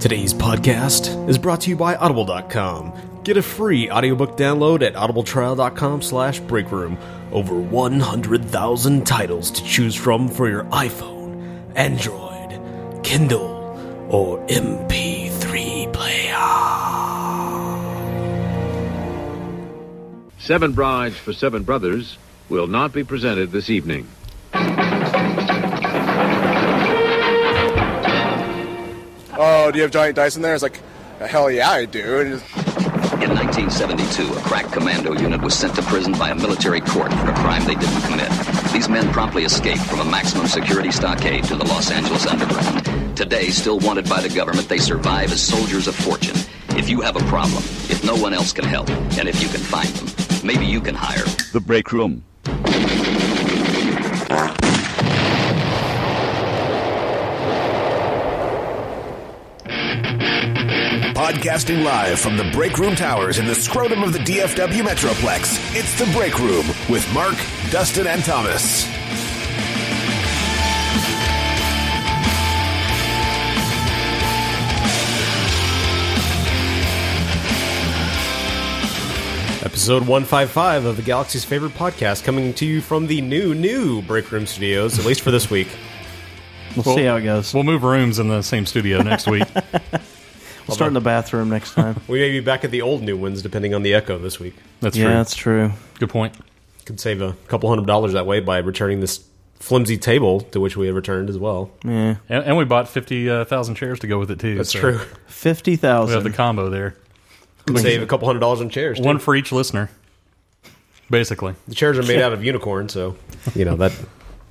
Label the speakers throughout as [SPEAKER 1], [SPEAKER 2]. [SPEAKER 1] Today's podcast is brought to you by Audible.com. Get a free audiobook download at audibletrial.com slash breakroom. Over 100,000 titles to choose from for your iPhone, Android, Kindle, or MP3 player.
[SPEAKER 2] Seven Brides for Seven Brothers will not be presented this evening.
[SPEAKER 3] oh, do you have Johnny Dyson there? It's like, hell yeah, I do. And it's-
[SPEAKER 4] In 1972, a crack commando unit was sent to prison by a military court for a crime they didn't commit. These men promptly escaped from a maximum security stockade to the Los Angeles underground. Today, still wanted by the government, they survive as soldiers of fortune. If you have a problem, if no one else can help, and if you can find them, maybe you can hire
[SPEAKER 5] The break room.
[SPEAKER 6] Podcasting live from the Break Room Towers in the scrotum of the DFW Metroplex, it's The Break Room with Mark, Dustin, and Thomas.
[SPEAKER 1] Episode 155 of the Galaxy's Favorite Podcast coming to you from the new, new Break Room Studios, at least for this week.
[SPEAKER 7] We'll, see how it goes. We'll
[SPEAKER 8] We'll move rooms in the same studio next week.
[SPEAKER 7] start in the bathroom next time.
[SPEAKER 1] We may be back at the old new ones depending on the echo this week.
[SPEAKER 8] That's
[SPEAKER 7] yeah,
[SPEAKER 8] true.
[SPEAKER 7] that's true.
[SPEAKER 8] Good point.
[SPEAKER 1] could save a couple hundred dollars that way by returning this flimsy table to which we have returned as well.
[SPEAKER 7] Yeah,
[SPEAKER 8] And, and we bought uh, 50,000 chairs to go with it, too.
[SPEAKER 1] That's
[SPEAKER 8] so
[SPEAKER 1] true.
[SPEAKER 7] fifty
[SPEAKER 8] We have the
[SPEAKER 7] thousand.
[SPEAKER 8] combo there.
[SPEAKER 1] Could save a couple hundred dollars on chairs. too.
[SPEAKER 8] One for each listener, basically.
[SPEAKER 1] The chairs are made out of unicorn, so you know that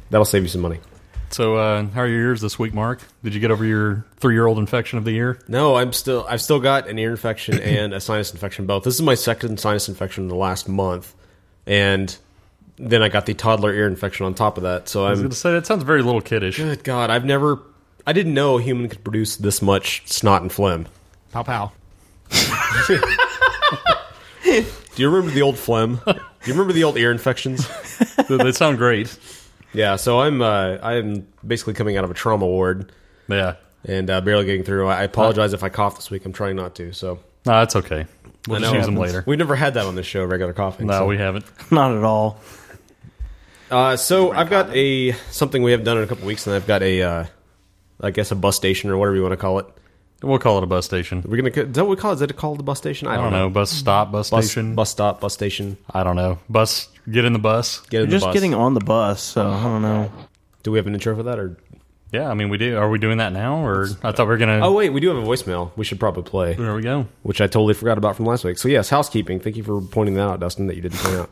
[SPEAKER 1] that'll save you some money.
[SPEAKER 8] So, uh, how are your ears this week, Mark? Did you get over your three year old infection of the year?
[SPEAKER 1] No, I'm still I've still got an ear infection and a sinus infection both. This is my second sinus infection in the last month, and then I got the toddler ear infection on top of that. So
[SPEAKER 8] I was
[SPEAKER 1] I'm
[SPEAKER 8] going to say, that sounds very little kiddish.
[SPEAKER 1] good God, I've never I didn't know a human could produce this much snot and phlegm.
[SPEAKER 8] Pow pow.
[SPEAKER 1] Do you remember the old phlegm? Do you remember the old ear infections?
[SPEAKER 8] they, they sound great.
[SPEAKER 1] Yeah, so I'm uh, I'm basically coming out of a trauma ward
[SPEAKER 8] Yeah.
[SPEAKER 1] and uh, barely getting through. I I apologize if I cough this week. I'm trying not to. So
[SPEAKER 8] No, that's okay.
[SPEAKER 1] I
[SPEAKER 8] We'll just
[SPEAKER 1] know-
[SPEAKER 8] use them later.
[SPEAKER 1] We've never had that on this show, regular coughing.
[SPEAKER 8] No,
[SPEAKER 1] so.
[SPEAKER 8] we haven't.
[SPEAKER 7] Not at all.
[SPEAKER 1] Uh, so I've got a something we haven't done in a couple weeks, and I've got a uh, I guess a bus station or whatever you want to call it.
[SPEAKER 8] We'll call it a bus station.
[SPEAKER 1] We're gonna is that what we call it? Is that called a bus station?
[SPEAKER 8] I don't know. Bus stop, bus,
[SPEAKER 1] Bus,
[SPEAKER 8] station.
[SPEAKER 1] bus stop, bus station.
[SPEAKER 8] I don't know. Bus, get in the bus.
[SPEAKER 1] Get in
[SPEAKER 7] You're
[SPEAKER 1] the
[SPEAKER 7] just
[SPEAKER 1] bus.
[SPEAKER 7] getting on the bus, so I don't know.
[SPEAKER 1] Do we have an intro for that? Or
[SPEAKER 8] Yeah, I mean, we do. Are we doing that now? Or I thought we were going to.
[SPEAKER 1] oh wait, we do have a voicemail. We should probably play,
[SPEAKER 8] There we go.
[SPEAKER 1] which I totally forgot about from last week. So yes, housekeeping. Thank you for pointing that out, Dustin. That you didn't point out.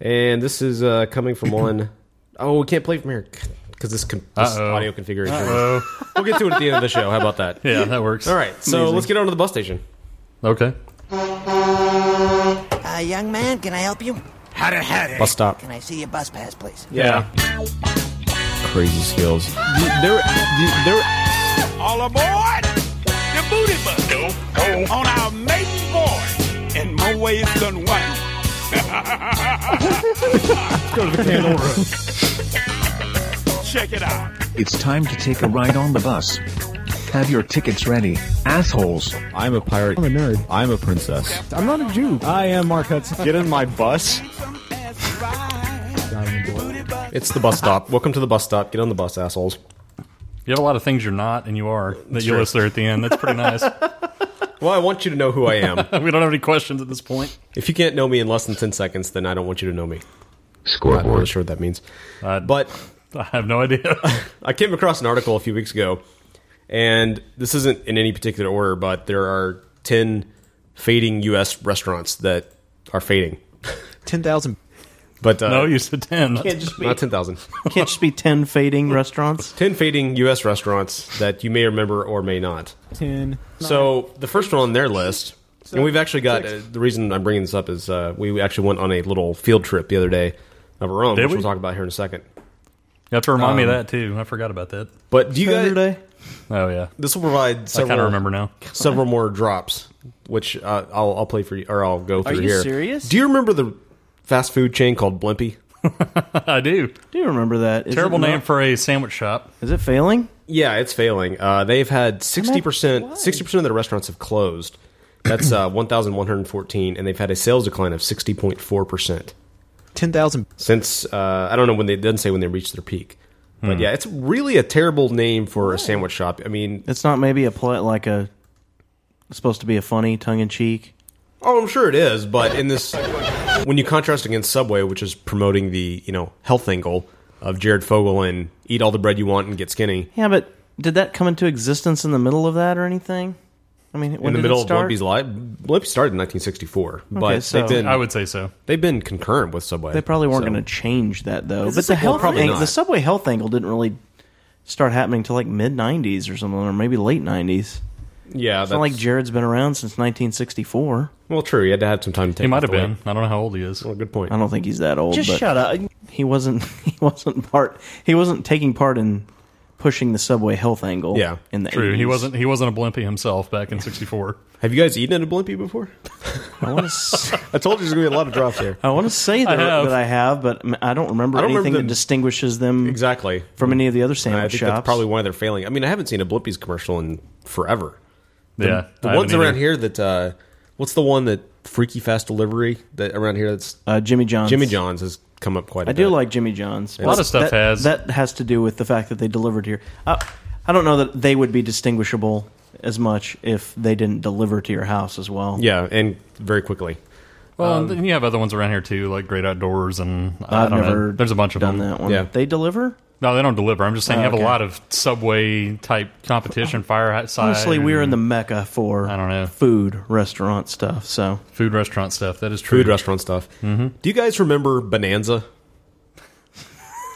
[SPEAKER 1] And this is uh, coming from one oh we can't play from here because this, con- this
[SPEAKER 8] Uh-oh.
[SPEAKER 1] audio configuration.
[SPEAKER 8] Oh,
[SPEAKER 1] We'll get to it at the end of the show. How about that?
[SPEAKER 8] yeah, that works.
[SPEAKER 1] All right, so let's get on to the bus station.
[SPEAKER 8] Okay.
[SPEAKER 9] Uh, young man, can I help you?
[SPEAKER 6] Howdy, howdy.
[SPEAKER 1] Bus stop.
[SPEAKER 9] Can I see your bus pass, please?
[SPEAKER 1] Yeah. Crazy skills. There, there,
[SPEAKER 10] All aboard the booty bus. Go, go. On our maiden board. And more ways than one. Check it out.
[SPEAKER 11] It's time to take a ride on the bus. Have your tickets ready, assholes.
[SPEAKER 1] I'm a pirate. I'm a nerd. I'm a princess.
[SPEAKER 10] I'm not a Jew.
[SPEAKER 12] I am Mark Hudson.
[SPEAKER 10] Get in my
[SPEAKER 12] bus.
[SPEAKER 1] It's the bus stop. Welcome to the bus stop. Get on the bus, assholes.
[SPEAKER 8] You have a lot of things you're not and you are that you
[SPEAKER 1] true.
[SPEAKER 8] list there at the end. That's pretty nice. we
[SPEAKER 1] Well, I want you to know who I am.
[SPEAKER 8] don't have any questions at this point.
[SPEAKER 1] if you can't know me in less than ten seconds, then I don't want you to know me. I'm not
[SPEAKER 4] scoreboard.
[SPEAKER 1] sure what that means.
[SPEAKER 8] Uh,
[SPEAKER 1] But
[SPEAKER 8] I have no idea.
[SPEAKER 1] I came across an article a few weeks ago, and this isn't in any particular order, but there are ten fading U.S. restaurants that are fading.
[SPEAKER 12] 10,000.
[SPEAKER 1] But uh,
[SPEAKER 8] no, you said 10.
[SPEAKER 7] Can't just be
[SPEAKER 1] not ten thousand.
[SPEAKER 7] can't just be ten fading restaurants.
[SPEAKER 1] ten fading U.S. restaurants that you may remember or may not.
[SPEAKER 12] 10.
[SPEAKER 1] So the first one on their list, and we've actually got uh, the reason I'm bringing this up is uh, we actually went on a little field trip the other day of our own,
[SPEAKER 8] Did
[SPEAKER 1] which
[SPEAKER 8] we?
[SPEAKER 1] will talk about here in a second. Um,
[SPEAKER 8] You have to remind me of that, too. I forgot about that.
[SPEAKER 1] But do you guys?
[SPEAKER 7] Saturday?
[SPEAKER 8] Oh, yeah.
[SPEAKER 1] This will provide
[SPEAKER 8] I kind
[SPEAKER 1] several
[SPEAKER 8] of remember now.
[SPEAKER 1] several more drops, which uh, I'll I'll play for you or I'll go through
[SPEAKER 7] you
[SPEAKER 1] here.
[SPEAKER 7] serious?
[SPEAKER 1] Do you remember the fast food chain called Blimpie?
[SPEAKER 8] I do.
[SPEAKER 7] Do you remember that? Is
[SPEAKER 8] Terrible
[SPEAKER 7] it
[SPEAKER 8] name
[SPEAKER 7] not-
[SPEAKER 8] for a sandwich shop.
[SPEAKER 7] Is it failing?
[SPEAKER 1] Yeah, it's failing. Uh, they've had sixty percent. Sixty percent of their restaurants have closed. That's uh, one thousand one hundred fourteen, and they've had a sales decline of sixty point four percent.
[SPEAKER 13] Ten thousand.
[SPEAKER 1] since uh, I don't know when they it doesn't say when they reached their peak. But
[SPEAKER 7] Hmm.
[SPEAKER 1] yeah, it's really a terrible name for a sandwich shop. I mean,
[SPEAKER 7] It's not maybe a play like a supposed to be a funny tongue in cheek.
[SPEAKER 1] oh, I'm sure it is, but in this, when you contrast against Subway, which is promoting the you know health angle of Jared Fogle and eat all the bread you want and get skinny
[SPEAKER 7] Yeah, but did that come into existence in the middle of that or anything? I mean, when did
[SPEAKER 1] in the middle
[SPEAKER 7] it
[SPEAKER 1] of
[SPEAKER 7] start?
[SPEAKER 1] Wimpy's life. Wimpy started in 1964, but
[SPEAKER 7] so-
[SPEAKER 1] they've been
[SPEAKER 7] I
[SPEAKER 8] would say so.
[SPEAKER 1] They've been concurrent with Subway.
[SPEAKER 7] They probably weren't
[SPEAKER 1] so-
[SPEAKER 7] going to change that though.
[SPEAKER 1] Is
[SPEAKER 7] But
[SPEAKER 1] this
[SPEAKER 7] the
[SPEAKER 1] a
[SPEAKER 7] health
[SPEAKER 1] health Probably
[SPEAKER 7] angle,
[SPEAKER 1] not.
[SPEAKER 7] the subway health angle didn't really start happening till like mid '90s or something, or maybe late '90s.
[SPEAKER 1] Yeah,
[SPEAKER 7] it's not like Jared's been around since 1964.
[SPEAKER 1] Well, true. He had to have some time to take.
[SPEAKER 7] He might
[SPEAKER 1] off
[SPEAKER 7] have
[SPEAKER 1] the
[SPEAKER 7] been.
[SPEAKER 1] weight.
[SPEAKER 8] I don't know how old he is.
[SPEAKER 1] Well, good point.
[SPEAKER 7] I don't think he's that old.
[SPEAKER 1] Just
[SPEAKER 7] but
[SPEAKER 1] shut
[SPEAKER 7] up. He wasn't. He wasn't part. He wasn't taking part in pushing the subway health angle. in the
[SPEAKER 8] true. He
[SPEAKER 7] 80s.
[SPEAKER 8] wasn't. He wasn't a blimpy himself back in '64.
[SPEAKER 1] Have you guys eaten at a Blimpie before?
[SPEAKER 7] I want to.
[SPEAKER 1] I told you there's going to be a lot of drops here.
[SPEAKER 7] I want to say
[SPEAKER 1] I
[SPEAKER 7] that
[SPEAKER 1] have.
[SPEAKER 7] that I have, but m- I don't remember
[SPEAKER 1] I don't
[SPEAKER 7] anything
[SPEAKER 1] remember
[SPEAKER 7] that
[SPEAKER 1] the-
[SPEAKER 7] distinguishes them
[SPEAKER 1] exactly
[SPEAKER 7] from any of the other
[SPEAKER 1] And
[SPEAKER 7] sandwich
[SPEAKER 1] I think
[SPEAKER 7] shops.
[SPEAKER 1] that's probably why they're failing. I mean, I haven't seen a Blippi's commercial in forever. The,
[SPEAKER 8] Yeah,
[SPEAKER 1] the
[SPEAKER 8] I
[SPEAKER 1] ones
[SPEAKER 8] haven't
[SPEAKER 1] around
[SPEAKER 8] either.
[SPEAKER 1] here that uh, what's the one that Freaky Fast Delivery that around here that's
[SPEAKER 7] uh, Jimmy John's.
[SPEAKER 1] Jimmy John's has come up quite. a
[SPEAKER 7] I
[SPEAKER 1] bit.
[SPEAKER 7] do like Jimmy John's.
[SPEAKER 1] A lot of stuff
[SPEAKER 7] that,
[SPEAKER 1] has.
[SPEAKER 7] that has to do with the fact that they delivered here. I, I don't know that they would be distinguishable as much if they didn't deliver to your house as well.
[SPEAKER 1] Yeah, and very quickly.
[SPEAKER 8] Well,
[SPEAKER 7] Um,
[SPEAKER 8] and then you have other ones around here too, like Great Outdoors and I
[SPEAKER 7] I've
[SPEAKER 8] don't
[SPEAKER 7] never
[SPEAKER 8] know. There's a bunch of
[SPEAKER 7] done
[SPEAKER 8] them.
[SPEAKER 7] that one. They deliver.
[SPEAKER 8] No, they don't deliver. I'm just saying
[SPEAKER 7] Oh,
[SPEAKER 8] you have
[SPEAKER 7] okay.
[SPEAKER 8] a lot of subway type competition, fireside.
[SPEAKER 7] Honestly, we are in the mecca for I don't know food restaurant stuff. So
[SPEAKER 8] food restaurant stuff that is true.
[SPEAKER 1] food restaurant stuff.
[SPEAKER 8] Mhm.
[SPEAKER 1] Do you guys remember Bonanza?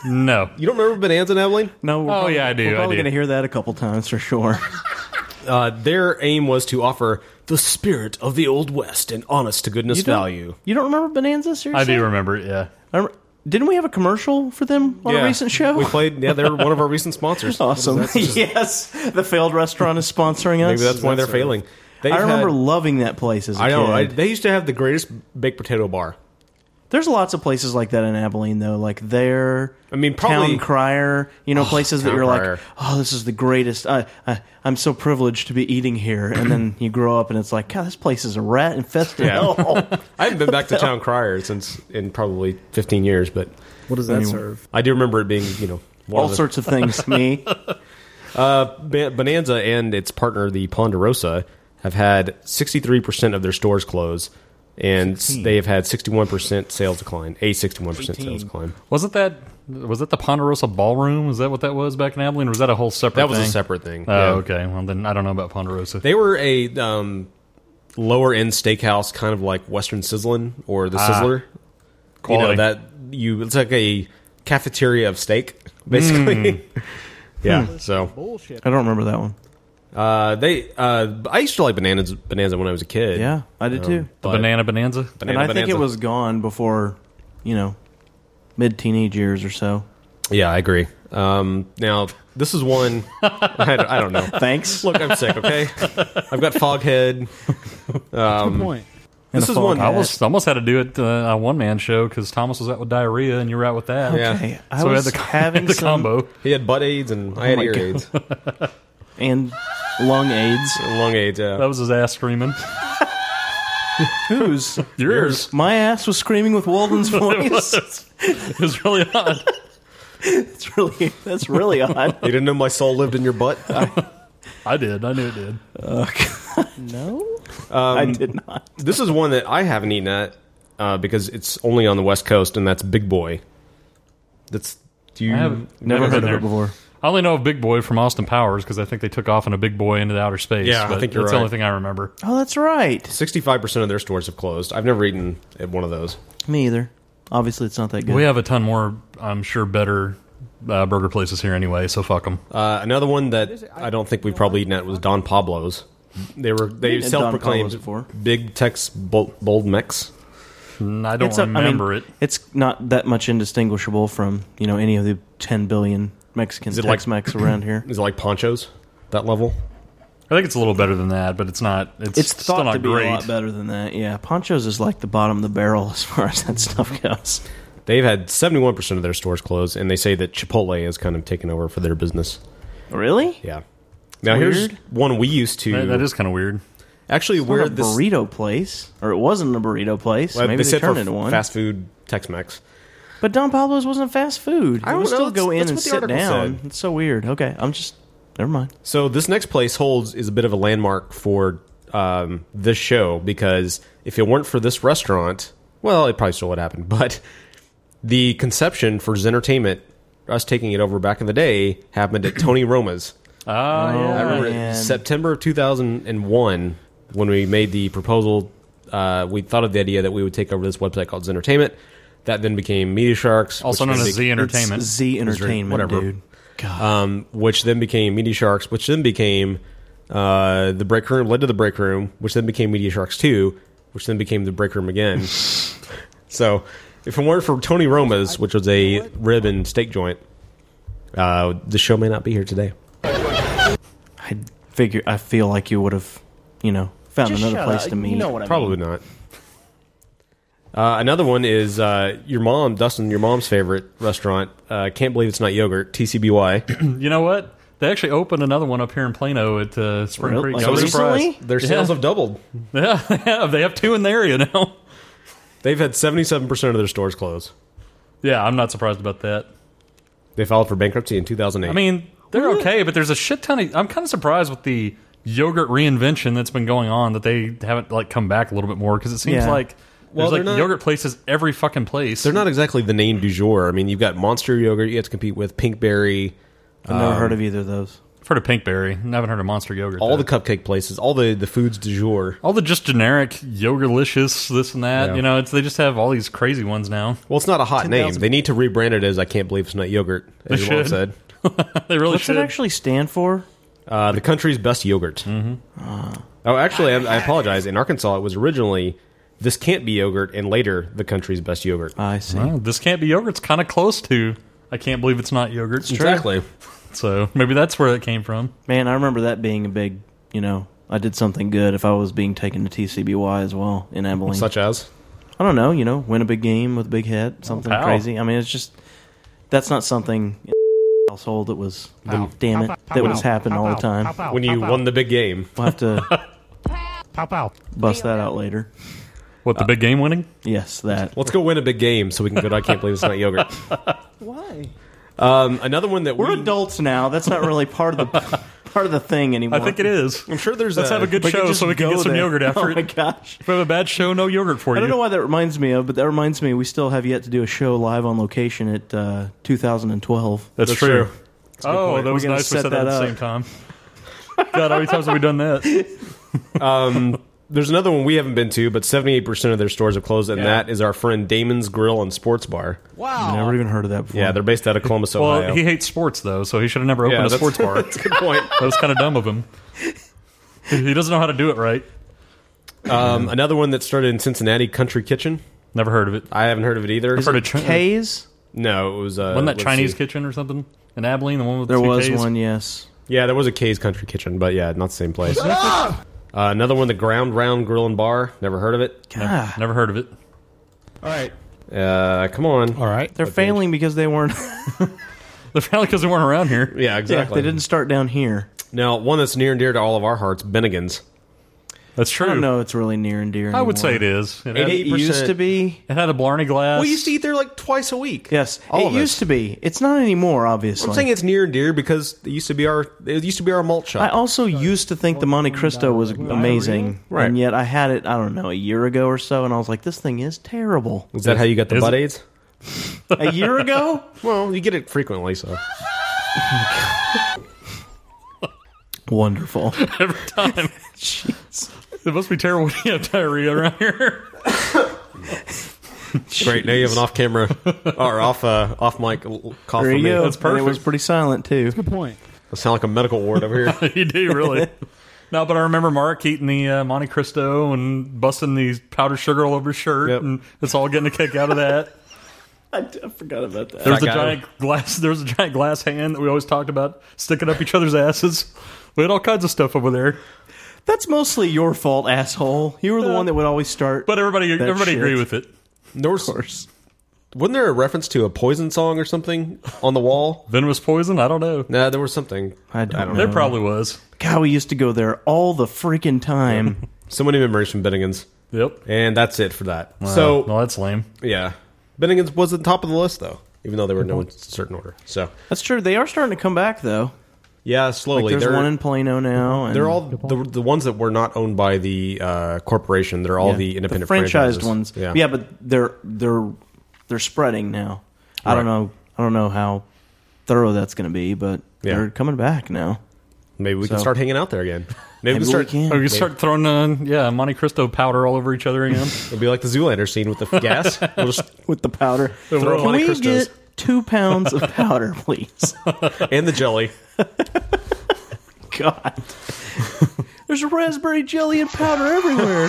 [SPEAKER 8] No,
[SPEAKER 1] you don't remember Bonanza, Evelyn?
[SPEAKER 7] No.
[SPEAKER 8] Oh yeah, I do.
[SPEAKER 7] We're probably
[SPEAKER 8] I do.
[SPEAKER 7] going to hear that a couple times for sure.
[SPEAKER 1] Uh, their aim was to offer the spirit of the old west and honest to goodness
[SPEAKER 7] You don't-
[SPEAKER 1] value.
[SPEAKER 7] You don't remember Bonanza? Seriously,
[SPEAKER 8] I do remember it. Yeah.
[SPEAKER 7] I remember- didn't we have a commercial for them on
[SPEAKER 1] Yeah.
[SPEAKER 7] a recent show?
[SPEAKER 1] We played. Yeah, they're one of our recent sponsors.
[SPEAKER 7] Awesome.
[SPEAKER 1] That's just-
[SPEAKER 7] yes, the failed restaurant is sponsoring us.
[SPEAKER 1] Maybe that's why they're failing. They've
[SPEAKER 7] I remember
[SPEAKER 1] had-
[SPEAKER 7] loving that place as a
[SPEAKER 1] I know. I,
[SPEAKER 7] kid.
[SPEAKER 1] they used to have the greatest baked potato bar.
[SPEAKER 7] There's lots of places like that in Abilene, though. Like there, I mean, Town
[SPEAKER 1] probably-
[SPEAKER 7] Crier. You know,
[SPEAKER 1] Oh,
[SPEAKER 7] places that
[SPEAKER 1] Town
[SPEAKER 7] you're
[SPEAKER 1] Crier.
[SPEAKER 7] like, oh, this is the greatest. I, I, I'm so privileged to be eating here. And then you grow up, and it's like, God, this place is a rat infested.
[SPEAKER 1] Yeah.
[SPEAKER 7] hellhole.
[SPEAKER 1] I haven't been back to Town Crier since in probably 15 years, but
[SPEAKER 7] What does that serve?
[SPEAKER 1] I do remember it being, you know, one
[SPEAKER 7] All sorts of things to me.
[SPEAKER 1] Uh, Ba- Bonanza and its partner, the Ponderosa, have had 63% of their stores close, and they have had 61% sales decline, a 61% sales decline.
[SPEAKER 8] Wasn't that was that the Ponderosa Ballroom? Is that what that was back in Abilene? Or was that a whole separate?
[SPEAKER 1] That was
[SPEAKER 8] thing?
[SPEAKER 1] a separate thing,
[SPEAKER 8] Oh,
[SPEAKER 1] yeah.
[SPEAKER 8] okay. Well, then I don't know about Ponderosa.
[SPEAKER 1] They were a um, lower end steakhouse, kind of like Western Sizzlin' or the
[SPEAKER 8] Ah.
[SPEAKER 1] Sizzler.
[SPEAKER 8] Quality.
[SPEAKER 1] You know, that you it's like a cafeteria of steak, basically.
[SPEAKER 7] Mm.
[SPEAKER 1] yeah.
[SPEAKER 7] Hmm.
[SPEAKER 1] So
[SPEAKER 7] I don't remember that one.
[SPEAKER 1] Uh, they uh, I used to like bananas bonanza when I was a kid. Um,
[SPEAKER 7] Yeah, I did too. The
[SPEAKER 8] Banana Bonanza?
[SPEAKER 1] Banana
[SPEAKER 7] and I think
[SPEAKER 1] Bonanza.
[SPEAKER 7] it was gone before, you know, mid teenage years or so.
[SPEAKER 1] Yeah, I agree. Um, now this is one. I, don't, I don't know.
[SPEAKER 7] Thanks.
[SPEAKER 1] Look, I'm sick. Okay, I've got foghead. Um, This is one.
[SPEAKER 8] I almost, almost had to do it uh, a one man show because Thomas was out with diarrhea and you were out with that.
[SPEAKER 1] Yeah.
[SPEAKER 8] so we had the, the combo.
[SPEAKER 1] He had butt aids and I
[SPEAKER 8] Oh
[SPEAKER 1] had
[SPEAKER 8] my
[SPEAKER 1] ear
[SPEAKER 8] God.
[SPEAKER 1] aids
[SPEAKER 7] and lung aids.
[SPEAKER 1] Lung aids. Yeah.
[SPEAKER 8] That was his ass screaming.
[SPEAKER 7] Whose?
[SPEAKER 8] Yours.
[SPEAKER 7] My ass was screaming with Walden's voice.
[SPEAKER 8] It was. It was really odd.
[SPEAKER 7] it's really that's really odd.
[SPEAKER 1] You didn't know my soul lived in your butt.
[SPEAKER 8] I did. I knew it did.
[SPEAKER 7] no.
[SPEAKER 1] I
[SPEAKER 7] did not.
[SPEAKER 1] Um, This is one that I haven't eaten at uh, because it's only on the West Coast, and that's Big Boy. That's do you
[SPEAKER 8] I have Mm, never heard of it before. I only know of Big Boy from Austin Powers because I think they took off in a Big Boy into the outer space.
[SPEAKER 1] Yeah, I
[SPEAKER 8] but
[SPEAKER 1] think you're
[SPEAKER 8] that's the
[SPEAKER 1] right.
[SPEAKER 8] only thing I remember.
[SPEAKER 7] Oh, that's right.
[SPEAKER 1] Sixty-five percent of their stores have closed. I've never eaten at one of those.
[SPEAKER 7] Me either. Obviously, it's not that good.
[SPEAKER 8] We have a ton more, I'm sure, better uh, burger places here anyway. So fuck them.
[SPEAKER 1] Uh, another one that I don't think we've probably eaten at was Don Pablo's. They were
[SPEAKER 7] We've
[SPEAKER 1] they
[SPEAKER 7] eaten at Don Pablo's
[SPEAKER 1] self-proclaimed
[SPEAKER 7] before.
[SPEAKER 1] big Tex bold, bold Mex.
[SPEAKER 8] Mm, I don't
[SPEAKER 7] It's a- I mean,
[SPEAKER 8] remember it.
[SPEAKER 7] It's not that much indistinguishable from you know any of the ten billion Mexican
[SPEAKER 1] Is it like-
[SPEAKER 7] Tex-Mex around here.
[SPEAKER 1] Is it like ponchos? That level?
[SPEAKER 8] I think it's a little better than that, but it's not. It's,
[SPEAKER 7] It's
[SPEAKER 8] still
[SPEAKER 7] thought
[SPEAKER 8] not
[SPEAKER 7] to be
[SPEAKER 8] great.
[SPEAKER 7] a lot better than that. Yeah, ponchos is like the bottom of the barrel as far as that stuff goes.
[SPEAKER 1] They've had seventy-one percent of their stores closed, and they say that Chipotle has kind of taken over for their business.
[SPEAKER 7] Really?
[SPEAKER 1] Yeah. Now here's
[SPEAKER 7] Weird.
[SPEAKER 1] one we used to.
[SPEAKER 7] That- that is
[SPEAKER 1] kind of weird. Actually,
[SPEAKER 7] It's not
[SPEAKER 1] we're
[SPEAKER 7] a
[SPEAKER 1] this
[SPEAKER 7] burrito place, or it wasn't a burrito place.
[SPEAKER 1] Well,
[SPEAKER 7] Maybe
[SPEAKER 1] they
[SPEAKER 7] they,
[SPEAKER 1] said
[SPEAKER 7] turned
[SPEAKER 1] for
[SPEAKER 7] it into one.
[SPEAKER 1] fast food Tex-Mex.
[SPEAKER 7] But Don Pablo's wasn't fast food. You
[SPEAKER 1] I don't
[SPEAKER 7] would
[SPEAKER 1] know.
[SPEAKER 7] still go
[SPEAKER 1] That's-
[SPEAKER 7] in
[SPEAKER 1] that's
[SPEAKER 7] and
[SPEAKER 1] what the
[SPEAKER 7] sit
[SPEAKER 1] article
[SPEAKER 7] down.
[SPEAKER 1] said.
[SPEAKER 7] It's so weird. Okay, I'm just never mind.
[SPEAKER 1] So this next place holds is a bit of a landmark for um, this show because if it weren't for this restaurant, well, it probably still would happen. But the conception for Zen Entertainment, us taking it over back in the day, happened at Tony Roma's.
[SPEAKER 8] Oh, yeah.
[SPEAKER 1] I remember
[SPEAKER 8] man.
[SPEAKER 1] September of 2001 when we made the proposal. Uh, we thought of the idea that we would take over this website called Zen Entertainment. That then became Media Sharks,
[SPEAKER 8] Also
[SPEAKER 1] which
[SPEAKER 8] known
[SPEAKER 1] then
[SPEAKER 8] as Z Entertainment. It's Z Entertainment, dude.
[SPEAKER 1] Um, which then became Media Sharks, which then became uh, the Break Room, led to the Break Room, which then became Media Sharks Two, which then became the Break Room again. so, if it weren't for Tony Roma's, which was a rib and steak joint, uh, the show may not be here today.
[SPEAKER 7] I figure. I feel like you would have, you know, found
[SPEAKER 1] Just
[SPEAKER 7] another
[SPEAKER 1] shut
[SPEAKER 7] place
[SPEAKER 1] up.
[SPEAKER 7] to
[SPEAKER 1] You
[SPEAKER 7] meet.
[SPEAKER 1] know what I Probably mean. not. Uh, another one is uh, your mom, Dustin, your mom's favorite restaurant. Uh, can't believe it's not yogurt. TCBY.
[SPEAKER 8] You know what? They actually opened another one up here in Plano at uh, Spring
[SPEAKER 1] Really?
[SPEAKER 8] Creek.
[SPEAKER 1] Like
[SPEAKER 8] I was
[SPEAKER 1] recently?
[SPEAKER 8] surprised.
[SPEAKER 1] Their sales have doubled.
[SPEAKER 8] Yeah, they have. They have two in the area now.
[SPEAKER 1] They've had seventy-seven percent of their stores close.
[SPEAKER 8] Yeah, I'm not surprised about that.
[SPEAKER 1] They filed for bankruptcy in 2008.
[SPEAKER 8] I mean, they're okay, but there's a shit ton of. I'm kind of surprised with the yogurt reinvention that's been going on that they haven't like come back a little bit more because it seems
[SPEAKER 1] Yeah.
[SPEAKER 8] like
[SPEAKER 1] Well,
[SPEAKER 8] there's
[SPEAKER 1] they're not-
[SPEAKER 8] like yogurt places every fucking place.
[SPEAKER 1] they're not exactly the name du jour. I mean, you've got Monster Yogurt. You have to compete with Pinkberry.
[SPEAKER 8] I've never heard of
[SPEAKER 1] either of those.
[SPEAKER 8] I've heard of Pinkberry. I haven't heard of Monster Yogurt.
[SPEAKER 1] All the cupcake places, all the the foods du jour.
[SPEAKER 8] All the just generic yogurtlicious this and that.
[SPEAKER 1] Yeah.
[SPEAKER 8] You know, it's, they just have all these crazy ones now.
[SPEAKER 1] Well, it's not a hot name.
[SPEAKER 8] 10,000.
[SPEAKER 1] They need to rebrand it as I can't believe it's not yogurt.
[SPEAKER 8] They
[SPEAKER 1] As your mom
[SPEAKER 8] should.
[SPEAKER 1] said,
[SPEAKER 8] they really
[SPEAKER 7] What's
[SPEAKER 8] should.
[SPEAKER 7] it actually stand for?
[SPEAKER 1] uh, the country's best yogurt. Mm-hmm. Oh, actually, I, I apologize. In Arkansas, it was originally this can't be yogurt, and later the country's best yogurt.
[SPEAKER 7] I see.
[SPEAKER 8] Wow, this can't be yogurt's kind of close to. I can't believe it's not yogurt.
[SPEAKER 1] true. Exactly.
[SPEAKER 8] So maybe that's where it came from.
[SPEAKER 7] Man, I remember that being a big. You know, I did something good if I was being taken to TCBY as well in Abilene.
[SPEAKER 1] Such as?
[SPEAKER 7] I don't know. You know, win a big game with a big hit, something
[SPEAKER 1] pow.
[SPEAKER 7] crazy. I mean, it's just that's not something in the household that was. damn it, that was happening all the time.
[SPEAKER 1] when you won the big game.
[SPEAKER 7] We'll have to
[SPEAKER 8] Pop out.
[SPEAKER 7] bust that out later.
[SPEAKER 8] What the big game winning?
[SPEAKER 7] Yes, that.
[SPEAKER 1] Let's go win a big game so we can go. to I can't believe it's not yogurt.
[SPEAKER 7] Why?
[SPEAKER 1] Um, another one that
[SPEAKER 7] We're
[SPEAKER 1] we,
[SPEAKER 7] adults now. That's not really part of the part of the thing anymore.
[SPEAKER 8] I think it is.
[SPEAKER 1] I'm sure there's
[SPEAKER 8] Let's
[SPEAKER 1] a-
[SPEAKER 8] have a good
[SPEAKER 1] We could
[SPEAKER 8] show
[SPEAKER 1] just
[SPEAKER 8] so we can
[SPEAKER 1] go
[SPEAKER 8] get some
[SPEAKER 1] there.
[SPEAKER 8] yogurt
[SPEAKER 1] Oh
[SPEAKER 8] after.
[SPEAKER 1] my
[SPEAKER 7] gosh.
[SPEAKER 8] If we have a bad show, no yogurt for
[SPEAKER 7] I
[SPEAKER 8] you.
[SPEAKER 7] don't know why that reminds me of, but that reminds me we still have yet to do a show live on location at uh, 2012.
[SPEAKER 8] That's, true. Oh, that
[SPEAKER 7] We're
[SPEAKER 8] was
[SPEAKER 7] gonna
[SPEAKER 8] nice. We
[SPEAKER 7] set
[SPEAKER 8] said that, at the
[SPEAKER 7] up.
[SPEAKER 8] same time. God, how many times have we done that?
[SPEAKER 1] um, there's another one we haven't been to, but 78% of their stores have closed, and
[SPEAKER 8] Yeah.
[SPEAKER 1] that is our friend Damon's Grill and Sports Bar.
[SPEAKER 7] Wow. Never even heard of that before.
[SPEAKER 1] Yeah, they're based out of Columbus,
[SPEAKER 8] Well,
[SPEAKER 1] Ohio.
[SPEAKER 8] he hates sports though, so he should have never opened
[SPEAKER 1] Yeah,
[SPEAKER 8] a
[SPEAKER 1] that's-
[SPEAKER 8] sports bar.
[SPEAKER 1] that's a good point.
[SPEAKER 8] That was kind of dumb of him. He doesn't know how to do it right.
[SPEAKER 1] um, another one that started in Cincinnati, Country Kitchen.
[SPEAKER 8] Never heard of it.
[SPEAKER 1] I haven't heard of it either.
[SPEAKER 8] I've heard of Chi- K's?
[SPEAKER 1] No, it was. Uh,
[SPEAKER 8] Wasn't that
[SPEAKER 1] let's
[SPEAKER 8] Chinese
[SPEAKER 1] see.
[SPEAKER 8] kitchen or something in Abilene? The one with
[SPEAKER 1] There
[SPEAKER 8] the two
[SPEAKER 1] was
[SPEAKER 8] Ks?
[SPEAKER 1] one,
[SPEAKER 7] yes.
[SPEAKER 1] Yeah, there was a K's Country Kitchen, but yeah, not the same place. uh, another one, the Ground Round Grill and Bar. Never heard of it.
[SPEAKER 7] God.
[SPEAKER 8] Never heard of it.
[SPEAKER 7] All right.
[SPEAKER 1] Uh, come on. All
[SPEAKER 14] right.
[SPEAKER 7] They're failing because they weren't.
[SPEAKER 8] They're failing because they weren't around here.
[SPEAKER 1] Yeah, exactly.
[SPEAKER 7] they didn't start down here.
[SPEAKER 1] Now, one that's near and dear to all of our hearts, Bennigan's.
[SPEAKER 8] That's true.
[SPEAKER 7] I don't know. It's really near and dear.
[SPEAKER 8] I
[SPEAKER 7] anymore.
[SPEAKER 8] would say it is.
[SPEAKER 7] It used to be.
[SPEAKER 8] It had a Blarney glass.
[SPEAKER 1] We used to eat there like twice a week.
[SPEAKER 7] Yes,
[SPEAKER 1] All
[SPEAKER 7] it
[SPEAKER 1] of
[SPEAKER 7] used
[SPEAKER 1] us.
[SPEAKER 7] to be. It's not anymore, obviously.
[SPEAKER 1] I'm saying it's near and dear because it used to be our it used to be our malt shop.
[SPEAKER 7] I also used to think the Monte Cristo was amazing,
[SPEAKER 1] Right.
[SPEAKER 7] and yet I had it, I don't know, a year ago or so, and I was like, this thing is terrible.
[SPEAKER 1] Is that how you got the
[SPEAKER 7] Is
[SPEAKER 1] butt
[SPEAKER 7] it-
[SPEAKER 1] aids?
[SPEAKER 7] A year ago?
[SPEAKER 1] Well, you get it frequently, so
[SPEAKER 7] Wonderful.
[SPEAKER 8] every time. It must be terrible when you have diarrhea around here.
[SPEAKER 1] great. Now you have an off-camera or off uh, off mic l- cough.
[SPEAKER 7] There
[SPEAKER 1] for
[SPEAKER 7] you
[SPEAKER 1] me.
[SPEAKER 7] go. And it was pretty silent, too. That's a good
[SPEAKER 14] point.
[SPEAKER 1] I sound like a medical ward over here.
[SPEAKER 8] you do really. No, but I remember Mark eating the uh, Monte Cristo and busting the powdered sugar all over his shirt, and it's all getting a kick out of that.
[SPEAKER 7] I, I forgot about that.
[SPEAKER 8] There's a giant glass. There's a giant glass hand that we always talked about sticking up each other's asses. We had all kinds of stuff over there.
[SPEAKER 7] That's mostly your fault, asshole. You were the one that would always start.
[SPEAKER 8] But everybody,
[SPEAKER 7] that
[SPEAKER 8] everybody
[SPEAKER 7] shit.
[SPEAKER 8] agreed with it.
[SPEAKER 1] There was, Wasn't there a reference to a poison song or something on the wall?
[SPEAKER 8] Venomous poison? I don't know.
[SPEAKER 1] Nah, there was something.
[SPEAKER 7] I don't,
[SPEAKER 8] There
[SPEAKER 7] know.
[SPEAKER 8] probably was.
[SPEAKER 7] God, we used to go there all the freaking time.
[SPEAKER 1] so many memories from Bennigan's.
[SPEAKER 8] Yep.
[SPEAKER 1] And that's it for that.
[SPEAKER 8] Wow.
[SPEAKER 1] So
[SPEAKER 8] well, that's lame.
[SPEAKER 1] yeah, Bennigan's was at the top of the list though, even though they were in no certain order. So
[SPEAKER 7] That's true. They are starting to come back though.
[SPEAKER 1] yeah, slowly.
[SPEAKER 7] Like, there's
[SPEAKER 1] they're,
[SPEAKER 7] one in Plano now. And
[SPEAKER 1] they're all the, the ones that were not owned by the uh, corporation. They're all
[SPEAKER 7] Yeah.
[SPEAKER 1] the independent
[SPEAKER 7] franchised
[SPEAKER 1] franchises.
[SPEAKER 7] ones.
[SPEAKER 1] Yeah.
[SPEAKER 7] but they're they're they're spreading now. I don't
[SPEAKER 1] Right.
[SPEAKER 7] know. I don't know how thorough that's going to be, but
[SPEAKER 1] Yeah.
[SPEAKER 7] they're coming back now.
[SPEAKER 1] Maybe we can
[SPEAKER 7] So-
[SPEAKER 1] start hanging out there again. Maybe,
[SPEAKER 7] Maybe
[SPEAKER 1] we start.
[SPEAKER 7] we can.
[SPEAKER 8] Or you start throwing, uh, yeah, Monte Cristo powder all over each other again.
[SPEAKER 1] It'll be like the Zoolander scene with the gas. We'll just
[SPEAKER 7] with the powder.
[SPEAKER 1] throw
[SPEAKER 7] Can
[SPEAKER 1] Monte
[SPEAKER 7] we
[SPEAKER 1] Cristos.
[SPEAKER 7] get two pounds of powder, please?
[SPEAKER 1] and the jelly.
[SPEAKER 7] God, there's raspberry jelly and powder everywhere.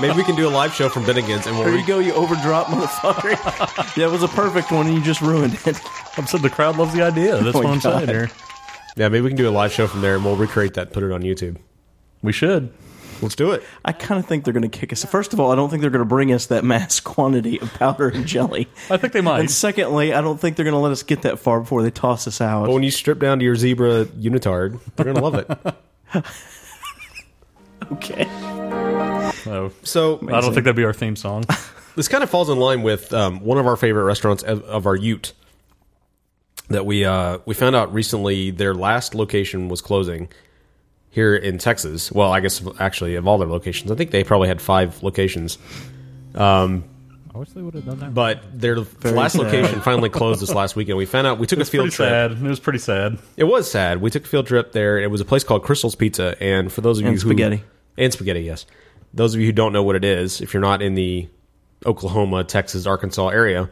[SPEAKER 1] Maybe we can do a live show from Bennigan's and we'll
[SPEAKER 7] There
[SPEAKER 1] re-
[SPEAKER 7] you go, you overdrop motherfucker. that was a perfect one, and you just ruined it.
[SPEAKER 8] I'm saying the crowd loves the idea. That's
[SPEAKER 7] Oh my
[SPEAKER 8] what I'm saying
[SPEAKER 7] God.
[SPEAKER 8] here.
[SPEAKER 1] yeah, maybe we can do a live show from there and we'll recreate that and put it on YouTube.
[SPEAKER 8] We should.
[SPEAKER 1] Let's do it.
[SPEAKER 7] I kind of think they're going to kick us. First of all, I don't think they're going to bring us that mass quantity of powder and jelly.
[SPEAKER 8] I think they might.
[SPEAKER 7] And secondly, I don't think they're going to let us get that far before they toss us out.
[SPEAKER 1] But when you strip down to your zebra unitard, they're gonna love it.
[SPEAKER 7] Okay.
[SPEAKER 8] No.
[SPEAKER 1] So
[SPEAKER 8] I don't think that'd be our theme song.
[SPEAKER 1] this kind of falls in line with um, one of our favorite restaurants of, of our Ute that we uh, we found out recently. Their last location was closing here in Texas. Well, I guess actually of all their locations, I think they probably had five locations. Um,
[SPEAKER 15] I wish they would have done that.
[SPEAKER 1] but their last
[SPEAKER 8] sad.
[SPEAKER 1] location finally closed this last weekend. We found out we took a
[SPEAKER 8] It's pretty
[SPEAKER 1] field trip.
[SPEAKER 8] sad. It was pretty sad.
[SPEAKER 1] It was sad. We took a field trip there. It was a place called Crystal's Pizza, and for those of
[SPEAKER 7] And
[SPEAKER 1] you
[SPEAKER 7] spaghetti.
[SPEAKER 1] who and spaghetti, yes. Those of you who don't know what it is, if you're not in the Oklahoma, Texas, Arkansas area,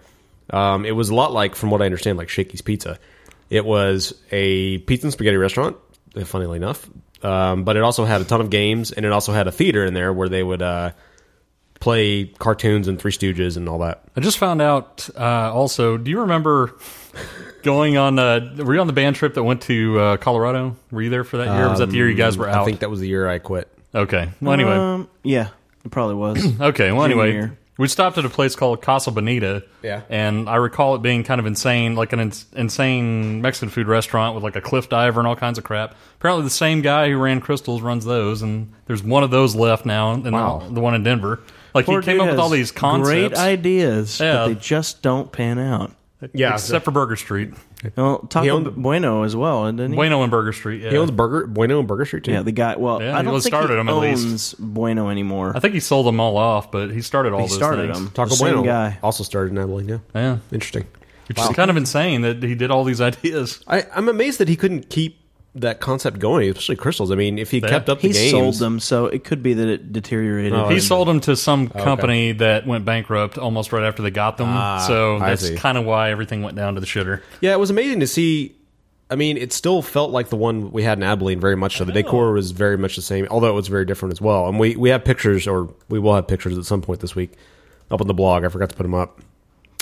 [SPEAKER 1] um, it was a lot like, from what I understand, like Shakey's Pizza. It was a pizza and spaghetti restaurant, uh, funnily enough, um, but it also had a ton of games, and it also had a theater in there where they would uh, play cartoons and Three Stooges and all that.
[SPEAKER 8] I just found out. Uh, also, do you remember going on? Uh, were you on the band trip that went to uh, Colorado? Were you there for that year? or was that the year you guys were
[SPEAKER 1] Um,
[SPEAKER 8] out?
[SPEAKER 1] I think that was the year I quit.
[SPEAKER 8] okay. Well, anyway.
[SPEAKER 7] Um, yeah, it probably was.
[SPEAKER 8] Okay. Well,
[SPEAKER 7] Junior
[SPEAKER 8] anyway,
[SPEAKER 7] year.
[SPEAKER 8] we stopped at a place called Casa Bonita.
[SPEAKER 7] Yeah.
[SPEAKER 8] And I recall it being kind of insane, like an ins insane Mexican food restaurant with like a cliff diver and all kinds of crap. Apparently, the same guy who ran Crystals runs those, and there's one of those left now, and
[SPEAKER 7] Wow.
[SPEAKER 8] the, the one in Denver. Like
[SPEAKER 7] Poor
[SPEAKER 8] he came
[SPEAKER 7] dude
[SPEAKER 8] up with
[SPEAKER 7] has
[SPEAKER 8] all these concepts,
[SPEAKER 7] great ideas,
[SPEAKER 8] Yeah.
[SPEAKER 7] but they just don't pan out.
[SPEAKER 1] Yeah.
[SPEAKER 8] except for Burger Street,
[SPEAKER 7] Well, Taco
[SPEAKER 8] owned-
[SPEAKER 7] Bueno as well, didn't he?
[SPEAKER 8] Bueno and Burger Street. Yeah.
[SPEAKER 1] He owns Burger Bueno and Burger Street too.
[SPEAKER 7] Yeah, the guy. Well,
[SPEAKER 8] Yeah,
[SPEAKER 7] I
[SPEAKER 8] he
[SPEAKER 7] don't think
[SPEAKER 8] started
[SPEAKER 7] he
[SPEAKER 8] them at
[SPEAKER 7] owns
[SPEAKER 8] least.
[SPEAKER 7] Bueno anymore.
[SPEAKER 8] I think he sold them all off, but he started all
[SPEAKER 7] He
[SPEAKER 8] those
[SPEAKER 7] started
[SPEAKER 8] things.
[SPEAKER 7] them.
[SPEAKER 1] Taco
[SPEAKER 7] The same
[SPEAKER 1] Bueno
[SPEAKER 7] guy.
[SPEAKER 1] also started in Abilene. Yeah,
[SPEAKER 8] Yeah.
[SPEAKER 1] interesting.
[SPEAKER 8] Which is kind of insane that he did all these ideas.
[SPEAKER 1] I, I'm amazed that he couldn't keep that concept going, especially crystals. I mean, if he kept up the
[SPEAKER 7] he
[SPEAKER 1] games, Oh,
[SPEAKER 7] sold them, so it could be that it deteriorated.
[SPEAKER 8] he sold them to some
[SPEAKER 1] okay.
[SPEAKER 8] company that went bankrupt almost right after they got them.
[SPEAKER 1] Ah,
[SPEAKER 8] so
[SPEAKER 1] I
[SPEAKER 8] that's
[SPEAKER 1] see.
[SPEAKER 8] kind of why everything went down to the shitter.
[SPEAKER 1] Yeah, it was amazing to see. I mean, it still felt like the one we had in Abilene very much so. The
[SPEAKER 8] Oh.
[SPEAKER 1] decor was very much the same, although it was very different as well. And we, we have pictures, or we will have pictures at some point this week up on the blog. I forgot to put them up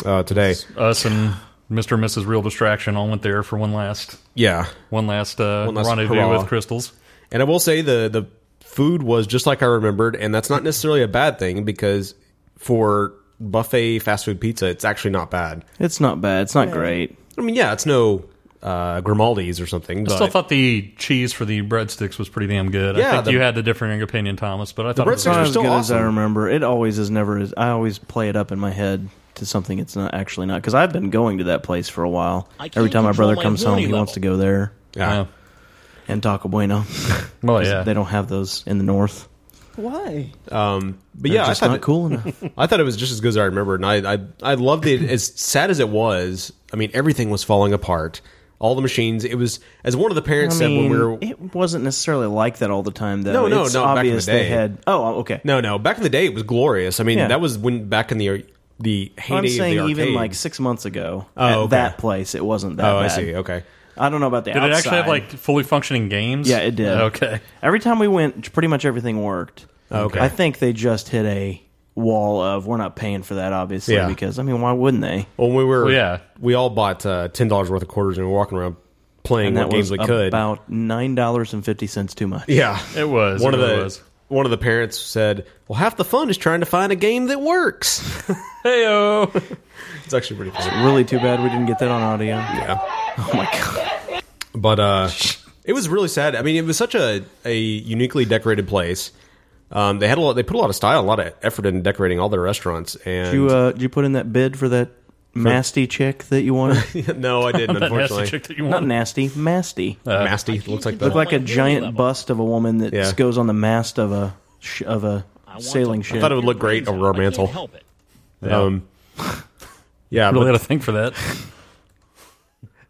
[SPEAKER 1] uh, today.
[SPEAKER 8] Us and Mr. and Mrs. Real Distraction all went there for one last
[SPEAKER 1] Yeah.
[SPEAKER 8] one last, uh,
[SPEAKER 1] One last
[SPEAKER 8] rendezvous
[SPEAKER 1] hurrah.
[SPEAKER 8] with crystals.
[SPEAKER 1] And I will say the the food was just like I remembered, and that's not necessarily a bad thing because for buffet fast food pizza, it's actually not bad.
[SPEAKER 7] It's not bad. It's not great.
[SPEAKER 1] I mean, yeah, it's no uh, Grimaldi's or something,
[SPEAKER 8] I still
[SPEAKER 1] but
[SPEAKER 8] thought the cheese for the breadsticks was pretty damn good. I
[SPEAKER 1] Yeah,
[SPEAKER 8] think
[SPEAKER 1] the-
[SPEAKER 8] you had a different opinion, Thomas, but I thought it was
[SPEAKER 7] It's not
[SPEAKER 8] good.
[SPEAKER 7] as good as I remember. It always is never. As, I always play it up in my head to something it's not actually not because I've been going to that place for a while.
[SPEAKER 16] I can't
[SPEAKER 7] Every time my
[SPEAKER 16] control
[SPEAKER 7] brother
[SPEAKER 16] my
[SPEAKER 7] comes home,
[SPEAKER 16] horny
[SPEAKER 7] he wants to go there.
[SPEAKER 1] Yeah.
[SPEAKER 7] And Taco Bueno.
[SPEAKER 8] well,
[SPEAKER 1] yeah.
[SPEAKER 7] They don't have those in the north.
[SPEAKER 16] Why?
[SPEAKER 1] um, but
[SPEAKER 7] They're
[SPEAKER 1] yeah,
[SPEAKER 7] just
[SPEAKER 1] I thought
[SPEAKER 7] not
[SPEAKER 1] it-
[SPEAKER 7] cool enough.
[SPEAKER 1] I thought it was just as good as I remembered, and I I, I loved it. as sad as it was, I mean, everything was falling apart. All the machines. It was as one of the parents
[SPEAKER 7] I mean,
[SPEAKER 1] said when we were
[SPEAKER 7] it wasn't necessarily like that all the time, though.
[SPEAKER 1] No, no,
[SPEAKER 7] it's
[SPEAKER 1] no.
[SPEAKER 7] Obvious
[SPEAKER 1] back in the
[SPEAKER 7] they
[SPEAKER 1] day.
[SPEAKER 7] had. Oh, okay.
[SPEAKER 1] No, no. Back in the day, it was glorious. I mean,
[SPEAKER 7] Yeah.
[SPEAKER 1] that was when back in the the heyday
[SPEAKER 7] I'm saying
[SPEAKER 1] of the
[SPEAKER 7] even
[SPEAKER 1] arcade.
[SPEAKER 7] like six months ago
[SPEAKER 1] Oh,
[SPEAKER 7] at
[SPEAKER 1] okay.
[SPEAKER 7] that place, it wasn't that
[SPEAKER 1] Oh, I
[SPEAKER 7] bad.
[SPEAKER 1] see. Okay.
[SPEAKER 7] I don't know about the
[SPEAKER 8] Did it actually have
[SPEAKER 7] outside.
[SPEAKER 8] like fully functioning games?
[SPEAKER 7] Yeah, it did.
[SPEAKER 8] Okay.
[SPEAKER 7] Every time we went, pretty much everything worked.
[SPEAKER 8] Okay.
[SPEAKER 7] I think they just hit a wall of we're not paying for that, obviously,
[SPEAKER 1] Yeah.
[SPEAKER 7] because I mean, why wouldn't they?
[SPEAKER 1] When we were,
[SPEAKER 7] Well, yeah.
[SPEAKER 1] we all bought uh, ten dollars worth of quarters and we were walking around playing
[SPEAKER 7] and
[SPEAKER 1] what
[SPEAKER 7] that
[SPEAKER 1] games
[SPEAKER 7] was
[SPEAKER 1] we could.
[SPEAKER 7] about nine dollars and fifty cents too much.
[SPEAKER 1] yeah,
[SPEAKER 8] It was.
[SPEAKER 1] one
[SPEAKER 8] It
[SPEAKER 1] of
[SPEAKER 8] really
[SPEAKER 1] the
[SPEAKER 8] was.
[SPEAKER 1] one of the parents said, "Well, half the fun is trying to find a game that works." Heyo, it's actually pretty funny.
[SPEAKER 7] Really, too bad we didn't get that on audio.
[SPEAKER 1] Yeah. Oh my god. But uh, it was really sad. I mean, it was such a a uniquely decorated place. Um, they had a lot. They put a lot of style, a lot of effort in decorating all their restaurants. And
[SPEAKER 7] Did you, uh, did you put in that bid for that masty chick that you wanted?
[SPEAKER 1] no, I didn't.
[SPEAKER 7] That nasty
[SPEAKER 1] unfortunately,
[SPEAKER 7] chick that you Not wanted. nasty, masty.
[SPEAKER 1] Uh, masty looks like
[SPEAKER 7] Look
[SPEAKER 1] that.
[SPEAKER 7] like a giant bust of a woman that
[SPEAKER 1] Yeah.
[SPEAKER 7] goes on the mast of a sh- of a sailing ship.
[SPEAKER 1] I thought it would look great over our mantle.
[SPEAKER 8] Yeah.
[SPEAKER 1] Um, yeah,
[SPEAKER 8] Really
[SPEAKER 1] but-
[SPEAKER 8] had a thing for that.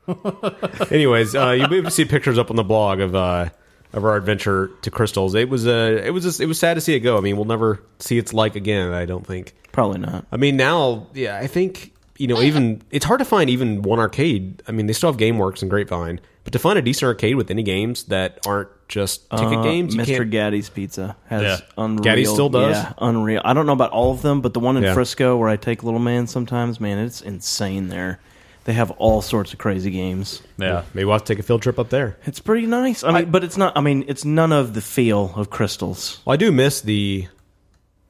[SPEAKER 1] Anyways, uh, you'll be able to see pictures up on the blog of uh, of our adventure to crystals. It was uh, it was just, it was sad to see it go. I mean, we'll never see its like again. I don't think.
[SPEAKER 7] Probably not.
[SPEAKER 1] I mean, now yeah, I think you know even it's hard to find even one arcade. I mean, they still have GameWorks and Grapevine, but to find a decent arcade with any games that aren't just ticket
[SPEAKER 7] Uh,
[SPEAKER 1] games, you
[SPEAKER 7] Mr.
[SPEAKER 1] can't-
[SPEAKER 7] Gaddy's Pizza has
[SPEAKER 1] Yeah.
[SPEAKER 7] unreal.
[SPEAKER 1] Gaddy's still does?
[SPEAKER 7] yeah, unreal. I don't know about all of them, but the one in
[SPEAKER 1] Yeah.
[SPEAKER 7] Frisco where I take little man sometimes, man, it's insane there. They have all sorts of crazy games.
[SPEAKER 1] Yeah, maybe we'll have to take a field trip up there.
[SPEAKER 7] It's pretty nice. I mean, but it's not. I mean, it's none of the feel of crystals.
[SPEAKER 1] Well, I do miss the.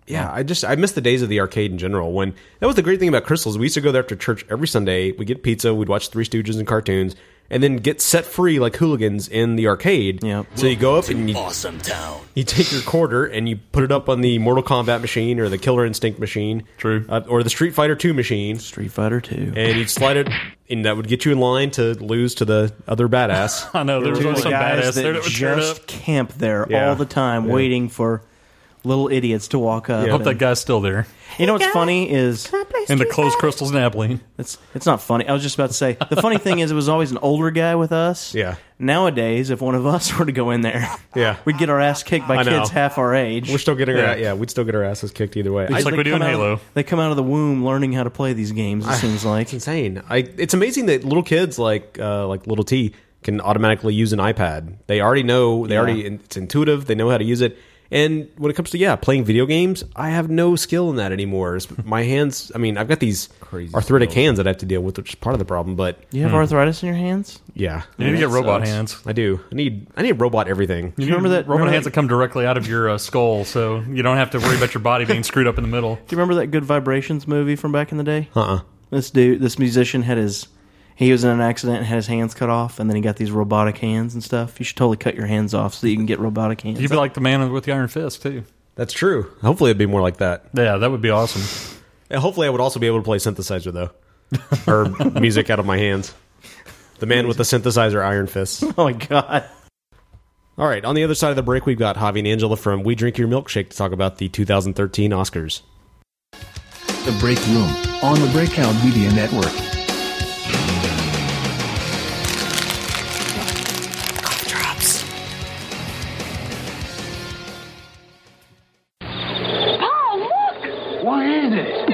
[SPEAKER 1] Yeah, I just I miss the days of the arcade in general. When that was the great thing about Crystals, we used to go there after church every Sunday. We would get pizza, we'd watch Three Stooges and cartoons, and then get set free like hooligans in the arcade. Yeah. So you go up and you,
[SPEAKER 15] Awesome town.
[SPEAKER 1] you take your quarter and you put it up on the Mortal Kombat machine or the Killer Instinct machine. True. or the Street Fighter Two machine.
[SPEAKER 7] Street Fighter Two.
[SPEAKER 1] And you'd slide it, and that would get you in line to lose to the other badass.
[SPEAKER 8] I know there was
[SPEAKER 7] Two
[SPEAKER 8] always some
[SPEAKER 7] guys
[SPEAKER 8] badass
[SPEAKER 7] that
[SPEAKER 8] there that would turn up.
[SPEAKER 7] just camp there
[SPEAKER 8] Yeah.
[SPEAKER 7] all the time,
[SPEAKER 8] Yeah.
[SPEAKER 7] waiting for little idiots to walk up.
[SPEAKER 8] I hope that
[SPEAKER 7] and-
[SPEAKER 8] guy's still there.
[SPEAKER 7] You know what's funny is
[SPEAKER 8] in the closed crystals in Abilene.
[SPEAKER 7] It's it's not funny. I was just about to say the funny thing is it was always an older guy with us.
[SPEAKER 1] Yeah.
[SPEAKER 7] Nowadays, if one of us were to go in there,
[SPEAKER 1] yeah,
[SPEAKER 7] we'd get our ass kicked by
[SPEAKER 1] I know.
[SPEAKER 7] kids half our age.
[SPEAKER 1] We're still getting our yeah, we'd still get our asses kicked either way.
[SPEAKER 7] Because
[SPEAKER 1] I-
[SPEAKER 7] they come out- they come out of the womb learning how to play these games. It seems like it's
[SPEAKER 1] Ah, insane. I it's amazing that little kids like uh, like little T can automatically use an iPad. They already know. They
[SPEAKER 7] Yeah.
[SPEAKER 1] already it's intuitive. They know how to use it. And when it comes to yeah, playing video games, I have no skill in that anymore. It's- My hands. I mean, I've got these arthritic hands that I have to deal with, which is part of the problem. But Hmm.
[SPEAKER 7] You have arthritis in your hands.
[SPEAKER 1] Yeah,
[SPEAKER 8] Hmm. You need to get robot hands.
[SPEAKER 1] I do. I need. I need robot everything.
[SPEAKER 8] You remember that robot hands that come directly out of your uh, skull, so you don't have to worry about your body being screwed up in the middle.
[SPEAKER 7] Do you remember that Good Vibrations movie from back in the day?
[SPEAKER 1] Uh-uh.
[SPEAKER 7] This dude, this musician had his, he was in an accident and had his hands cut off, and then he got these robotic hands and stuff. You should totally cut your hands off so that you can get robotic hands.
[SPEAKER 8] You'd be like the man with the iron fist too.
[SPEAKER 1] That's true. Hopefully, it'd be more like that.
[SPEAKER 8] Yeah, that would be awesome.
[SPEAKER 1] And hopefully, I would also be able to play synthesizer though, or music out of my hands. The man with the synthesizer iron fists.
[SPEAKER 7] Oh my god!
[SPEAKER 1] All right. On the other side of the break, we've got Javi and Angela from We Drink Your Milkshake to talk about the 2013 Oscars.
[SPEAKER 11] The Break Room on the Breakout Media Network.
[SPEAKER 10] Drops.
[SPEAKER 15] What is it?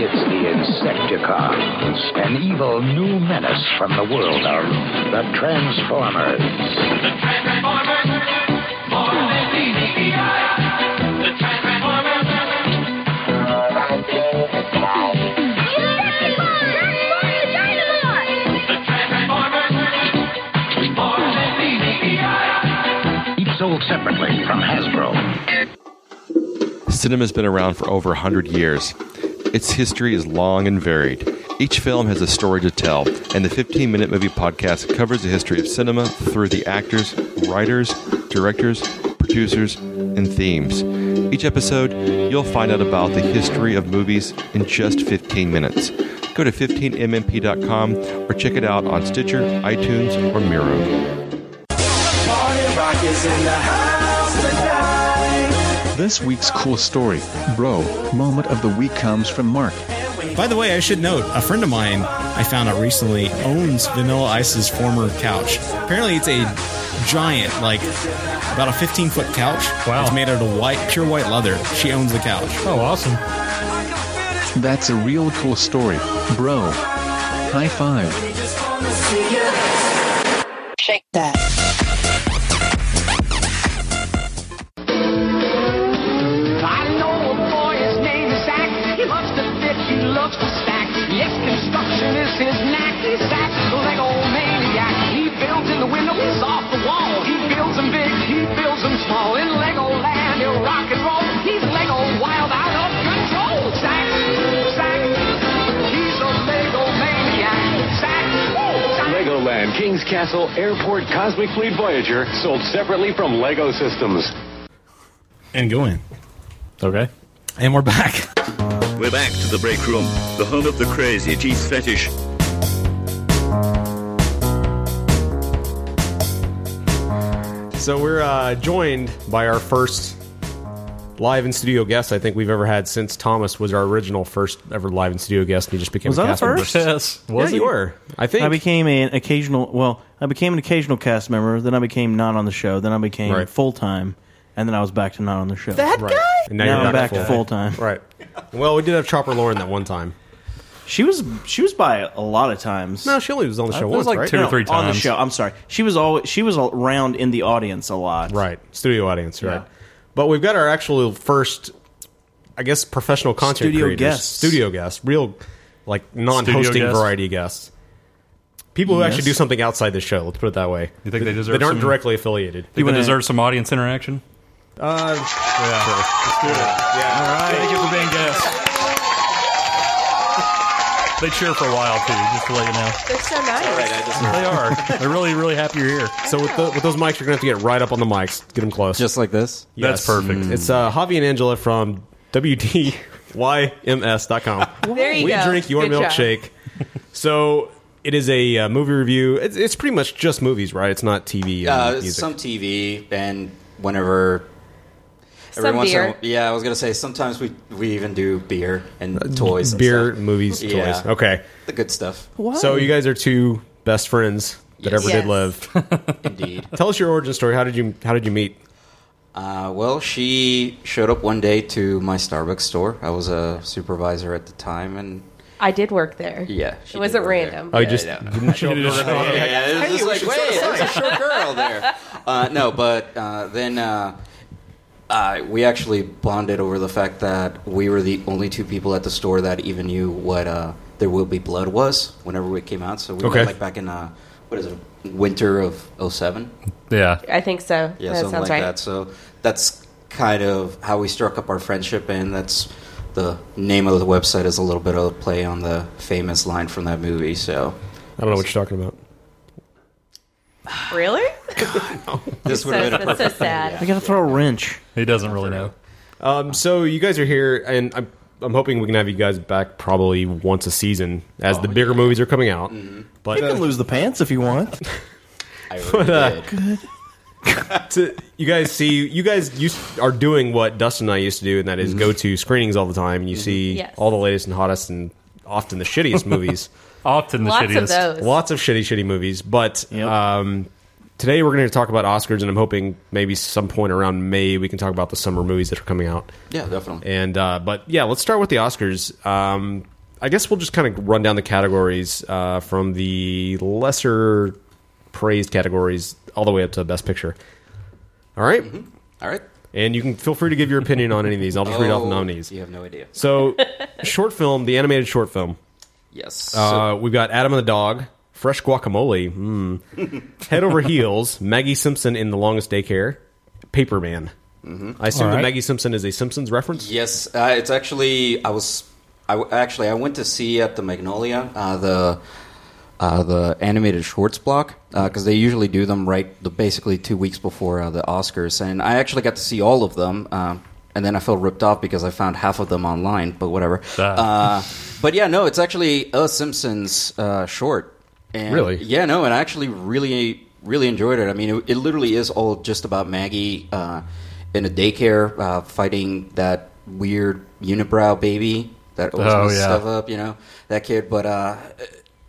[SPEAKER 15] It's the Insecticons, an evil new menace from the world of the Transformers. Each sold separately from Hasbro.
[SPEAKER 16] Cinema's been around for over 100 years. Its history is long and varied. Each film has a story to tell, and the 15 Minute Movie Podcast covers the history of cinema through the actors, writers, directors, producers, and themes. Each episode, you'll find out about the history of movies in just 15 minutes. Go to 15mmp.com or check it out on Stitcher, iTunes, or Miro.
[SPEAKER 11] This week's cool story, bro, moment of the week comes from Mark.
[SPEAKER 17] By the way, I should note a friend of mine I found out recently owns Vanilla Ice's former couch. Apparently, it's a giant, like about a 15 foot couch. Wow. It's made out of white, pure white leather. She owns the couch.
[SPEAKER 8] Oh, awesome.
[SPEAKER 11] That's a real cool story, bro. High five.
[SPEAKER 10] Shake that.
[SPEAKER 15] I know a boy, his name is Zach. He loves to fit, he loves to stack. Yes, construction is his knack. Zach, like old maniac. He builds in the window, he's off the wall. He builds them big, he builds them small. In Legoland, he'll
[SPEAKER 18] Orion, King's Castle, Airport, Cosmic Fleet Voyager, sold separately from LEGO Systems.
[SPEAKER 17] And go in.
[SPEAKER 8] Okay.
[SPEAKER 17] And we're back.
[SPEAKER 5] We're back to the break room, the home of the crazy teeth fetish.
[SPEAKER 1] So we're uh, joined by our first live in studio guest I think we've ever had since Thomas was our original first ever live in studio guest. And he just became
[SPEAKER 7] Was
[SPEAKER 1] a
[SPEAKER 7] that a
[SPEAKER 1] cast member.
[SPEAKER 7] first? Yes. Was
[SPEAKER 1] yeah, you
[SPEAKER 7] it?
[SPEAKER 1] were. I think
[SPEAKER 7] I became an occasional. Well, I became an occasional cast member. Then I became not on the show. Then I became
[SPEAKER 1] Right.
[SPEAKER 7] full time, and then I was back to not on the show.
[SPEAKER 1] Right. And now, you're
[SPEAKER 7] I'm back to full time.
[SPEAKER 1] Right. Well, we did have Chopper Lauren that one time.
[SPEAKER 7] She was she was by a lot of times.
[SPEAKER 1] No, she only was on the
[SPEAKER 7] I
[SPEAKER 1] show
[SPEAKER 7] think it
[SPEAKER 1] once,
[SPEAKER 7] was like
[SPEAKER 1] right?
[SPEAKER 7] two or No, three on the times. show. I'm sorry. She was always she was around in the audience a lot.
[SPEAKER 1] Right. Studio audience, right. But we've got our actual first I guess professional content
[SPEAKER 7] Studio
[SPEAKER 1] creators.
[SPEAKER 7] guests.
[SPEAKER 1] Studio guests. Real like non-hosting
[SPEAKER 7] Studio guests.
[SPEAKER 1] variety guests. People who actually
[SPEAKER 8] Yes.
[SPEAKER 1] do something outside the show, let's put it that way. You
[SPEAKER 8] think they deserve
[SPEAKER 1] That aren't
[SPEAKER 8] some-
[SPEAKER 1] directly affiliated.
[SPEAKER 8] Think they deserve some audience interaction?
[SPEAKER 1] Uh,
[SPEAKER 8] yeah. Let's do it. Yeah. All right. Thank you for being guests. They cheer for a while too, just to let you know.
[SPEAKER 19] They're so nice.
[SPEAKER 8] They are. They're really, really happy you're here.
[SPEAKER 1] So with, the, with those mics, you're gonna have to get right up on the mics, get them close, just
[SPEAKER 20] like this.
[SPEAKER 8] That's perfect. Mm.
[SPEAKER 1] It's uh, Javi and Angela from WDYMS.com.
[SPEAKER 19] There you
[SPEAKER 1] we
[SPEAKER 19] go.
[SPEAKER 1] drink your
[SPEAKER 19] Good job.
[SPEAKER 1] milkshake. so it is a uh, movie review. It's, it's pretty much just movies, right? It's not TV. and
[SPEAKER 20] Uh,
[SPEAKER 1] music.
[SPEAKER 20] some TV and whenever.
[SPEAKER 19] Some beer.
[SPEAKER 20] In a, yeah, I was gonna say sometimes we we even do beer and
[SPEAKER 1] Uh,
[SPEAKER 20] toys, and
[SPEAKER 1] beer,
[SPEAKER 20] stuff.
[SPEAKER 1] movies,
[SPEAKER 20] Yeah.
[SPEAKER 1] toys. Okay,
[SPEAKER 20] the good stuff.
[SPEAKER 1] So you guys are two best friends that ever did live.
[SPEAKER 20] Indeed.
[SPEAKER 1] Tell us your origin story. How did you How did you meet?
[SPEAKER 20] Uh, well, she showed up one day to my Starbucks store. I was a supervisor at the time, and
[SPEAKER 19] I did work there.
[SPEAKER 20] Yeah, she
[SPEAKER 19] It wasn't random.
[SPEAKER 1] Oh, you just didn't show up.
[SPEAKER 20] Yeah, yeah, it was
[SPEAKER 19] Hey,
[SPEAKER 20] just
[SPEAKER 19] we
[SPEAKER 20] like,
[SPEAKER 19] should
[SPEAKER 20] wait,
[SPEAKER 19] start a
[SPEAKER 20] there's a
[SPEAKER 19] site.
[SPEAKER 20] short girl there. Uh, no, but uh, then uh, uh, we actually bonded over the fact that we were the only two people at the store that even knew what uh, There Will Be Blood was whenever it came out. So we
[SPEAKER 8] Okay.
[SPEAKER 20] were like back in, uh, what is it, winter of 07?
[SPEAKER 8] Yeah.
[SPEAKER 19] I think so.
[SPEAKER 20] Yeah,
[SPEAKER 19] that
[SPEAKER 20] something like
[SPEAKER 19] sounds right.
[SPEAKER 20] that. So that's kind of how we struck up our friendship, and that's the name of the website is a little bit of a play on the famous line from that movie. So
[SPEAKER 1] I don't know what you're talking about.
[SPEAKER 19] Really?
[SPEAKER 20] This
[SPEAKER 19] so, that's so sad.
[SPEAKER 7] I gotta throw a wrench.
[SPEAKER 8] He doesn't really know.
[SPEAKER 1] Um, so you guys are here, and I'm I'm hoping we can have you guys back probably once a season as
[SPEAKER 20] Oh,
[SPEAKER 1] the bigger movies are coming out.
[SPEAKER 20] Mm-hmm.
[SPEAKER 1] But
[SPEAKER 7] you can lose the pants if you want.
[SPEAKER 1] but, uh, to, you guys see, you guys used, are doing what Dustin and I used to do, and that is go to screenings all the time. And you see
[SPEAKER 19] Yes.
[SPEAKER 1] all the latest and hottest, and often the shittiest movies.
[SPEAKER 8] often
[SPEAKER 19] the Lots of shittiest. those.
[SPEAKER 1] Lots of shitty, shitty movies. But um, today we're going to talk about Oscars, and I'm hoping maybe some point around May we can talk about the summer movies that are coming out.
[SPEAKER 20] Yeah, definitely.
[SPEAKER 1] And uh, but yeah, let's start with the Oscars. Um, I guess we'll just kind of run down the categories uh, from the lesser praised categories all the way up to Best Picture. All right?
[SPEAKER 20] Mm-hmm. All right.
[SPEAKER 1] And you can feel free to give your opinion on any of these. I'll just read off the
[SPEAKER 20] Oh,
[SPEAKER 1] nominees.
[SPEAKER 20] you have no idea.
[SPEAKER 1] So, short film, the animated short film.
[SPEAKER 20] Yes.
[SPEAKER 1] Uh, we've got Adam and the Dog, Fresh Guacamole, mm. Head Over Heels, Maggie Simpson in The Longest Daycare, Paperman. I assume
[SPEAKER 20] All
[SPEAKER 1] that
[SPEAKER 20] right.
[SPEAKER 1] Maggie Simpson is a Simpsons reference.
[SPEAKER 20] Yes, uh, it's actually I was I w- actually I went to see at the Magnolia uh, the uh, the animated shorts block because they usually do them right the, basically two weeks before uh, the Oscars, and I actually got to see all of them. Um, and then I felt ripped off because I found half of them online, but whatever. Uh, but yeah, no, it's actually a Simpsons uh, short. And
[SPEAKER 1] Really?
[SPEAKER 20] Yeah, no, and I actually really, really enjoyed it. I mean, it, it literally is all just about Maggie uh, in a daycare uh, fighting that weird unibrow baby that always
[SPEAKER 8] Oh,
[SPEAKER 20] messes
[SPEAKER 8] yeah.
[SPEAKER 20] stuff up, you know, that kid. But uh,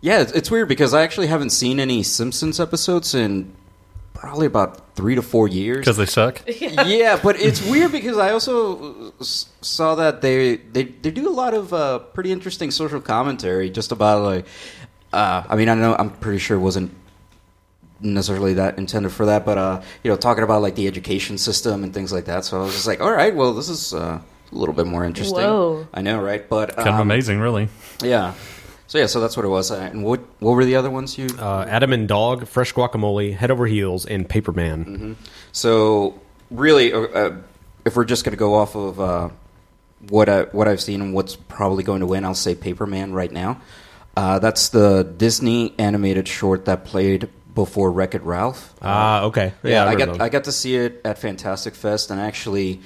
[SPEAKER 20] yeah, it's, it's weird because I actually haven't seen any Simpsons episodes in probably about three to four years
[SPEAKER 8] Because they suck.
[SPEAKER 20] yeah. but it's weird because I also s- saw that they they, they do a lot of uh, pretty interesting social commentary just about like uh, I mean I know I'm pretty sure it wasn't necessarily that intended for that, but uh, you know talking about like the education system and things like that. So I was just like, all right, well this is uh, a little bit more interesting.
[SPEAKER 8] Whoa.
[SPEAKER 20] I know, right? But
[SPEAKER 8] Kind of
[SPEAKER 20] um,
[SPEAKER 8] amazing, really.
[SPEAKER 20] Yeah. So yeah, so that's what it was. Uh, And what what were the other ones you?
[SPEAKER 1] Uh, Adam and Dog, Fresh Guacamole, Head Over Heels, and Paperman.
[SPEAKER 20] Mm-hmm. So really, uh, uh, if we're just going to go off of uh, what I, what I've seen and what's probably going to win, I'll say Paperman right now. Uh, that's the Disney animated short that played before Wreck It Ralph.
[SPEAKER 1] Ah, okay. Yeah,
[SPEAKER 20] Yeah,
[SPEAKER 1] I
[SPEAKER 20] I
[SPEAKER 1] remember
[SPEAKER 20] got
[SPEAKER 1] those.
[SPEAKER 20] I got to see it at Fantastic Fest, and actually,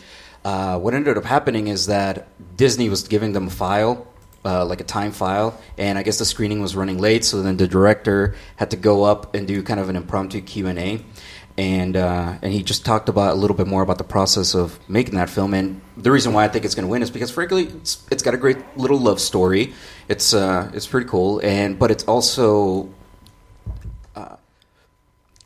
[SPEAKER 20] uh, what ended up happening is that Disney was giving them a file. Uh, like a time file, and I guess the screening was running late, so then the director had to go up and do kind of an impromptu Q and A, and uh, and he just talked about a little bit more about the process of making that film. And the reason why I think it's going to win is because, frankly, it's it's got a great little love story. It's uh, it's pretty cool, and but it's also uh,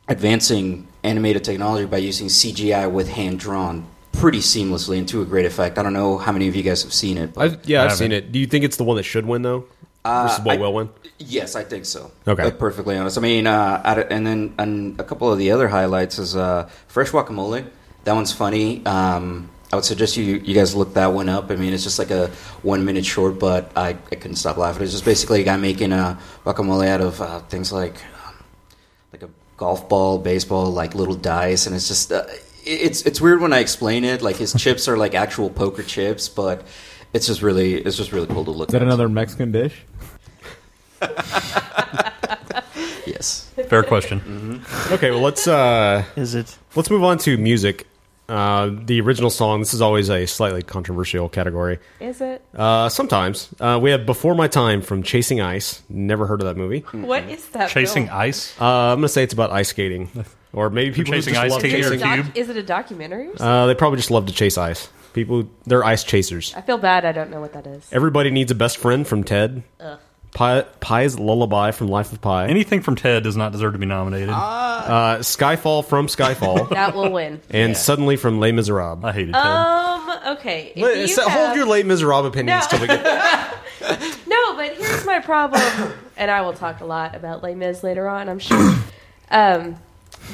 [SPEAKER 20] advancing animated technology by using CGI with hand drawn pretty seamlessly and to a great effect. I don't know how many of you guys have seen it. But
[SPEAKER 1] I've, yeah, I've seen it. Do you think it's the one that should win though?
[SPEAKER 20] Uh,
[SPEAKER 1] Versus what
[SPEAKER 20] I-
[SPEAKER 1] will win?
[SPEAKER 20] Yes, I think so.
[SPEAKER 1] Okay.
[SPEAKER 20] Uh, perfectly honest. I mean, uh, I don't- and then and a couple of the other highlights is uh, Fresh Guacamole. That one's funny. Um, I would suggest you you guys look that one up. I mean, it's just like a one minute short, but I, I couldn't stop laughing. It's just basically a guy making a guacamole out of uh, things like um, like a golf ball, baseball, like little dice, and it's just uh, it- it's it's weird when I explain it. Like his chips are like actual poker chips, but it's just really it's just really cool to look.
[SPEAKER 21] Is that
[SPEAKER 20] at.
[SPEAKER 21] another Mexican dish?
[SPEAKER 20] Yes. Mm-hmm.
[SPEAKER 8] Fair question.
[SPEAKER 1] Okay, well let's uh
[SPEAKER 7] Is it
[SPEAKER 1] let's move on to music. Uh the original song, this is always a slightly controversial category.
[SPEAKER 19] Is it?
[SPEAKER 1] Uh sometimes. Uh we have Before My Time from Chasing Ice. Never heard of that movie.
[SPEAKER 19] Hmm. What is that? film?
[SPEAKER 1] Ice? Uh I'm gonna say it's about ice skating. Or maybe people who
[SPEAKER 8] Chasing
[SPEAKER 1] just
[SPEAKER 8] Ice
[SPEAKER 1] love
[SPEAKER 8] Tea
[SPEAKER 19] Is it,
[SPEAKER 1] chasing.
[SPEAKER 19] a doc- is it a documentary? or something?
[SPEAKER 1] Uh they probably just love to chase ice. People they're ice chasers.
[SPEAKER 19] I feel bad. I don't know what that is.
[SPEAKER 1] Everybody needs a best friend from Ted.
[SPEAKER 19] Ugh.
[SPEAKER 1] Pi, Pi's Lullaby from Life of Pi.
[SPEAKER 8] Anything from Ted does not deserve to be nominated.
[SPEAKER 1] Uh, Skyfall from Skyfall.
[SPEAKER 19] Ah. That will win.
[SPEAKER 1] and Suddenly from Les Miserables. I
[SPEAKER 8] hated
[SPEAKER 19] Um. Okay. if you have-
[SPEAKER 1] Hold your Les Miserables opinions
[SPEAKER 19] No.
[SPEAKER 1] till we get.
[SPEAKER 19] No, but here's my problem, and I will talk a lot about Les Mis later on. I'm sure um,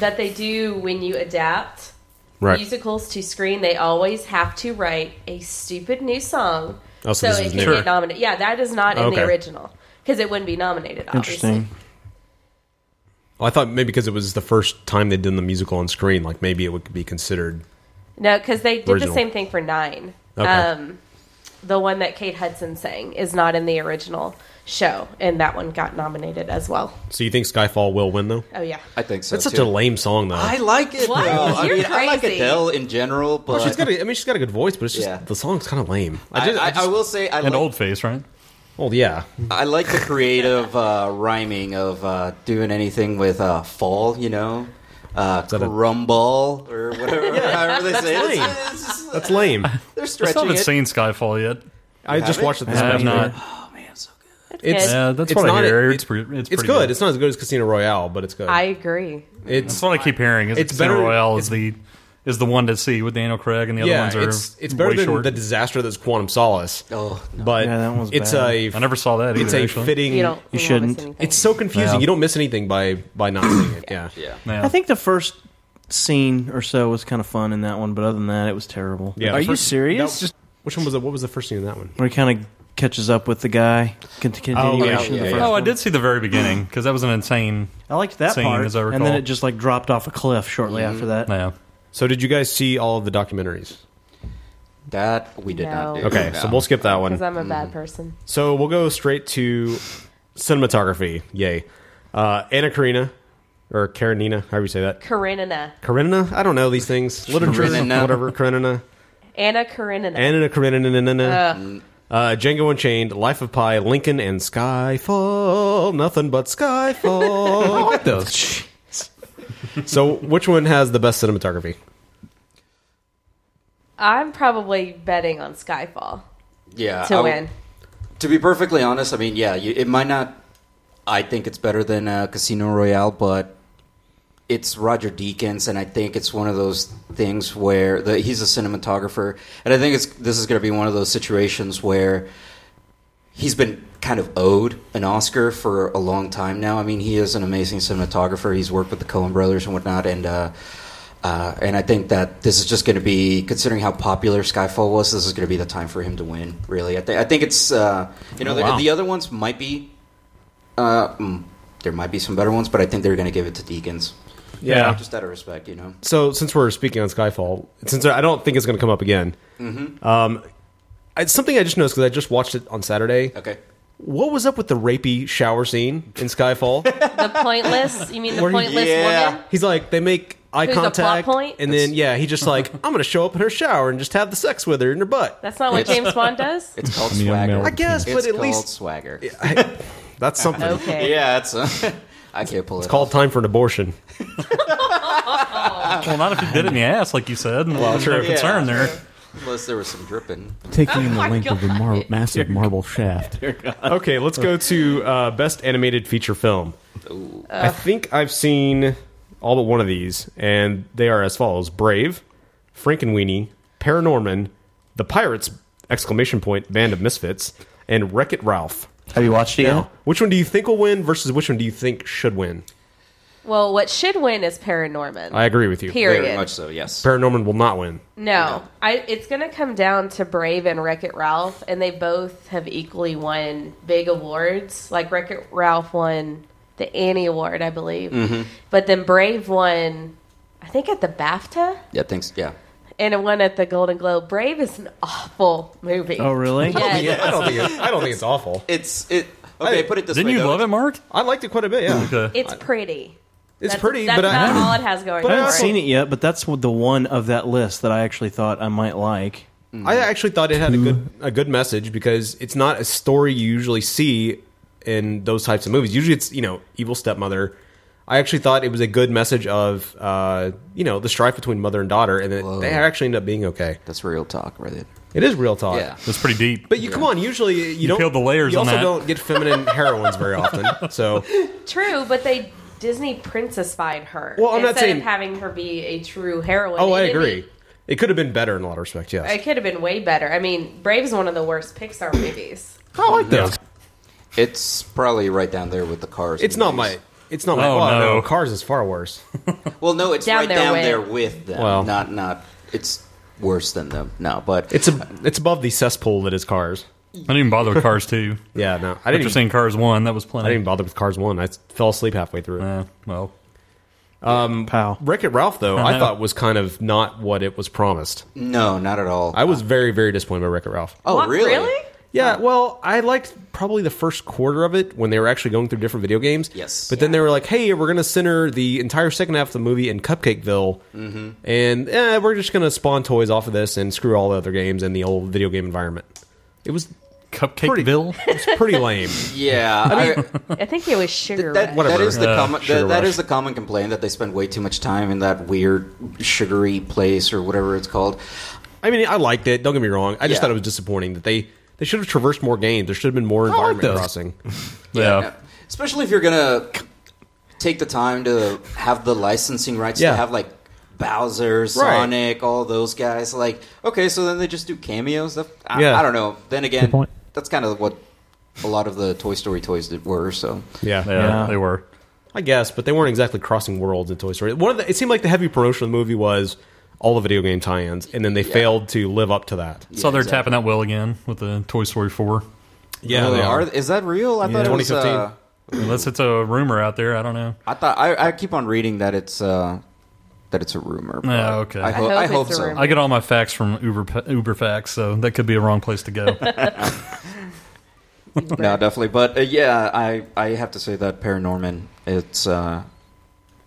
[SPEAKER 19] that they do when you adapt
[SPEAKER 1] Right.
[SPEAKER 19] musicals to screen, they always have to write a stupid new song
[SPEAKER 1] Oh, so this
[SPEAKER 19] it
[SPEAKER 1] is
[SPEAKER 19] can
[SPEAKER 1] new. Sure.
[SPEAKER 19] get nominated. Yeah, that is not in
[SPEAKER 1] Okay.
[SPEAKER 19] the original because it wouldn't be nominated. Obviously.
[SPEAKER 1] Well, I thought maybe because it was the first time they'd done the musical on screen, like maybe it would be considered.
[SPEAKER 19] No, because they did
[SPEAKER 1] Original.
[SPEAKER 19] the same thing for Nine.
[SPEAKER 1] Okay.
[SPEAKER 19] Um, the one that Kate Hudson sang is not in the original show, and that one got nominated as well.
[SPEAKER 1] So you think Skyfall will win though?
[SPEAKER 19] Oh yeah,
[SPEAKER 20] I think so.
[SPEAKER 1] That's such
[SPEAKER 20] too.
[SPEAKER 1] a lame song though.
[SPEAKER 20] I like it.
[SPEAKER 19] What?
[SPEAKER 20] though. I
[SPEAKER 19] You're
[SPEAKER 20] mean, I like
[SPEAKER 19] crazy.
[SPEAKER 20] Adele in general, but
[SPEAKER 1] Well, she's got. A, I mean, she's got a good voice, but it's just
[SPEAKER 20] Yeah.
[SPEAKER 1] the song's kind of lame.
[SPEAKER 20] I, I, I will say I like,
[SPEAKER 8] face, right?
[SPEAKER 1] Well, yeah.
[SPEAKER 20] I like the creative uh, rhyming of uh, doing anything with uh, fall, you know, uh, crumble or whatever. however they say it. It's- it's just-
[SPEAKER 1] That's lame.
[SPEAKER 20] They're
[SPEAKER 8] I still
[SPEAKER 20] stretching
[SPEAKER 8] haven't
[SPEAKER 20] it.
[SPEAKER 8] seen Skyfall yet.
[SPEAKER 1] I just watched it this
[SPEAKER 8] I have
[SPEAKER 1] morning.
[SPEAKER 8] not.
[SPEAKER 1] Oh
[SPEAKER 20] man, it's so
[SPEAKER 19] good.
[SPEAKER 1] It's,
[SPEAKER 8] yeah, that's
[SPEAKER 1] it's
[SPEAKER 8] what
[SPEAKER 1] not
[SPEAKER 8] I hear.
[SPEAKER 1] it-
[SPEAKER 8] it's pre- it's,
[SPEAKER 1] it's
[SPEAKER 8] pretty
[SPEAKER 1] good. It's not as good as Casino Royale, but it's good.
[SPEAKER 19] I agree.
[SPEAKER 1] It's
[SPEAKER 8] that's what I keep hearing. Is
[SPEAKER 1] it's
[SPEAKER 8] it's Casino
[SPEAKER 1] better-
[SPEAKER 8] Royale is the is the one to see with Daniel Craig, and the
[SPEAKER 1] yeah,
[SPEAKER 8] other ones are
[SPEAKER 1] it's, it's better
[SPEAKER 8] way
[SPEAKER 1] than
[SPEAKER 8] short.
[SPEAKER 1] the disaster that's Quantum Solace.
[SPEAKER 20] Oh,
[SPEAKER 1] but
[SPEAKER 8] Yeah, that one's
[SPEAKER 1] it's
[SPEAKER 8] bad.
[SPEAKER 1] a.
[SPEAKER 8] I never saw that
[SPEAKER 1] It's
[SPEAKER 8] either,
[SPEAKER 1] a
[SPEAKER 8] actually.
[SPEAKER 1] fitting.
[SPEAKER 7] You don't- You you don't shouldn't. miss anything.
[SPEAKER 1] It's so confusing.
[SPEAKER 7] Yeah.
[SPEAKER 1] You don't miss anything by by not seeing it. Yeah.
[SPEAKER 20] yeah.
[SPEAKER 7] I think the first scene or so was kind of fun in that one, but other than that, it was terrible. Are
[SPEAKER 1] Yeah. the
[SPEAKER 7] you
[SPEAKER 1] first- that was
[SPEAKER 7] serious?
[SPEAKER 1] just- which one was it? What was the first scene in that one?
[SPEAKER 7] Where he kind of catches up with the guy. Con-
[SPEAKER 1] Oh, yeah,
[SPEAKER 7] continuation of the
[SPEAKER 1] yeah,
[SPEAKER 7] first
[SPEAKER 8] oh, I
[SPEAKER 7] one.
[SPEAKER 8] did see the very beginning because that was an insane.
[SPEAKER 7] I liked that
[SPEAKER 8] scene,
[SPEAKER 7] part,
[SPEAKER 8] as I recall.
[SPEAKER 7] and then it just like dropped off a cliff shortly
[SPEAKER 20] Mm-hmm.
[SPEAKER 8] Mhm.
[SPEAKER 7] after that.
[SPEAKER 8] Yeah.
[SPEAKER 1] So did you guys see all of the documentaries?
[SPEAKER 20] That we did not
[SPEAKER 19] No.
[SPEAKER 20] do. Mm-hmm.
[SPEAKER 1] Okay, so we'll skip that one.
[SPEAKER 19] Because I'm a
[SPEAKER 20] Mm.
[SPEAKER 19] bad person.
[SPEAKER 1] So we'll go straight to cinematography. Yay. Uh, Anna Karina or Karenina, however you say that.
[SPEAKER 19] Karenina.
[SPEAKER 1] Karenina? I don't know these things. Literature,
[SPEAKER 19] Karenina.
[SPEAKER 1] whatever. Karenina.
[SPEAKER 19] Anna Karenina.
[SPEAKER 1] Anna Karenina.
[SPEAKER 19] Ugh.
[SPEAKER 1] Uh, Django Unchained, Life of Pi, Lincoln, and Skyfall. Nothing but Skyfall. I like those. so, which one has the best cinematography?
[SPEAKER 19] I'm probably betting on Skyfall.
[SPEAKER 20] Yeah,
[SPEAKER 19] To
[SPEAKER 20] Uh, I w-
[SPEAKER 19] win.
[SPEAKER 20] To be perfectly honest, I mean, yeah, you, it might not. I think it's better than uh, Casino Royale, but it's Roger Deakins, and I think it's one of those things where the, he's a cinematographer, and I think it's this is going to be one of those situations where he's been kind of owed an Oscar for a long time now. I mean, he is an amazing cinematographer. He's worked with the Coen Brothers and whatnot, and uh, uh, and I think that this is just going to be, considering how popular Skyfall was, this is going to be the time for him to win. Really, I, th- I think it's uh, you know
[SPEAKER 4] Oh,
[SPEAKER 20] the,
[SPEAKER 4] wow.
[SPEAKER 20] the other ones might be uh, mm, there might be some better ones, but I think they're going to give it to Deacons.
[SPEAKER 1] Yeah.
[SPEAKER 20] just out of respect, you know.
[SPEAKER 1] So, since we're speaking on Skyfall, since I don't think it's going to come up again,
[SPEAKER 20] Mhm.
[SPEAKER 1] um, it's something I just noticed because I just watched it on Saturday.
[SPEAKER 20] Okay.
[SPEAKER 1] What was up with the rapey shower scene in Skyfall?
[SPEAKER 19] The pointless. You mean the
[SPEAKER 1] Where he-
[SPEAKER 19] pointless woman?
[SPEAKER 1] He's like, they make eye
[SPEAKER 19] Who's the plot
[SPEAKER 1] contact,
[SPEAKER 19] point?
[SPEAKER 1] and then yeah, he just like, I'm gonna show up in her shower and just have the sex with her in her butt.
[SPEAKER 19] That's not what
[SPEAKER 1] It's-
[SPEAKER 19] James Bond does.
[SPEAKER 20] It's called
[SPEAKER 1] Neil
[SPEAKER 20] swagger.
[SPEAKER 1] Mellon. I guess, but
[SPEAKER 20] It's
[SPEAKER 1] at
[SPEAKER 20] called
[SPEAKER 1] least-
[SPEAKER 20] swagger.
[SPEAKER 1] That's something.
[SPEAKER 19] Okay.
[SPEAKER 20] Yeah, it's. Uh, I can't pull it.
[SPEAKER 1] It's called time for an abortion.
[SPEAKER 8] Well, not if you did it in the ass, like you said. and there's no concern there.
[SPEAKER 20] Unless there was some dripping.
[SPEAKER 21] Taking
[SPEAKER 20] Oh
[SPEAKER 21] in the length of the mar- massive marble shaft.
[SPEAKER 1] okay, let's go to uh, best animated feature film. I think I've seen all but one of these, and they are as follows: Brave, Frankenweenie, Paranorman, The Pirates! Exclamation point! Band of Misfits, and Wreck It Ralph.
[SPEAKER 7] Have you watched it yet?
[SPEAKER 1] Which one do you think will win versus which one do you think should win?
[SPEAKER 19] Well, what should win is Paranorman.
[SPEAKER 1] I agree with you.
[SPEAKER 19] Period. Very much
[SPEAKER 20] so. Yes.
[SPEAKER 1] Paranorman will not win.
[SPEAKER 19] No, I. It's going to come down to Brave and Wreck It Ralph, and they both have equally won big awards. Like Wreck It Ralph won the Annie Award, I believe,
[SPEAKER 20] Mhm.
[SPEAKER 19] but then Brave won, I think, at the BAFTA.
[SPEAKER 20] Yeah, thanks. Yeah.
[SPEAKER 19] And it won at the Golden Globe. Brave is an awful movie.
[SPEAKER 1] Oh,
[SPEAKER 19] Yes.
[SPEAKER 1] I don't think it- I don't think it's awful.
[SPEAKER 20] It's it. Okay, put it this
[SPEAKER 8] Didn't
[SPEAKER 20] way.
[SPEAKER 8] you
[SPEAKER 20] though.
[SPEAKER 8] love it, Mark?
[SPEAKER 1] I liked it quite a bit. Yeah.
[SPEAKER 8] Okay.
[SPEAKER 19] It's pretty.
[SPEAKER 1] It's
[SPEAKER 19] That's-
[SPEAKER 1] pretty,
[SPEAKER 19] That's
[SPEAKER 1] but I-
[SPEAKER 19] about all it has going.
[SPEAKER 7] But I
[SPEAKER 19] for
[SPEAKER 7] haven't
[SPEAKER 19] it.
[SPEAKER 7] seen it yet, but that's the one of that list that I actually thought I might like.
[SPEAKER 20] Mm.
[SPEAKER 1] I actually thought it had a good a good message because it's not a story you usually see in those types of movies. Usually, it's you know evil stepmother. I actually thought it was a good message of uh, you know the strife between mother and daughter, and that they actually end up being okay.
[SPEAKER 20] That's real talk, right? there.
[SPEAKER 1] It is real talk.
[SPEAKER 20] Yeah.
[SPEAKER 8] That's pretty deep.
[SPEAKER 1] But you come on, usually you,
[SPEAKER 8] You
[SPEAKER 1] don't
[SPEAKER 8] peeled the layers
[SPEAKER 1] You
[SPEAKER 8] on
[SPEAKER 1] also
[SPEAKER 8] that.
[SPEAKER 1] don't get feminine heroines very often. So
[SPEAKER 19] True, but they Disney princessified her.
[SPEAKER 1] Well, I'm not
[SPEAKER 19] instead
[SPEAKER 1] saying-
[SPEAKER 19] of having her be a true heroine.
[SPEAKER 1] oh, I
[SPEAKER 19] It didn't-
[SPEAKER 1] agree. It could have been better in a lot of respects. Yes.
[SPEAKER 19] It could have been way better. I mean, Brave's one of the worst Pixar movies.
[SPEAKER 1] I like
[SPEAKER 20] those. It's probably right down there with the cars.
[SPEAKER 1] It's not my. It's not my.
[SPEAKER 20] Oh,
[SPEAKER 1] Oh, no.
[SPEAKER 20] no.
[SPEAKER 1] Cars is far worse.
[SPEAKER 20] Well, no, it's
[SPEAKER 19] Down
[SPEAKER 20] right
[SPEAKER 19] there
[SPEAKER 20] down
[SPEAKER 19] with-
[SPEAKER 20] there with them.
[SPEAKER 1] Well.
[SPEAKER 20] not not. It's worse than them. No, but
[SPEAKER 1] it's a. It's above the cesspool that is Cars. I
[SPEAKER 8] didn't even bother with Cars two.
[SPEAKER 1] yeah, no. I
[SPEAKER 8] But
[SPEAKER 1] didn't.
[SPEAKER 8] you're saying Cars one. That was plenty.
[SPEAKER 1] I didn't even bother with Cars one. I s- fell asleep halfway through. Yeah.
[SPEAKER 8] Well.
[SPEAKER 1] Um,
[SPEAKER 7] Pow.
[SPEAKER 1] Wreck It Ralph, though,
[SPEAKER 8] I
[SPEAKER 1] I,
[SPEAKER 8] know.
[SPEAKER 1] thought was kind of not what it was promised.
[SPEAKER 20] No, not at all.
[SPEAKER 1] I was very, very disappointed by Wreck It Ralph.
[SPEAKER 20] Oh, What, really? really?
[SPEAKER 1] Yeah, Uh, well, I liked probably the first quarter of it when they were actually going through different video games.
[SPEAKER 20] Yes.
[SPEAKER 1] But then they were like, hey, we're going to center the entire second half of the movie in Cupcakeville.
[SPEAKER 20] hmm
[SPEAKER 1] And eh, we're just going to spawn toys off of this and screw all the other games and the old video game environment. It was
[SPEAKER 8] Cupcakeville.
[SPEAKER 1] It's pretty lame.
[SPEAKER 20] Yeah,
[SPEAKER 1] I mean,
[SPEAKER 19] I think it was Sugar
[SPEAKER 20] that,
[SPEAKER 19] Rush.
[SPEAKER 20] that is the
[SPEAKER 1] Yeah.
[SPEAKER 20] common
[SPEAKER 1] Sugar
[SPEAKER 20] that, that
[SPEAKER 1] Rush.
[SPEAKER 20] is the common complaint that they spend way too much time in that weird sugary place or whatever it's called.
[SPEAKER 1] I mean, I liked it. Don't get me wrong. I just
[SPEAKER 20] Yeah.
[SPEAKER 1] thought it was disappointing that they they should have traversed more games. There should have been more
[SPEAKER 20] like
[SPEAKER 1] environment
[SPEAKER 20] those.
[SPEAKER 1] crossing.
[SPEAKER 8] Yeah.
[SPEAKER 20] Especially if you're gonna take the time to have the licensing rights
[SPEAKER 1] Yeah.
[SPEAKER 20] to have like Bowser, Sonic, all those guys. Like, okay, so then they just do cameos. That- I,
[SPEAKER 1] Yeah.
[SPEAKER 20] I don't know. Then
[SPEAKER 1] Good
[SPEAKER 20] again,
[SPEAKER 1] point.
[SPEAKER 20] that's kind of what a lot of the Toy Story toys did were. So
[SPEAKER 1] Yeah.
[SPEAKER 8] Yeah, they were.
[SPEAKER 1] I guess, but they weren't exactly crossing worlds in Toy Story. One of the, it seemed like the heavy promotion of the movie was all the video game tie-ins, and then they failed to live up to that.
[SPEAKER 8] so they're tapping that well again with the Toy Story four.
[SPEAKER 1] Yeah, they are.
[SPEAKER 20] Is that real? I thought it was. Uh,
[SPEAKER 8] Unless it's a rumor out there, I don't know.
[SPEAKER 20] I thought I, I keep on reading that it's uh, that it's a rumor. but
[SPEAKER 8] Yeah, okay.
[SPEAKER 20] I, ho- I hope so.
[SPEAKER 8] I get all my facts from Uber pa- Uber Facts, so that could be a wrong place to go.
[SPEAKER 20] no, definitely. But uh, yeah, I I have to say that Paranorman it's uh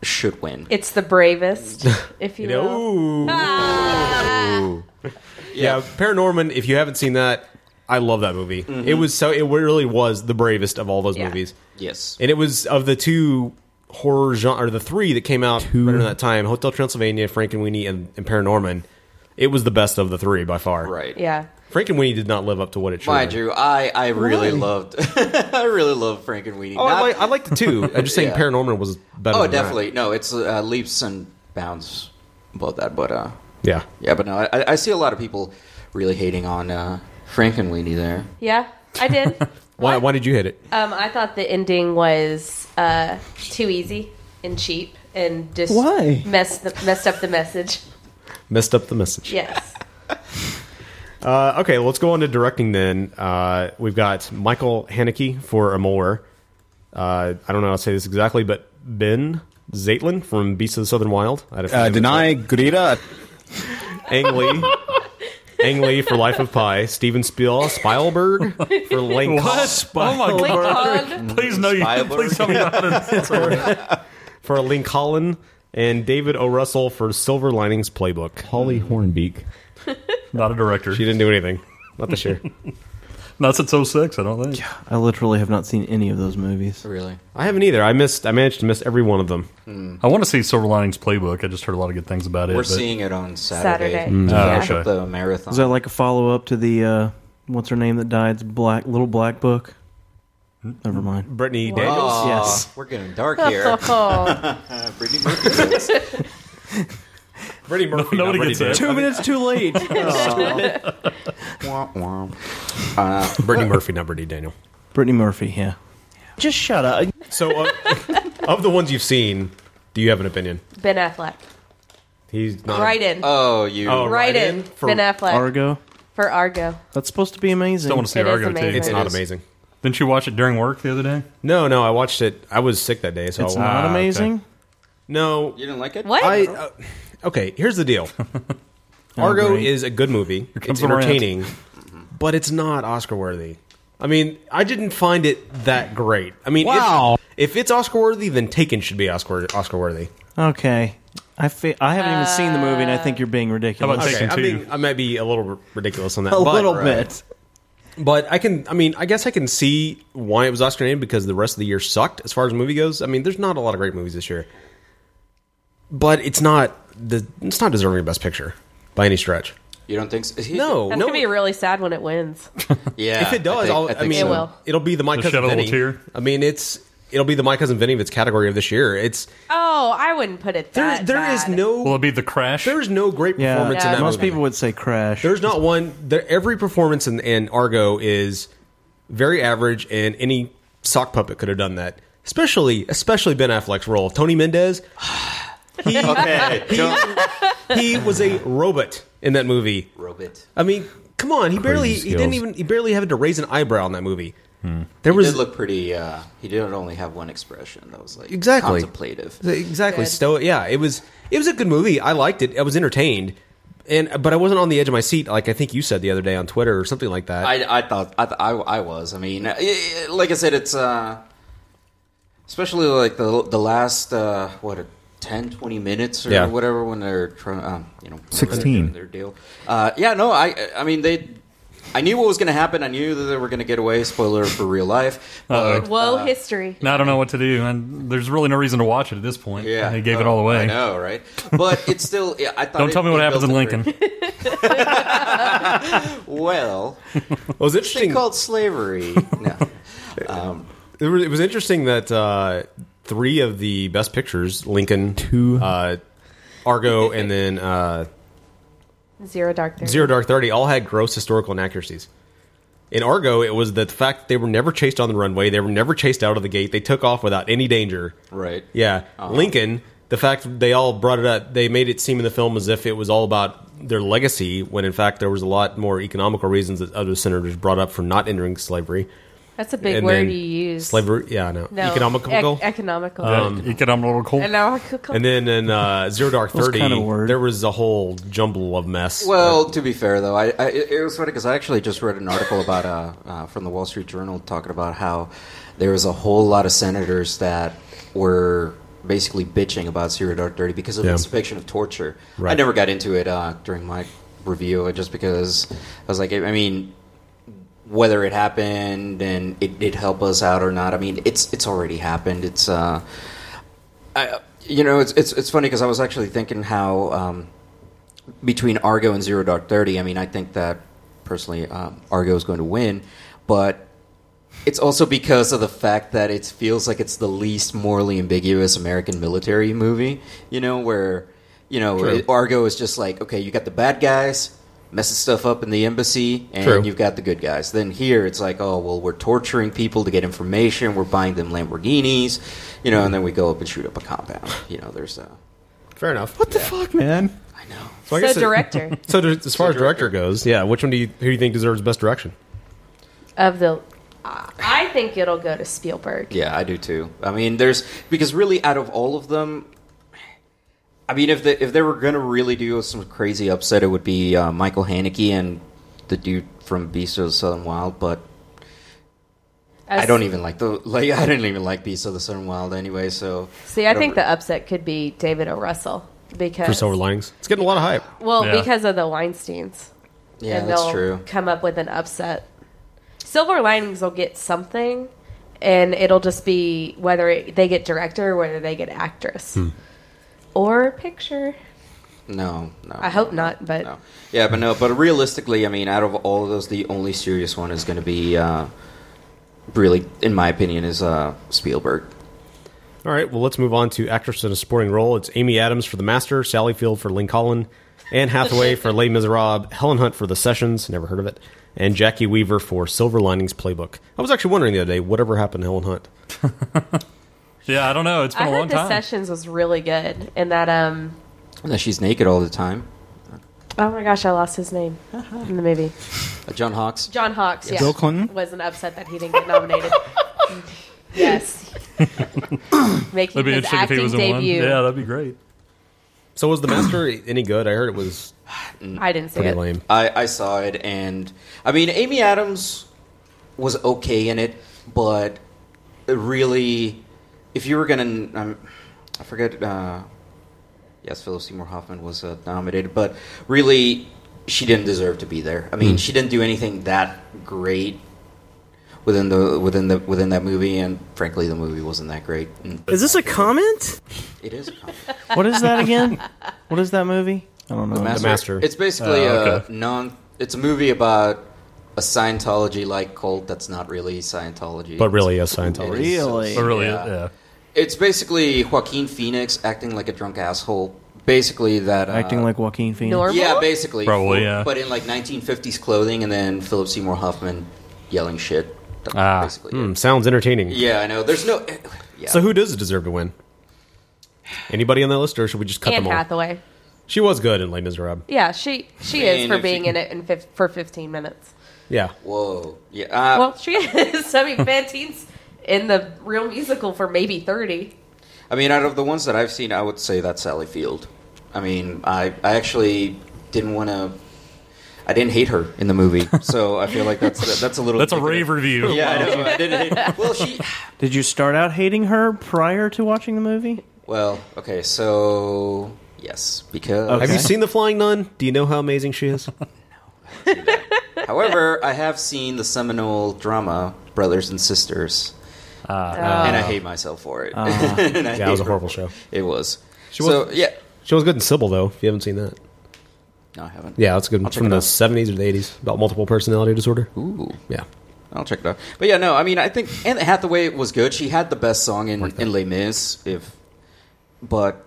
[SPEAKER 20] should win.
[SPEAKER 19] It's the bravest, if you,
[SPEAKER 1] You know,
[SPEAKER 19] will. Ah!
[SPEAKER 1] Yeah. Paranorman. If you haven't seen that, I love that movie. It was so. It really was the bravest of all those
[SPEAKER 20] Mm-hmm. Yeah.
[SPEAKER 1] movies.
[SPEAKER 20] Yes.
[SPEAKER 1] and it was of the two horror genre or the three that came out right around that time: Hotel Transylvania, Frankenweenie, and, and Paranorman. It was the best of the three by far.
[SPEAKER 20] Right.
[SPEAKER 19] Yeah.
[SPEAKER 1] Frankenweenie did not live up to what it should. have
[SPEAKER 20] Mind
[SPEAKER 1] been.
[SPEAKER 20] you, I I really
[SPEAKER 1] Really?
[SPEAKER 20] loved I really love Frank and Weenie.
[SPEAKER 1] Oh, I like I liked the two. I'm just saying,
[SPEAKER 20] Yeah.
[SPEAKER 1] Paranorman was better.
[SPEAKER 20] oh,
[SPEAKER 1] than that.
[SPEAKER 20] definitely. No, it's uh, leaps and bounds above that. But uh,
[SPEAKER 1] Yeah.
[SPEAKER 20] yeah, but no, I, I see a lot of people really hating on uh, Frank and Weenie there.
[SPEAKER 19] yeah, I did.
[SPEAKER 1] Why? Why did you hate it?
[SPEAKER 19] Um, I thought the ending was uh, too easy and cheap and just
[SPEAKER 1] Why?
[SPEAKER 19] messed the, messed up the message.
[SPEAKER 1] Messed up the message.
[SPEAKER 19] Yes.
[SPEAKER 1] Uh, okay, let's go on to directing then. Uh, we've got Michael Haneke for Amor. Uh, I don't know how to say this exactly, but Ben Zaitlin from Beasts of the Southern Wild. I had a few
[SPEAKER 4] Uh,
[SPEAKER 1] minutes
[SPEAKER 4] Denai Gurira.
[SPEAKER 1] left. Ang Lee Ang Lee for Life of Pi, Steven Spiel, Spielberg for Lincoln.
[SPEAKER 8] What? Oh my God.
[SPEAKER 1] Spielberg.
[SPEAKER 8] Please no, you- Spielberg. please tell me how
[SPEAKER 1] for, for Lincoln and David O. Russell for Silver Linings Playbook. Holly Hornbeak.
[SPEAKER 8] Not a director.
[SPEAKER 1] She didn't do anything. Not this year.
[SPEAKER 8] Not since 06, I don't think.
[SPEAKER 7] I literally have not seen any of those movies.
[SPEAKER 20] Really? Hmm.
[SPEAKER 1] I haven't either. I missed. I managed to miss every one of them.
[SPEAKER 8] I want to see Silver Linings Playbook. I just heard a lot of good things about it.
[SPEAKER 20] We're
[SPEAKER 8] but-
[SPEAKER 20] seeing it on Saturday.
[SPEAKER 8] Saturday. Mm.
[SPEAKER 20] to
[SPEAKER 8] Oh,
[SPEAKER 20] finish
[SPEAKER 8] okay.
[SPEAKER 20] up the marathon.
[SPEAKER 7] Is that like a follow up to the uh, what's her name that died? It's Black Little Black Book.
[SPEAKER 1] Hmm?
[SPEAKER 7] Never mind.
[SPEAKER 1] Brittany
[SPEAKER 20] Whoa,
[SPEAKER 1] Daniels.
[SPEAKER 20] We're getting dark here. Brittany
[SPEAKER 1] Brittany Murphy.
[SPEAKER 20] Nobody
[SPEAKER 1] not
[SPEAKER 20] gets it.
[SPEAKER 1] Brittany Daniels.
[SPEAKER 20] Two minutes
[SPEAKER 7] too late.
[SPEAKER 20] Uh,
[SPEAKER 1] Brittany Murphy, not Brittany Daniel.
[SPEAKER 7] Brittany Murphy. Yeah.
[SPEAKER 1] Just shut up. So, uh, of the ones you've seen, do you have an opinion?
[SPEAKER 19] Ben Affleck
[SPEAKER 1] He's not
[SPEAKER 19] Right in.
[SPEAKER 20] Oh, you
[SPEAKER 1] Oh,
[SPEAKER 19] Right in. Ben Affleck.
[SPEAKER 7] Argo.
[SPEAKER 19] for Argo.
[SPEAKER 7] That's supposed to be amazing.
[SPEAKER 8] Still want to see
[SPEAKER 19] It is
[SPEAKER 8] Argo too.
[SPEAKER 19] amazing.
[SPEAKER 1] It's not amazing.
[SPEAKER 8] Didn't you watch it during work the other day?
[SPEAKER 1] No, no, I watched it. I was sick that day, so
[SPEAKER 8] It's
[SPEAKER 1] I wa-
[SPEAKER 8] not Ah, okay. amazing?
[SPEAKER 1] No,
[SPEAKER 20] you didn't like it.
[SPEAKER 19] What?
[SPEAKER 1] I, uh, okay, here's the deal. Argo
[SPEAKER 8] great.
[SPEAKER 1] is a good movie.
[SPEAKER 8] comes
[SPEAKER 1] It's
[SPEAKER 8] the rant.
[SPEAKER 1] entertaining, but it's not Oscar worthy. I mean, I didn't find it that great. I mean, wow. If, it's Oscar worthy, then Taken should be Oscar Oscar worthy.
[SPEAKER 7] Okay. I fe- I haven't even seen the movie, and I
[SPEAKER 19] Uh,
[SPEAKER 7] think you're being ridiculous.
[SPEAKER 1] I, mean, I might be a little r- ridiculous on that.
[SPEAKER 7] A
[SPEAKER 1] but- uh,
[SPEAKER 7] little bit.
[SPEAKER 1] But I can. I mean, I guess I can see why it was Oscar named because the rest of the year sucked as far as movie goes. I mean, there's not a lot of great movies this year, but it's not the it's not deserving of Best Picture by any stretch.
[SPEAKER 20] You don't think so?
[SPEAKER 1] No,
[SPEAKER 19] That's
[SPEAKER 1] no.
[SPEAKER 19] gonna be really sad when it wins.
[SPEAKER 20] Yeah.
[SPEAKER 1] if it does, I,
[SPEAKER 20] think-
[SPEAKER 1] will I,
[SPEAKER 20] I think
[SPEAKER 1] mean,
[SPEAKER 19] so. It will.
[SPEAKER 1] it'll be the my
[SPEAKER 8] Just
[SPEAKER 1] cousin
[SPEAKER 8] shed a little
[SPEAKER 1] Vinny.
[SPEAKER 8] tear.
[SPEAKER 1] I mean, it's it'll be the my cousin Vinny of its category of this year. It's
[SPEAKER 19] Oh, I wouldn't put it
[SPEAKER 1] there.
[SPEAKER 19] that.
[SPEAKER 1] There is no. Will
[SPEAKER 8] it be the Crash?
[SPEAKER 1] There's no great
[SPEAKER 7] Yeah,
[SPEAKER 1] performance in that
[SPEAKER 7] most
[SPEAKER 1] movie.
[SPEAKER 7] people would say Crash.
[SPEAKER 1] There's not one. There, every performance in, in Argo is very average, and any sock puppet could have done that. Especially, especially Ben Affleck's role, Tony Mendez. He,
[SPEAKER 20] Okay,
[SPEAKER 1] he, he was a robot in that movie.
[SPEAKER 20] Robot.
[SPEAKER 1] I mean, come on. He barely. He didn't
[SPEAKER 20] skills. Hmm.
[SPEAKER 1] even. He barely had to raise an eyebrow in that movie.
[SPEAKER 20] There
[SPEAKER 1] There
[SPEAKER 20] he
[SPEAKER 1] was-
[SPEAKER 20] did look pretty. Uh, he did only have one expression that was like
[SPEAKER 1] Exactly.
[SPEAKER 20] contemplative.
[SPEAKER 1] Exactly. Stoic. Yeah. It was. It was a good movie. I liked it. I was entertained. And but I wasn't on the edge of my seat, like I think you said the other day on Twitter or something like that.
[SPEAKER 20] I, I thought I, th- I, I was. I mean, i- i- like I said, it's uh, especially like the the last uh, what 10, 20 minutes or
[SPEAKER 1] Yeah.
[SPEAKER 20] whatever when they're trying, um, you know, whatever they're
[SPEAKER 21] 16.
[SPEAKER 20] doing their deal. Uh, yeah, no, I I mean they. I knew what was going to happen. I knew that they were going to get away. Spoiler for real life.
[SPEAKER 8] Uh-oh.
[SPEAKER 20] But,
[SPEAKER 19] Whoa,
[SPEAKER 20] uh,
[SPEAKER 19] history.
[SPEAKER 8] Now I don't know what to do, and there's really no reason to watch it at this point.
[SPEAKER 20] Yeah,
[SPEAKER 8] they gave it
[SPEAKER 20] Oh,
[SPEAKER 8] all away.
[SPEAKER 20] I know, right? But it's still. Yeah, I thought.
[SPEAKER 8] Don't
[SPEAKER 20] it-
[SPEAKER 8] tell me
[SPEAKER 20] it
[SPEAKER 8] what happens
[SPEAKER 20] built
[SPEAKER 8] in
[SPEAKER 20] up very-
[SPEAKER 8] Lincoln.
[SPEAKER 20] Well,
[SPEAKER 1] It was interesting.
[SPEAKER 20] They called slavery. No. Um,
[SPEAKER 1] It was, it was interesting that uh, three of the best pictures Lincoln, two, uh, Argo, and then uh,
[SPEAKER 19] Zero Dark Thirty.
[SPEAKER 1] Zero Dark Thirty all had gross historical inaccuracies. In Argo, it was the fact that they were never chased on the runway. They were never chased out of the gate. They took off without any danger.
[SPEAKER 20] Right.
[SPEAKER 1] Yeah.
[SPEAKER 20] Uh-huh.
[SPEAKER 1] Lincoln, the fact they all brought it up, they made it seem in the film as if it was all about their legacy, when in fact there was a lot more economical reasons that other senators brought up for not entering slavery.
[SPEAKER 19] That's a big
[SPEAKER 1] And
[SPEAKER 19] word
[SPEAKER 1] then
[SPEAKER 19] you use.
[SPEAKER 1] Slavery, yeah, I know.
[SPEAKER 19] No,
[SPEAKER 1] economical,
[SPEAKER 19] ec- economical.
[SPEAKER 1] Um, economical.
[SPEAKER 19] Economical.
[SPEAKER 1] And then in uh, Zero Dark
[SPEAKER 20] Those
[SPEAKER 1] Thirty,
[SPEAKER 20] kind of
[SPEAKER 1] there was a whole jumble of mess.
[SPEAKER 20] well, to be fair though, I, I it it was funny because I actually just read an article about uh, uh, from the Wall Street Journal talking about how there was a whole lot of senators that were basically bitching about Zero Dark Thirty because of
[SPEAKER 4] Yeah.
[SPEAKER 20] its fiction of torture. I
[SPEAKER 4] Right.
[SPEAKER 20] never got into it uh, during my review just because I was like, I mean, whether it happened and it did help us out or not. I mean, it's it's already happened. It's uh, I, you know, it's it's it's funny because I was actually thinking how um, between Argo and Zero Dark Thirty. I mean, I think that personally, um, Argo is going to win, but. It's also because of the fact that it feels like it's the least morally ambiguous American military movie, you know, where, you know,
[SPEAKER 4] True.
[SPEAKER 20] it- Argo is just like, okay, you got the bad guys messing stuff up in the embassy, and
[SPEAKER 4] True.
[SPEAKER 20] you've got the good guys. Then here, it's like, oh, well, we're torturing people to get information, we're buying them Lamborghinis, you know, and then we go up and shoot up a compound. You know, there's uh, a.
[SPEAKER 1] Fair enough. What the
[SPEAKER 21] fuck, man?
[SPEAKER 1] I
[SPEAKER 19] So
[SPEAKER 1] guess it-
[SPEAKER 19] director.
[SPEAKER 1] so to- as far as director goes, yeah, which one do you who do you think deserves best direction?
[SPEAKER 19] of the. I think it'll go to Spielberg.
[SPEAKER 20] Yeah, I do too. I mean, there's because really out of all of them, I mean, if they if they were gonna really do some crazy upset, it would be uh, Michael Haneke and the dude from Beast of the Southern Wild. But I,
[SPEAKER 19] As-
[SPEAKER 20] don't even like the like. I didn't even like Beast of the Southern Wild anyway. So
[SPEAKER 19] See, I
[SPEAKER 20] don't
[SPEAKER 19] think the upset could be David O. Russell because
[SPEAKER 1] for Silver Linings. It's getting a lot of hype.
[SPEAKER 19] Well, because of the Weinsteins.
[SPEAKER 20] Yeah,
[SPEAKER 19] and
[SPEAKER 20] that's
[SPEAKER 19] they'll
[SPEAKER 20] true.
[SPEAKER 19] Come up with an upset. Silver Linings will get something, and it'll just be whether it, they get director, or whether they get actress, or picture.
[SPEAKER 20] No, no.
[SPEAKER 19] I hope not, but
[SPEAKER 20] Yeah, but no. But realistically, I mean, out of all of those, the only serious one is going to be, uh, really, in my opinion, is uh, Spielberg.
[SPEAKER 1] All right, well, let's move on to actress in a supporting role. It's Amy Adams for The Master, Sally Field for Lincoln, Anne Hathaway for Les Miserables, Helen Hunt for The Sessions, never heard of it, and Jackie Weaver for Silver Linings Playbook. I was actually wondering the other day, whatever happened to Helen Hunt?
[SPEAKER 8] Yeah, I don't know. It's
[SPEAKER 19] I
[SPEAKER 8] been a long
[SPEAKER 19] heard the
[SPEAKER 8] time.
[SPEAKER 19] Sessions was really good, and that um,
[SPEAKER 20] And that she's naked all the time.
[SPEAKER 19] oh my gosh, I lost his name
[SPEAKER 20] Uh-huh.
[SPEAKER 19] in the movie.
[SPEAKER 20] Uh, John Hawks.
[SPEAKER 19] John Hawks, yeah,
[SPEAKER 20] Bill Clinton?
[SPEAKER 19] was an upset that he didn't get nominated. yes, making
[SPEAKER 8] That'd be
[SPEAKER 19] his
[SPEAKER 8] interesting if he
[SPEAKER 19] acting
[SPEAKER 8] was in one.
[SPEAKER 19] debut.
[SPEAKER 8] Yeah, that'd be great.
[SPEAKER 1] So was The Master any good? I heard it was.
[SPEAKER 19] Mm. I didn't see it.
[SPEAKER 20] I, I saw it, and I mean, Amy Adams was okay in it, but it really, if you were gonna, um, I forget. Uh, yes, Philip Seymour Hoffman was uh, nominated, but really, she didn't deserve to be there. I mean,
[SPEAKER 1] Hmm.
[SPEAKER 4] Mm.
[SPEAKER 20] she didn't do anything that great within the within the within that movie, and frankly, the movie wasn't that great. Mm. And-
[SPEAKER 7] Is this a comment?
[SPEAKER 20] It is. A comment.
[SPEAKER 7] What is that again? What is that movie? I don't know.
[SPEAKER 1] Um,
[SPEAKER 20] The Master. Uh, It's
[SPEAKER 1] Uh,
[SPEAKER 20] basically
[SPEAKER 7] Oh,
[SPEAKER 20] a non. It's a movie about a Scientology-like cult that's not really Scientology,
[SPEAKER 1] But really is
[SPEAKER 20] It
[SPEAKER 1] Scientology.
[SPEAKER 20] so-
[SPEAKER 1] Really? But really, yeah.
[SPEAKER 20] It's basically Joaquin Phoenix acting like a drunk asshole. Basically, that uh,
[SPEAKER 7] Acting like Joaquin Phoenix. Normal?
[SPEAKER 20] Yeah, basically,
[SPEAKER 7] Probably, yeah.
[SPEAKER 20] But in like 1950s clothing, and then Philip Seymour Hoffman yelling shit. That's
[SPEAKER 1] Ah,
[SPEAKER 20] basically-
[SPEAKER 1] hmm, sounds entertaining.
[SPEAKER 20] Yeah, I know. There's no. Yeah.
[SPEAKER 1] So who does deserve to win? Anybody on that list, or should we just cut
[SPEAKER 19] Anne
[SPEAKER 1] them all?
[SPEAKER 19] Hathaway.
[SPEAKER 1] She was good in Les Miserables.
[SPEAKER 19] Yeah, she she
[SPEAKER 20] Man,
[SPEAKER 19] is for
[SPEAKER 20] if
[SPEAKER 19] being
[SPEAKER 20] she-
[SPEAKER 19] in it in fif- for 15 minutes.
[SPEAKER 1] Yeah.
[SPEAKER 20] Whoa. Yeah. Uh,
[SPEAKER 19] well, she is. I mean, Fantine's in the real musical for maybe 30.
[SPEAKER 20] I mean, out of the ones that I've seen, I would say that's Sally Field. I mean, I, I actually didn't want to. I didn't hate her in the movie, so I feel like that's that's a little.
[SPEAKER 8] That's a rave review.
[SPEAKER 20] Yeah, I know. I didn't hate. Well, she.
[SPEAKER 7] Did you start out hating her prior to watching the movie?
[SPEAKER 20] Well, okay, so yes, because
[SPEAKER 1] Have you seen The Flying Nun? Do you know how amazing she is?
[SPEAKER 20] However, I have seen the seminal drama Brothers and Sisters,
[SPEAKER 8] Ah.
[SPEAKER 20] and I hate myself for it.
[SPEAKER 1] Ah.
[SPEAKER 20] And I
[SPEAKER 1] Oh. yeah, it
[SPEAKER 20] hate
[SPEAKER 1] was
[SPEAKER 20] her
[SPEAKER 1] a horrible
[SPEAKER 20] for
[SPEAKER 1] show.
[SPEAKER 20] It was.
[SPEAKER 1] She
[SPEAKER 20] So,
[SPEAKER 1] was,
[SPEAKER 20] yeah.
[SPEAKER 1] She was good in Sybil, though, if you haven't seen that.
[SPEAKER 20] No, I haven't.
[SPEAKER 1] Yeah, that's good.
[SPEAKER 20] I'll check
[SPEAKER 1] from
[SPEAKER 20] it
[SPEAKER 1] the
[SPEAKER 20] out.
[SPEAKER 1] 70s or the 80s about multiple personality disorder.
[SPEAKER 20] Ooh.
[SPEAKER 1] Yeah.
[SPEAKER 20] I'll check it out. But yeah, no, I mean, I think Anne Hathaway was good. She had the best song in, in Les Mis, if. But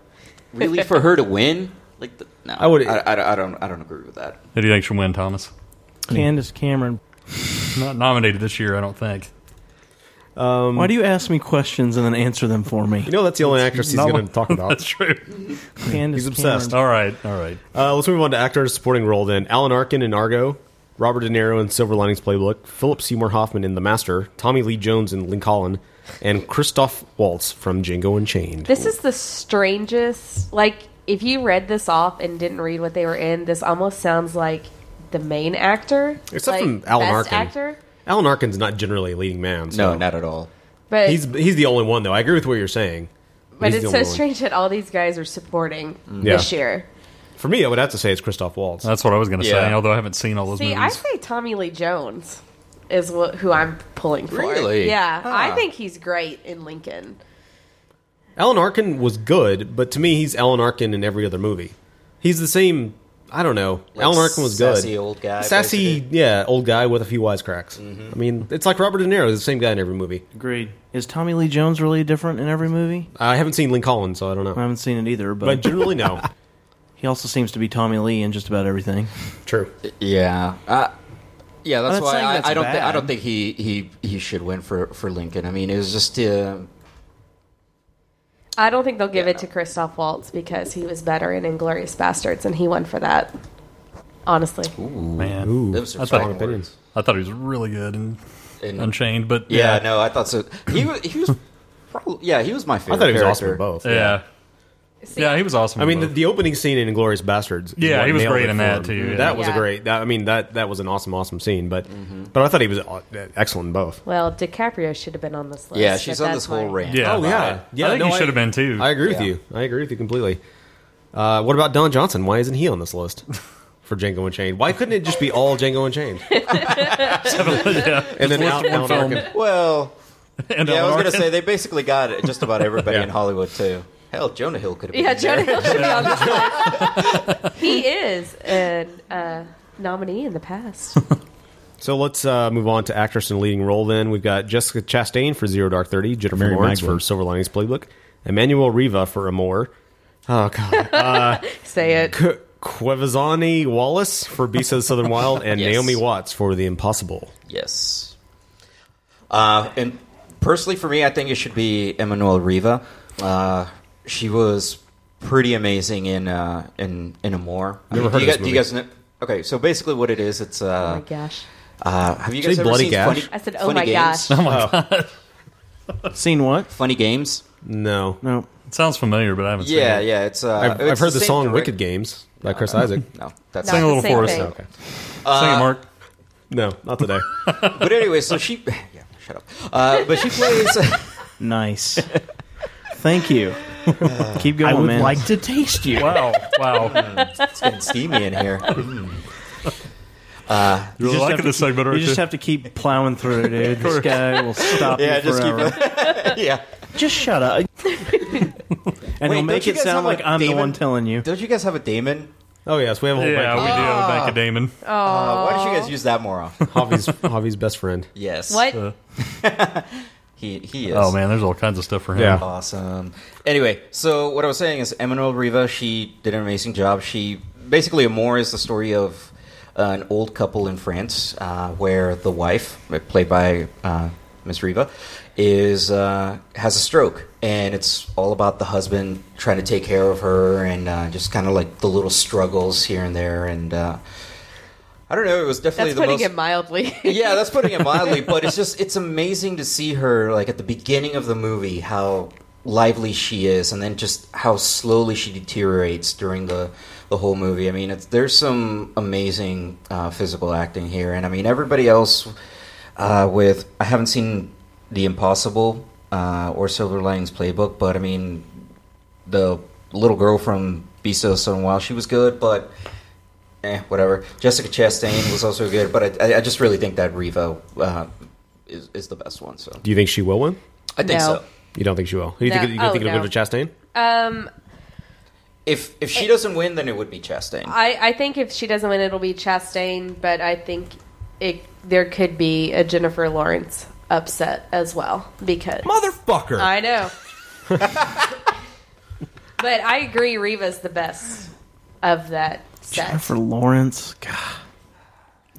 [SPEAKER 20] really, for her to win, like, the, no, I would. I, I- I don't. I don't agree with that.
[SPEAKER 8] Who do you think should win, Thomas?
[SPEAKER 7] Candace Cameron.
[SPEAKER 8] Not nominated this year, I don't think.
[SPEAKER 1] Um,
[SPEAKER 7] Why do you ask me questions and then answer them for me? You
[SPEAKER 1] know that's the only actress he's
[SPEAKER 7] not
[SPEAKER 1] going
[SPEAKER 7] what-
[SPEAKER 1] to talk about.
[SPEAKER 8] That's true.
[SPEAKER 7] Candace
[SPEAKER 1] he's obsessed.
[SPEAKER 7] Cameron.
[SPEAKER 8] Hmm. All right, all right.
[SPEAKER 1] Uh, let's move on to actor in a supporting role then. Alan Arkin in Argo, Robert De Niro in Silver Linings Playbook, Philip Seymour Hoffman in The Master, Tommy Lee Jones in Lincoln, and Christoph Waltz from Django Unchained.
[SPEAKER 19] This is the strangest. Like, if you read this off and didn't read what they were in, this almost sounds like the main actor.
[SPEAKER 1] Except
[SPEAKER 19] like,
[SPEAKER 1] from Alan
[SPEAKER 19] best
[SPEAKER 1] Arkin.
[SPEAKER 19] actor.
[SPEAKER 1] Alan Arkin's not generally a leading man. So.
[SPEAKER 20] No, not at all.
[SPEAKER 19] But-
[SPEAKER 1] he's he's the only one though. I agree with what you're saying.
[SPEAKER 19] But
[SPEAKER 1] He's
[SPEAKER 19] it's
[SPEAKER 1] the
[SPEAKER 19] so
[SPEAKER 1] only one.
[SPEAKER 19] strange that all these guys are supporting
[SPEAKER 1] Mm.
[SPEAKER 19] this
[SPEAKER 1] Yeah.
[SPEAKER 19] year.
[SPEAKER 1] For me, I would have to say it's Christoph Waltz.
[SPEAKER 8] That's what I was going to say.
[SPEAKER 1] Yeah.
[SPEAKER 8] Although I haven't seen all those
[SPEAKER 19] See, I
[SPEAKER 8] movies.
[SPEAKER 19] say Tommy Lee Jones is what, who I'm pulling for.
[SPEAKER 1] Really?
[SPEAKER 19] Yeah,
[SPEAKER 1] Ah.
[SPEAKER 19] I think he's great in Lincoln.
[SPEAKER 1] Alan Arkin was good, but to me, he's Alan Arkin in every other movie. He's the same. I don't know.
[SPEAKER 20] Like
[SPEAKER 1] Alan Arkin was good.
[SPEAKER 20] sassy old guy, Mm-hmm.
[SPEAKER 1] Sassy, yeah, old guy with a few wisecracks. I mean, it's like Robert De Niro, the same guy in every movie.
[SPEAKER 7] Agreed. Is Tommy Lee Jones really different in every movie?
[SPEAKER 1] I haven't seen Lincoln, so I don't know.
[SPEAKER 7] I haven't seen it either, but,
[SPEAKER 1] But generally, no.
[SPEAKER 7] he also seems to be Tommy Lee in just about everything.
[SPEAKER 1] True.
[SPEAKER 20] Yeah. Uh, yeah, that's
[SPEAKER 7] I'm not
[SPEAKER 20] why
[SPEAKER 7] saying
[SPEAKER 20] I,
[SPEAKER 7] that's
[SPEAKER 20] I don't. thi- I
[SPEAKER 7] bad.
[SPEAKER 20] don't think he, he he should win for for Lincoln. I mean, it was just. Uh,
[SPEAKER 19] I don't think they'll give it to Christoph Waltz because he was better in Inglorious Bastards and he won for that. Honestly.
[SPEAKER 8] Man,
[SPEAKER 20] Those are
[SPEAKER 8] I
[SPEAKER 20] strong
[SPEAKER 8] thought, I thought he was really good in,
[SPEAKER 20] In-
[SPEAKER 8] Unchained, but
[SPEAKER 20] yeah, no, I thought so. He was. He was probably, yeah, he was my favorite.
[SPEAKER 8] thought he was awesome
[SPEAKER 20] character.
[SPEAKER 8] in both, yeah. yeah, he was awesome.
[SPEAKER 1] I
[SPEAKER 8] in
[SPEAKER 1] mean, the,
[SPEAKER 8] both.
[SPEAKER 1] the opening scene in Inglorious Bastards.
[SPEAKER 8] Yeah, he was great in that, too, yeah.
[SPEAKER 1] That was a
[SPEAKER 19] Yeah.
[SPEAKER 1] great. That, I mean, that that was an awesome, awesome scene. But
[SPEAKER 20] Mm-hmm.
[SPEAKER 1] but I thought he was uh, excellent in both.
[SPEAKER 19] Well, DiCaprio should have been on this list.
[SPEAKER 1] Yeah,
[SPEAKER 19] but
[SPEAKER 1] she's on
[SPEAKER 19] that's
[SPEAKER 1] this whole
[SPEAKER 19] why-
[SPEAKER 1] rant. Yeah. Oh, yeah. Yeah,
[SPEAKER 8] I think
[SPEAKER 1] no,
[SPEAKER 8] he
[SPEAKER 1] I-
[SPEAKER 8] should have been too.
[SPEAKER 1] I agree with you. I agree with you completely. Uh, what about Don Johnson? Why isn't he on this list for Django Unchained? Why couldn't it just be all Django Unchained? And then Al- Alan Arkin.
[SPEAKER 20] Well,
[SPEAKER 1] And
[SPEAKER 20] yeah, I
[SPEAKER 1] Alan
[SPEAKER 20] was going to
[SPEAKER 1] Arkin.
[SPEAKER 20] say they basically got it, just about everybody in Hollywood too. Hell, Jonah Hill could have.
[SPEAKER 19] Yeah,
[SPEAKER 20] been
[SPEAKER 19] Jonah
[SPEAKER 20] there.
[SPEAKER 19] Hill should be on this list. He is a uh, nominee in the past.
[SPEAKER 1] So let's uh, move on to actress in leading role. Then we've got Jessica Chastain for Zero Dark Thirty, Jennifer
[SPEAKER 17] Mary
[SPEAKER 1] Lawrence
[SPEAKER 17] Magdalene.
[SPEAKER 1] for Silver Linings Playbook, Emmanuel Riva for Amor. Oh God, uh,
[SPEAKER 19] Say it.
[SPEAKER 1] Qu- Quevazani Wallace for Beast of the Southern Wild, and
[SPEAKER 20] Yes.
[SPEAKER 1] Naomi Watts for The Impossible.
[SPEAKER 20] Yes. Uh, and personally, for me, I think it should be Emmanuel Riva. Uh, she was pretty amazing in uh, in in Amor. I mean, do
[SPEAKER 1] Never heard
[SPEAKER 20] you
[SPEAKER 1] of
[SPEAKER 20] guys,
[SPEAKER 1] this
[SPEAKER 20] do you guys know? Okay, so basically, what it is, it's uh,
[SPEAKER 19] Oh my gosh.
[SPEAKER 20] Uh, have you
[SPEAKER 19] Say
[SPEAKER 20] guys ever
[SPEAKER 19] bloody
[SPEAKER 20] seen
[SPEAKER 19] gosh?
[SPEAKER 20] Funny,
[SPEAKER 19] I said, oh
[SPEAKER 20] funny
[SPEAKER 19] my
[SPEAKER 20] games?
[SPEAKER 19] gosh. Oh my
[SPEAKER 20] seen what? Funny games?
[SPEAKER 1] No,
[SPEAKER 8] no. It sounds familiar, but I haven't.
[SPEAKER 20] Yeah,
[SPEAKER 8] seen it.
[SPEAKER 20] yeah, it's, uh,
[SPEAKER 1] I've, I've
[SPEAKER 20] it's
[SPEAKER 1] heard
[SPEAKER 20] the
[SPEAKER 1] the
[SPEAKER 20] same
[SPEAKER 1] song
[SPEAKER 20] direct-
[SPEAKER 1] "Wicked Games" by Chris Isaac.
[SPEAKER 20] No, that's
[SPEAKER 8] Sing a little for us.
[SPEAKER 1] Okay.
[SPEAKER 20] Uh,
[SPEAKER 1] No, not today.
[SPEAKER 20] but anyway, so she. Yeah, shut up. Uh, but she plays.
[SPEAKER 7] Nice. Thank you. Keep going,
[SPEAKER 20] I would
[SPEAKER 7] man.
[SPEAKER 20] like
[SPEAKER 7] to taste you.
[SPEAKER 8] Wow, Oh, wow.
[SPEAKER 20] it's getting steamy in here.
[SPEAKER 8] Hmm.
[SPEAKER 20] Uh,
[SPEAKER 7] You just have to keep- You just have to keep plowing through, dude. This guy will stop
[SPEAKER 20] Yeah,
[SPEAKER 7] you
[SPEAKER 20] just keep-
[SPEAKER 7] forever.
[SPEAKER 20] yeah.
[SPEAKER 7] Just shut up.
[SPEAKER 19] Oh.
[SPEAKER 7] And
[SPEAKER 20] Wait,
[SPEAKER 7] he'll
[SPEAKER 20] don't
[SPEAKER 7] make
[SPEAKER 20] you
[SPEAKER 7] it
[SPEAKER 20] guys have
[SPEAKER 7] sound
[SPEAKER 20] a
[SPEAKER 7] like I'm
[SPEAKER 20] Damon?
[SPEAKER 7] the one telling you.
[SPEAKER 20] Don't you guys have a Damon?
[SPEAKER 1] Oh yes, we have a whole
[SPEAKER 8] Yeah,
[SPEAKER 1] bank.
[SPEAKER 8] we do have a bank of Damon.
[SPEAKER 20] Uh, why don't you guys use that more often?
[SPEAKER 1] Javi's Javi's best friend.
[SPEAKER 20] Yes.
[SPEAKER 19] What?
[SPEAKER 8] Uh.
[SPEAKER 20] he he is.
[SPEAKER 8] Oh man, there's all kinds of stuff for him.
[SPEAKER 1] Yeah.
[SPEAKER 20] Awesome. Anyway, so what I was saying is Emmanuel Riva, she did an amazing job. She basically Amore is the story of uh, an old couple in France uh, where the wife, played by uh, Miss Riva, is uh, has a stroke, and it's all about the husband trying to take care of her and uh, just kind of like the little struggles here and there. And uh, I don't know, it was definitely
[SPEAKER 19] That's
[SPEAKER 20] the
[SPEAKER 19] putting
[SPEAKER 20] most
[SPEAKER 19] it mildly.
[SPEAKER 20] yeah, that's putting it mildly, but it's just it's amazing to see her like at the beginning of the movie how lively she is and then just how slowly she deteriorates during the the whole movie. I mean, it's, there's some amazing uh, physical acting here and I mean everybody else uh, with I haven't seen The Impossible uh, or Silver Linings Playbook, but I mean the little girl from Beast of the Southern Wild, she was good, but eh, whatever. Jessica Chastain was also good, but I, I just really think that Revo uh, is, is the best one. So
[SPEAKER 1] Do you think she will win?
[SPEAKER 20] I think
[SPEAKER 19] No.
[SPEAKER 20] so.
[SPEAKER 1] You don't think she will? You
[SPEAKER 19] No.
[SPEAKER 1] think, you
[SPEAKER 19] Oh,
[SPEAKER 1] think it'll
[SPEAKER 19] no.
[SPEAKER 1] go to Chastain?
[SPEAKER 19] Um,
[SPEAKER 20] If if she doesn't win, then it would be Chastain.
[SPEAKER 19] I, I think if she doesn't win, it'll be Chastain, but I think it there could be a Jennifer Lawrence upset as well because
[SPEAKER 1] motherfucker.
[SPEAKER 7] Uh,
[SPEAKER 19] I know. but I agree, Reva's the best of that set.
[SPEAKER 7] For Lawrence. God.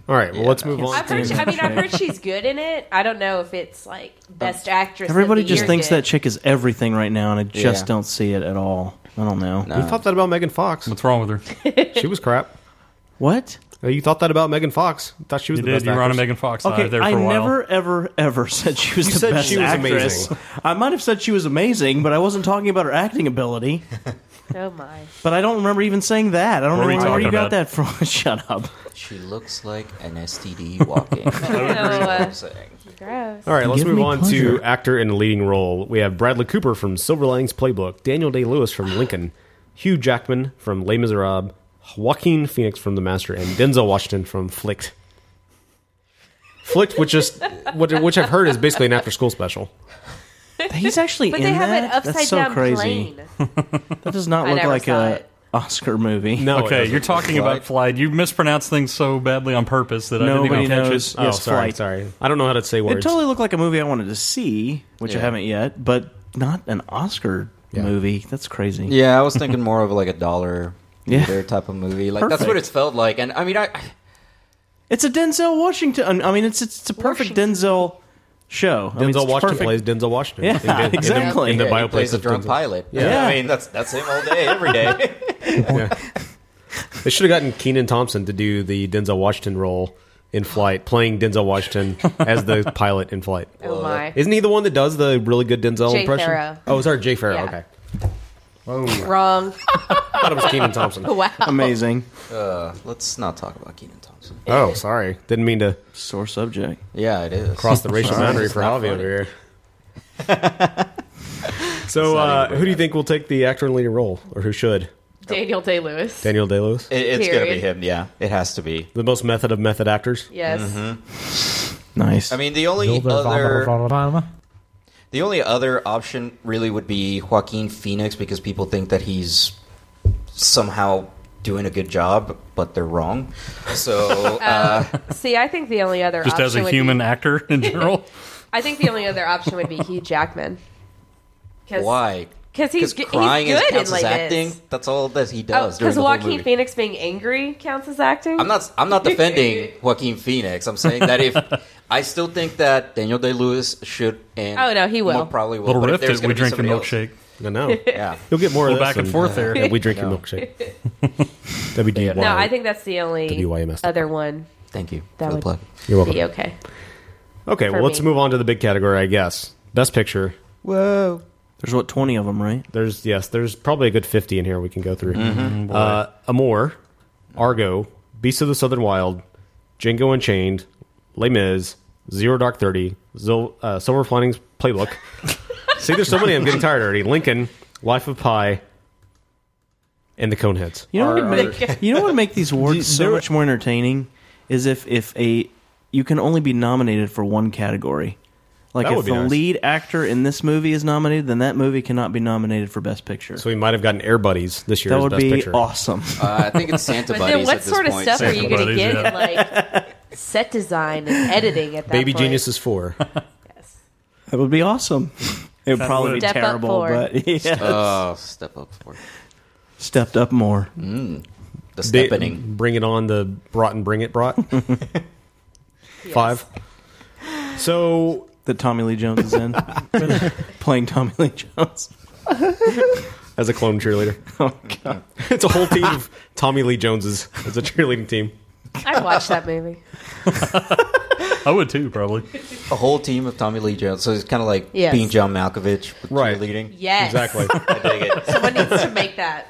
[SPEAKER 1] All right, well, let's move on.
[SPEAKER 19] I've heard she, I mean, I've heard she's good in it. I don't know if it's like best actress. of
[SPEAKER 7] Everybody
[SPEAKER 19] the
[SPEAKER 7] just
[SPEAKER 19] year
[SPEAKER 7] thinks
[SPEAKER 19] good.
[SPEAKER 7] that chick is everything right now, and I just
[SPEAKER 19] Yeah.
[SPEAKER 7] don't see it at all. I don't know.
[SPEAKER 1] You thought that about Megan Fox? What's
[SPEAKER 8] wrong with
[SPEAKER 1] her? she was crap. Uh,
[SPEAKER 7] What?
[SPEAKER 1] You thought that about Megan Fox? You thought she was
[SPEAKER 8] You
[SPEAKER 1] the
[SPEAKER 8] did.
[SPEAKER 1] best
[SPEAKER 8] You were on a
[SPEAKER 1] actress.
[SPEAKER 8] Megan Fox
[SPEAKER 7] Okay, I never, ever, ever said she was
[SPEAKER 1] You
[SPEAKER 7] the
[SPEAKER 1] said
[SPEAKER 7] best
[SPEAKER 1] she was
[SPEAKER 7] actress.
[SPEAKER 1] amazing.
[SPEAKER 7] I might have said she was amazing, but I wasn't talking about her acting ability.
[SPEAKER 19] Oh my!
[SPEAKER 7] But I don't remember even saying that. I don't
[SPEAKER 20] What were
[SPEAKER 7] know
[SPEAKER 20] we
[SPEAKER 7] where
[SPEAKER 20] talking
[SPEAKER 7] you got
[SPEAKER 20] about?
[SPEAKER 7] that from. Shut up.
[SPEAKER 20] She looks like an STD walking. That's what I'm saying.
[SPEAKER 19] uh, Gross.
[SPEAKER 1] All right, let's
[SPEAKER 20] Give
[SPEAKER 1] move
[SPEAKER 20] me
[SPEAKER 1] on
[SPEAKER 20] pleasure.
[SPEAKER 1] to actor in leading role. We have Bradley Cooper from Silver Linings Playbook, Daniel Day Lewis from Lincoln, Hugh Jackman from Les Miserables, Joaquin Phoenix from The Master, and Denzel Washington from Flicked. Flicked, which just what, which I've heard is basically an after-school special.
[SPEAKER 7] He's actually
[SPEAKER 19] But
[SPEAKER 7] in
[SPEAKER 19] they have
[SPEAKER 7] that.
[SPEAKER 19] an upside
[SPEAKER 7] That's so
[SPEAKER 19] down
[SPEAKER 7] crazy.
[SPEAKER 19] plane.
[SPEAKER 7] That does not
[SPEAKER 19] I
[SPEAKER 7] look
[SPEAKER 19] never
[SPEAKER 7] like
[SPEAKER 19] saw
[SPEAKER 7] a Oscar movie.
[SPEAKER 1] No, it
[SPEAKER 8] okay,
[SPEAKER 1] doesn't.
[SPEAKER 8] you're talking
[SPEAKER 1] Flight.
[SPEAKER 8] about flight. You mispronounced things so badly on purpose that I
[SPEAKER 7] Nobody
[SPEAKER 8] didn't even catch
[SPEAKER 7] knows.
[SPEAKER 8] it.
[SPEAKER 7] Yes,
[SPEAKER 1] Oh, sorry,
[SPEAKER 7] Flight.
[SPEAKER 1] sorry. I don't know how to say
[SPEAKER 7] It
[SPEAKER 1] words.
[SPEAKER 7] totally looked like a movie I wanted to see, which I
[SPEAKER 1] Yeah.
[SPEAKER 7] haven't yet, but not an Oscar movie. That's crazy.
[SPEAKER 20] Yeah, I was thinking more of like a dollar
[SPEAKER 7] Yeah.
[SPEAKER 20] theater type of movie. Like that's
[SPEAKER 7] Perfect.
[SPEAKER 20] what it's felt like. And I mean, I, I
[SPEAKER 7] It's a Denzel Washington. I mean, it's it's, it's a perfect Denzel show. I mean, it's
[SPEAKER 1] Denzel Washington
[SPEAKER 7] perfect.
[SPEAKER 1] plays Denzel Washington.
[SPEAKER 7] Yeah,
[SPEAKER 1] In the- in the-
[SPEAKER 7] exactly.
[SPEAKER 1] In the,
[SPEAKER 7] Yeah, he
[SPEAKER 1] biopic
[SPEAKER 20] plays a
[SPEAKER 1] of
[SPEAKER 20] drunk
[SPEAKER 1] Denzel.
[SPEAKER 20] pilot.
[SPEAKER 1] Yeah.
[SPEAKER 20] I mean that's that's him all day, every day.
[SPEAKER 1] They should have gotten Keenan Thompson to do the Denzel Washington role in Flight, playing Denzel Washington as the pilot in Flight.
[SPEAKER 19] Oh my!
[SPEAKER 1] Isn't he the one that does the really good Denzel
[SPEAKER 19] Jay
[SPEAKER 1] impression?
[SPEAKER 19] Farrow.
[SPEAKER 1] Oh, sorry, Jay Farrow.
[SPEAKER 19] Yeah.
[SPEAKER 1] Okay.
[SPEAKER 19] Wrong.
[SPEAKER 1] thought it was Keenan Thompson.
[SPEAKER 19] Wow.
[SPEAKER 7] Amazing.
[SPEAKER 20] Uh, let's not talk about Keenan Thompson.
[SPEAKER 1] Oh, sorry. Didn't mean to.
[SPEAKER 7] Sore subject.
[SPEAKER 20] Yeah, it is.
[SPEAKER 1] Cross the racial
[SPEAKER 20] Sorry.
[SPEAKER 1] boundary
[SPEAKER 20] It's
[SPEAKER 1] for
[SPEAKER 20] not
[SPEAKER 1] Javi
[SPEAKER 20] funny.
[SPEAKER 1] over here. so, uh, who do you think will take the actor in leading role, or who should?
[SPEAKER 19] Daniel Day Lewis.
[SPEAKER 1] Daniel Day Lewis?
[SPEAKER 19] It- it's gonna Period. be
[SPEAKER 20] him, yeah. It has to be.
[SPEAKER 1] The most method of method actors?
[SPEAKER 19] Yes.
[SPEAKER 7] Nice.
[SPEAKER 20] I mean, the only other the only other option really would be Joaquin Phoenix because people think that he's somehow doing a good job, but they're wrong. So uh,
[SPEAKER 19] See, I think the only other
[SPEAKER 8] Just
[SPEAKER 19] option
[SPEAKER 8] as a
[SPEAKER 19] would be-
[SPEAKER 8] human actor in general.
[SPEAKER 19] I think the only other option would be Hugh Jackman.
[SPEAKER 20] why?
[SPEAKER 19] Because he's, g- he's
[SPEAKER 20] crying is
[SPEAKER 19] good in
[SPEAKER 20] counts
[SPEAKER 19] like
[SPEAKER 20] as acting.
[SPEAKER 19] this.
[SPEAKER 20] That's all that he does. during
[SPEAKER 19] Oh, Because
[SPEAKER 20] the whole
[SPEAKER 19] Joaquin
[SPEAKER 20] movie.
[SPEAKER 19] Phoenix being angry counts as acting.
[SPEAKER 20] I'm not. I'm not defending Joaquin Phoenix. I'm saying that if I still think that Daniel Day Lewis should and
[SPEAKER 19] Oh, no, he will.
[SPEAKER 20] more probably will.
[SPEAKER 8] Little
[SPEAKER 20] but if
[SPEAKER 8] rift
[SPEAKER 20] there's
[SPEAKER 8] it,
[SPEAKER 20] gonna
[SPEAKER 8] we
[SPEAKER 20] be
[SPEAKER 8] drink a
[SPEAKER 20] somebody else-
[SPEAKER 8] milkshake.
[SPEAKER 1] I
[SPEAKER 19] Oh,
[SPEAKER 1] know.
[SPEAKER 20] Yeah.
[SPEAKER 1] You'll get more of
[SPEAKER 8] Little
[SPEAKER 1] this
[SPEAKER 8] back and
[SPEAKER 1] than-
[SPEAKER 8] forth there.
[SPEAKER 1] Yeah, we drink your milkshake. WD.
[SPEAKER 19] No, I think that's the only
[SPEAKER 1] WYMS.
[SPEAKER 19] other one.
[SPEAKER 20] Thank you.
[SPEAKER 19] That would
[SPEAKER 1] You're welcome.
[SPEAKER 19] be okay.
[SPEAKER 1] Okay,
[SPEAKER 19] For
[SPEAKER 1] well, let's
[SPEAKER 19] me.
[SPEAKER 1] move on to the big category, I guess. Best picture.
[SPEAKER 7] Whoa. There's what twenty of them, right?
[SPEAKER 1] There's yes, there's probably a good fifty in here we can go through.
[SPEAKER 20] Mm-hmm.
[SPEAKER 7] Mhm. Boy.
[SPEAKER 1] Uh, Amor, Argo, Beasts of the Southern Wild, Django Unchained, Les Mis, Zero Dark Thirty, Zil, uh, Silver Linings Playbook. See, there's so many. I'm getting tired already. Lincoln, Life of Pi, and the Coneheads.
[SPEAKER 7] You know, what would make, you know what would make these awards so much more entertaining is if if a you can only be nominated for one category. Like
[SPEAKER 1] That
[SPEAKER 7] if
[SPEAKER 1] would be
[SPEAKER 7] the
[SPEAKER 1] nice.
[SPEAKER 7] lead actor in this movie is nominated, then that movie cannot be nominated for best picture.
[SPEAKER 1] So we might have gotten Air Buddies this year.
[SPEAKER 7] That
[SPEAKER 1] as
[SPEAKER 7] would
[SPEAKER 1] best
[SPEAKER 7] be
[SPEAKER 1] picture.
[SPEAKER 7] awesome.
[SPEAKER 20] Uh, I think it's Santa
[SPEAKER 19] But then
[SPEAKER 20] Buddies
[SPEAKER 19] what
[SPEAKER 20] at this
[SPEAKER 19] sort of
[SPEAKER 20] point.
[SPEAKER 19] stuff are
[SPEAKER 1] Santa
[SPEAKER 19] you going to
[SPEAKER 1] Buddies,
[SPEAKER 19] get
[SPEAKER 1] yeah.
[SPEAKER 19] in like set design and editing at that
[SPEAKER 1] Baby
[SPEAKER 19] point?
[SPEAKER 1] Genius is four.
[SPEAKER 7] That would be awesome. It would
[SPEAKER 1] That
[SPEAKER 7] probably
[SPEAKER 1] would.
[SPEAKER 7] be
[SPEAKER 1] Step up
[SPEAKER 7] terrible,
[SPEAKER 1] for.
[SPEAKER 7] but yes.
[SPEAKER 20] Oh, step up for.
[SPEAKER 7] stepped up more.
[SPEAKER 20] Mm. The
[SPEAKER 1] Ba-
[SPEAKER 20] steppening.
[SPEAKER 1] bring it on the brought and bring it brought. Five. So
[SPEAKER 7] that Tommy Lee Jones is in playing Tommy Lee Jones
[SPEAKER 1] as a clone cheerleader.
[SPEAKER 7] Oh god,
[SPEAKER 1] it's a whole team of Tommy Lee Joneses as a cheerleading team.
[SPEAKER 19] I'd watch that movie.
[SPEAKER 20] I would too, probably. A whole team of Tommy Lee Jones. So it's kind of like
[SPEAKER 19] Yes.
[SPEAKER 20] being John Malkovich, with right? Leading.
[SPEAKER 19] Yes.
[SPEAKER 20] Exactly. I dig it.
[SPEAKER 19] Someone needs to make that.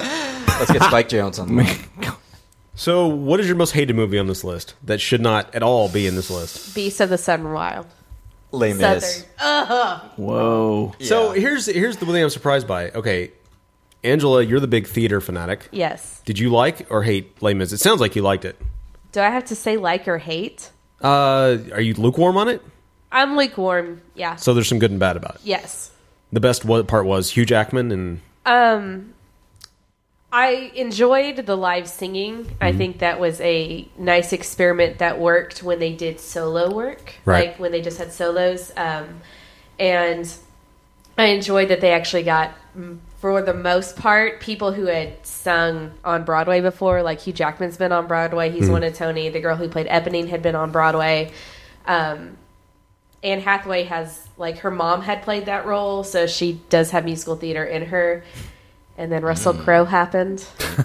[SPEAKER 20] Let's get Spike Jones on. The
[SPEAKER 1] So, what is your most hated movie on this list that should not at all be in this list?
[SPEAKER 19] Beast of the Southern Wild.
[SPEAKER 1] Les
[SPEAKER 19] Southern. Uh-huh. Ugh.
[SPEAKER 7] Whoa.
[SPEAKER 1] So here's here's the thing I'm surprised by. Okay, Angela, you're the big theater fanatic.
[SPEAKER 19] Yes.
[SPEAKER 1] Did you like or hate Les Mis? It sounds like you liked it.
[SPEAKER 19] Do I have to say like or hate?
[SPEAKER 1] Uh, are you lukewarm on it?
[SPEAKER 19] I'm lukewarm. Yeah.
[SPEAKER 1] So there's some good and bad about it.
[SPEAKER 19] yes.
[SPEAKER 1] The best wa- part was Hugh Jackman and
[SPEAKER 19] Um, I enjoyed the live singing. I
[SPEAKER 1] Mhm.
[SPEAKER 19] think that was a nice experiment that worked when they did solo work,
[SPEAKER 1] Right.
[SPEAKER 19] like when they just had solos. Um, and I enjoyed that they actually got, mm, for the most part, people who had sung on Broadway before. Like Hugh Jackman's been on Broadway. He's
[SPEAKER 1] Mm-hmm.
[SPEAKER 4] Mhm.
[SPEAKER 19] won a Tony. The girl who played Eponine had been on Broadway. Um, Anne Hathaway has like her mom had played that role, so she does have musical theater in her. And then Russell Crowe happened,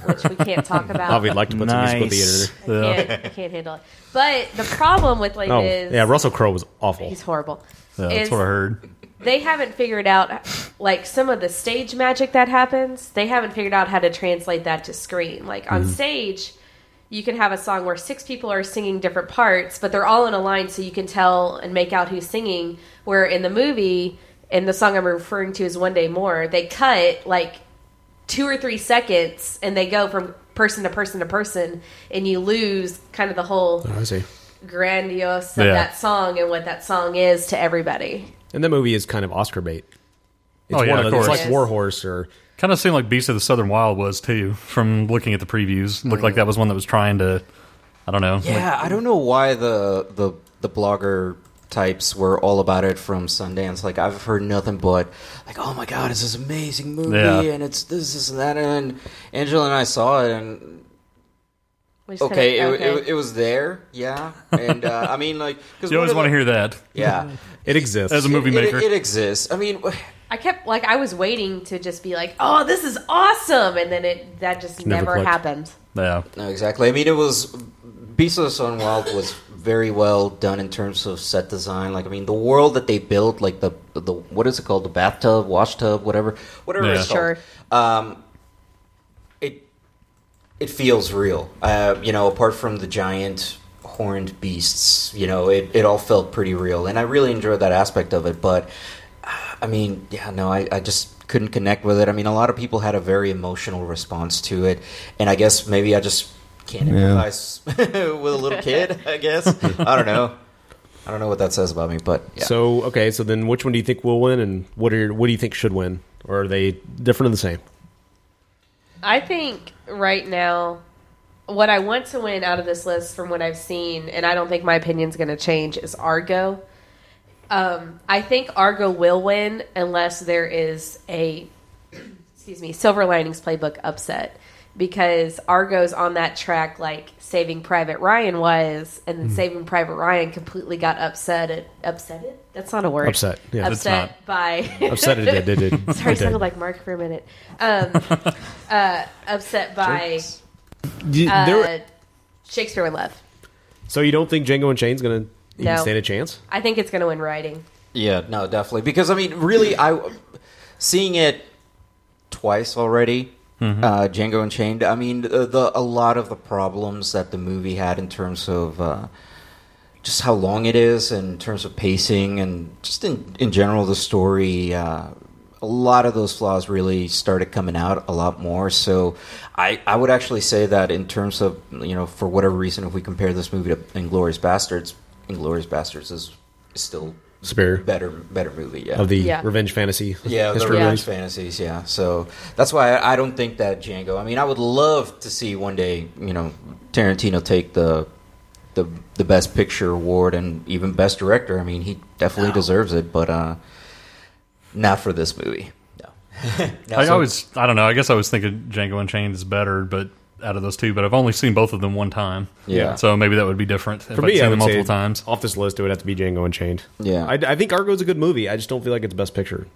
[SPEAKER 19] which we can't talk about.
[SPEAKER 1] Oh, we'd like to put some
[SPEAKER 7] Nice.
[SPEAKER 1] musical theater.
[SPEAKER 19] I can't, I can't handle it. But the problem with like
[SPEAKER 1] oh,
[SPEAKER 19] is
[SPEAKER 1] yeah, Russell Crowe was awful.
[SPEAKER 19] he's horrible. is
[SPEAKER 8] that's what I heard.
[SPEAKER 19] They haven't figured out like some of the stage magic that happens. They haven't figured out how to translate that to screen. Like on
[SPEAKER 1] Mm-hmm.
[SPEAKER 4] Mhm.
[SPEAKER 19] stage, you can have a song where six people are singing different parts, but they're all in a line so you can tell and make out who's singing. Where in the movie, and the song I'm referring to is One Day More, they cut like two or three seconds and they go from person to person to person and you lose kind of the whole
[SPEAKER 1] Oh, I see.
[SPEAKER 19] grandiose of
[SPEAKER 1] Yeah.
[SPEAKER 19] that song and what that song is to everybody.
[SPEAKER 1] And that movie is kind of Oscar bait. It's
[SPEAKER 8] oh yeah,
[SPEAKER 1] one
[SPEAKER 8] of
[SPEAKER 1] of
[SPEAKER 8] course.
[SPEAKER 1] those- It's like War Horse or
[SPEAKER 8] Kind of seemed like Beast of the Southern Wild was too. From looking at the previews,
[SPEAKER 1] Mm.
[SPEAKER 8] looked like that was one that was trying to. I don't know.
[SPEAKER 20] Yeah, I don't know why the the the blogger types were all about it from Sundance. Like I've heard nothing but like, oh my god, it's this amazing movie,
[SPEAKER 15] Yeah.
[SPEAKER 20] and it's this, this, and that. And Angela and I saw it, and
[SPEAKER 19] We just
[SPEAKER 20] okay,
[SPEAKER 19] kinda-
[SPEAKER 20] It, it, it was there, yeah. And uh, I mean, like, 'cause
[SPEAKER 8] You
[SPEAKER 20] one
[SPEAKER 8] always
[SPEAKER 20] of
[SPEAKER 8] want to
[SPEAKER 20] the-
[SPEAKER 8] hear that.
[SPEAKER 20] Yeah,
[SPEAKER 1] it exists
[SPEAKER 8] as a movie
[SPEAKER 20] It- it-
[SPEAKER 8] maker.
[SPEAKER 20] It, exists. I mean,
[SPEAKER 19] I kept like I was waiting to just be like, "Oh, this is awesome," and then it that just
[SPEAKER 20] Never
[SPEAKER 19] never,
[SPEAKER 20] clicked.
[SPEAKER 19] happened.
[SPEAKER 8] yeah,
[SPEAKER 20] no, exactly. I mean, it was Beast of the Sun Wild was very well done in terms of set design. Like I mean, the world that they built, like the the what is it called, the bathtub, washtub, whatever, whatever
[SPEAKER 15] Yeah.
[SPEAKER 20] it's called.
[SPEAKER 15] Sure.
[SPEAKER 20] Um, it it feels real. Uh, you know, apart from the giant horned beasts, you know, it, it all felt pretty real, and I really enjoyed that aspect of it. But uh, I mean, yeah, no, I, I just couldn't connect with it. I mean, a lot of people had a very emotional response to it, and I guess maybe I just can't
[SPEAKER 15] Yeah.
[SPEAKER 20] empathize with a little kid. I guess I don't know. I don't know what that says about me, but yeah.
[SPEAKER 1] So okay, so then which one do you think will win, and what are your, what do you think should win, or are they different and the same?
[SPEAKER 19] I think right now, what I want to win out of this list from what I've seen, and I don't think my opinion's going to change, is Argo. Um, I think Argo will win unless there is a, excuse me, Silver Linings Playbook upset because Argo's on that track like Saving Private Ryan was, and
[SPEAKER 1] Hmm.
[SPEAKER 19] then
[SPEAKER 15] Mhm.
[SPEAKER 19] Saving Private Ryan completely got upset at upset it. That's not a word.
[SPEAKER 1] Upset, yeah. It's
[SPEAKER 19] upset
[SPEAKER 1] not.
[SPEAKER 19] by
[SPEAKER 1] Upset it did, did, did.
[SPEAKER 19] Sorry,
[SPEAKER 1] It did.
[SPEAKER 19] sounded like Mark for a minute. Um, uh, upset by
[SPEAKER 1] You-
[SPEAKER 19] uh,
[SPEAKER 1] there-
[SPEAKER 19] Shakespeare in Love.
[SPEAKER 1] So you don't think Django and Chain's going to
[SPEAKER 19] No.
[SPEAKER 1] stand a chance?
[SPEAKER 19] I think it's going to win writing.
[SPEAKER 20] Yeah, no, definitely. Because I mean, really, I seeing it twice already. Uh, Django Unchained. I mean, the, the a lot of the problems that the movie had in terms of uh, just how long it is, and in terms of pacing, and just in in general the story. Uh, a lot of those flaws really started coming out a lot more. So, I, I would actually say that in terms of you know for whatever reason, if we compare this movie to Inglorious Bastards, Inglorious Bastards is, is still
[SPEAKER 1] Superior.
[SPEAKER 20] better better movie yeah
[SPEAKER 1] Of the revenge fantasy,
[SPEAKER 20] yeah the
[SPEAKER 1] history
[SPEAKER 20] revenge
[SPEAKER 1] movies?
[SPEAKER 20] fantasies yeah so that's why I, I don't think that Django I mean I would love to see one day you know Tarantino take the the the best picture award and even best director I mean he definitely deserves it but uh not for this movie no, No,
[SPEAKER 8] I
[SPEAKER 20] so-
[SPEAKER 8] always, I don't know. I guess I was thinking Django Unchained is better, but out of those two, but I've only seen both of them one time.
[SPEAKER 1] Yeah.
[SPEAKER 8] So maybe that would be different if
[SPEAKER 1] For
[SPEAKER 8] I'd
[SPEAKER 1] me,
[SPEAKER 8] seen
[SPEAKER 1] I would
[SPEAKER 8] them multiple
[SPEAKER 1] say
[SPEAKER 8] times.
[SPEAKER 1] Off this list, it would have to be Django Unchained.
[SPEAKER 20] Yeah.
[SPEAKER 1] I, I think Argo's a good movie. I just don't feel like it's best picture.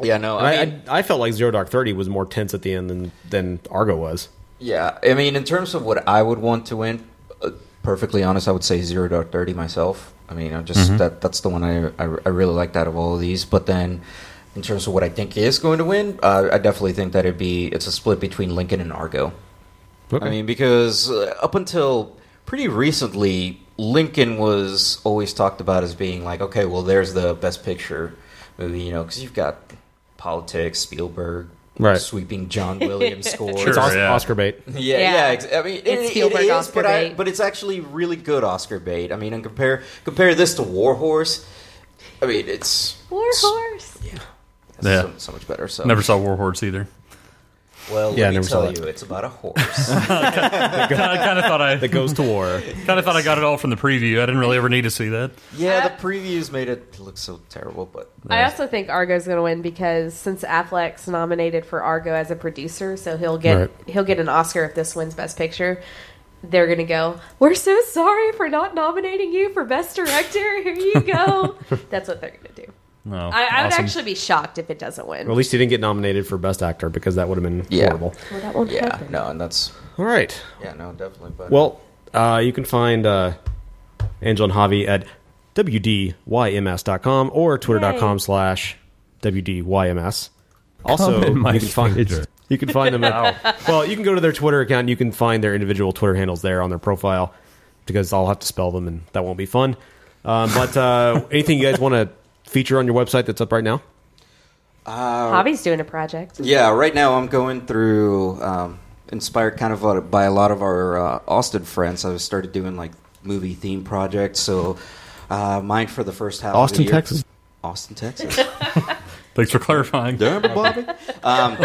[SPEAKER 20] Yeah, no,
[SPEAKER 1] And I,
[SPEAKER 20] Oh, I
[SPEAKER 1] I, I, felt like Zero Dark Thirty was more tense at the end than than Argo was.
[SPEAKER 20] Yeah, I mean, in terms of what I would want to win, uh, perfectly honest, I would say zero dark thirty myself. I mean, I just
[SPEAKER 1] Mm-hmm.
[SPEAKER 15] Mhm.
[SPEAKER 20] that that's the one I, I I really liked out of all of these. But then, in terms of what I think is going to win, uh, I definitely think that it'd be it's a split between Lincoln and Argo. I
[SPEAKER 15] Okay.
[SPEAKER 20] mean, because uh, up until pretty recently, Lincoln was always talked about as being like, okay, well, there's the best picture movie, you know, because you've got politics, Spielberg,
[SPEAKER 1] Right.
[SPEAKER 20] sweeping John Williams score.
[SPEAKER 1] Sure, It's Os- yeah. Oscar bait.
[SPEAKER 20] Yeah,
[SPEAKER 1] Yeah.
[SPEAKER 20] yeah. ex- I mean, it,
[SPEAKER 1] It's
[SPEAKER 20] it
[SPEAKER 1] Spielberg
[SPEAKER 20] is,
[SPEAKER 1] Oscar
[SPEAKER 20] but, I-
[SPEAKER 1] bait.
[SPEAKER 20] but it's actually really good Oscar bait. I mean, and compare compare this to War Horse. I mean, it's
[SPEAKER 19] War Horse.
[SPEAKER 8] Yeah.
[SPEAKER 20] so, so much better. So
[SPEAKER 8] Never saw War Horse either.
[SPEAKER 20] Well,
[SPEAKER 8] Yeah, I
[SPEAKER 20] let me
[SPEAKER 8] never saw
[SPEAKER 20] tell
[SPEAKER 8] that.
[SPEAKER 20] you, it's about a horse.
[SPEAKER 8] I kind of thought I
[SPEAKER 1] that goes to war.
[SPEAKER 8] Kind of thought I got it all from the preview. I didn't really ever need to see that.
[SPEAKER 20] Yeah, the previews made it look so terrible, but
[SPEAKER 19] I also think Argo's going to win because since Affleck's nominated for Argo as a producer, so he'll get
[SPEAKER 15] Right.
[SPEAKER 19] he'll get an Oscar if this wins Best Picture. They're going to go. We're so sorry for not nominating you for Best Director. Here you go. That's what they're going to do.
[SPEAKER 1] No,
[SPEAKER 19] I, I would
[SPEAKER 1] Oh, awesome.
[SPEAKER 19] actually be shocked if it doesn't win.
[SPEAKER 1] Or at least he didn't get nominated for Best Actor because that would have been horrible.
[SPEAKER 19] Well, that won't
[SPEAKER 20] yeah,
[SPEAKER 19] happen.
[SPEAKER 20] no, and that's
[SPEAKER 1] all right.
[SPEAKER 20] Yeah, no, definitely. But
[SPEAKER 1] Well, uh, you can find uh, Angel and Javi at wdyms.com or twitter.com slash wdyms. Also,
[SPEAKER 21] Comment my
[SPEAKER 1] you can find
[SPEAKER 21] stranger.
[SPEAKER 1] you can find them at well, you can go to their Twitter account. and You can find their individual Twitter handles there on their profile because I'll have to spell them and that won't be fun. Um, but uh, anything you guys want to feature on your website that's up right now?
[SPEAKER 20] uh,
[SPEAKER 19] Hobby's doing a project.
[SPEAKER 20] yeah, right now I'm going through, um, inspired kind of uh, by a lot of our uh, Austin friends. I've started doing like movie theme projects. So uh, mine for the first half. of
[SPEAKER 21] Austin,
[SPEAKER 20] the year,
[SPEAKER 21] Texas.
[SPEAKER 20] Austin, Texas.
[SPEAKER 8] Thanks for clarifying.
[SPEAKER 20] Bobby. um,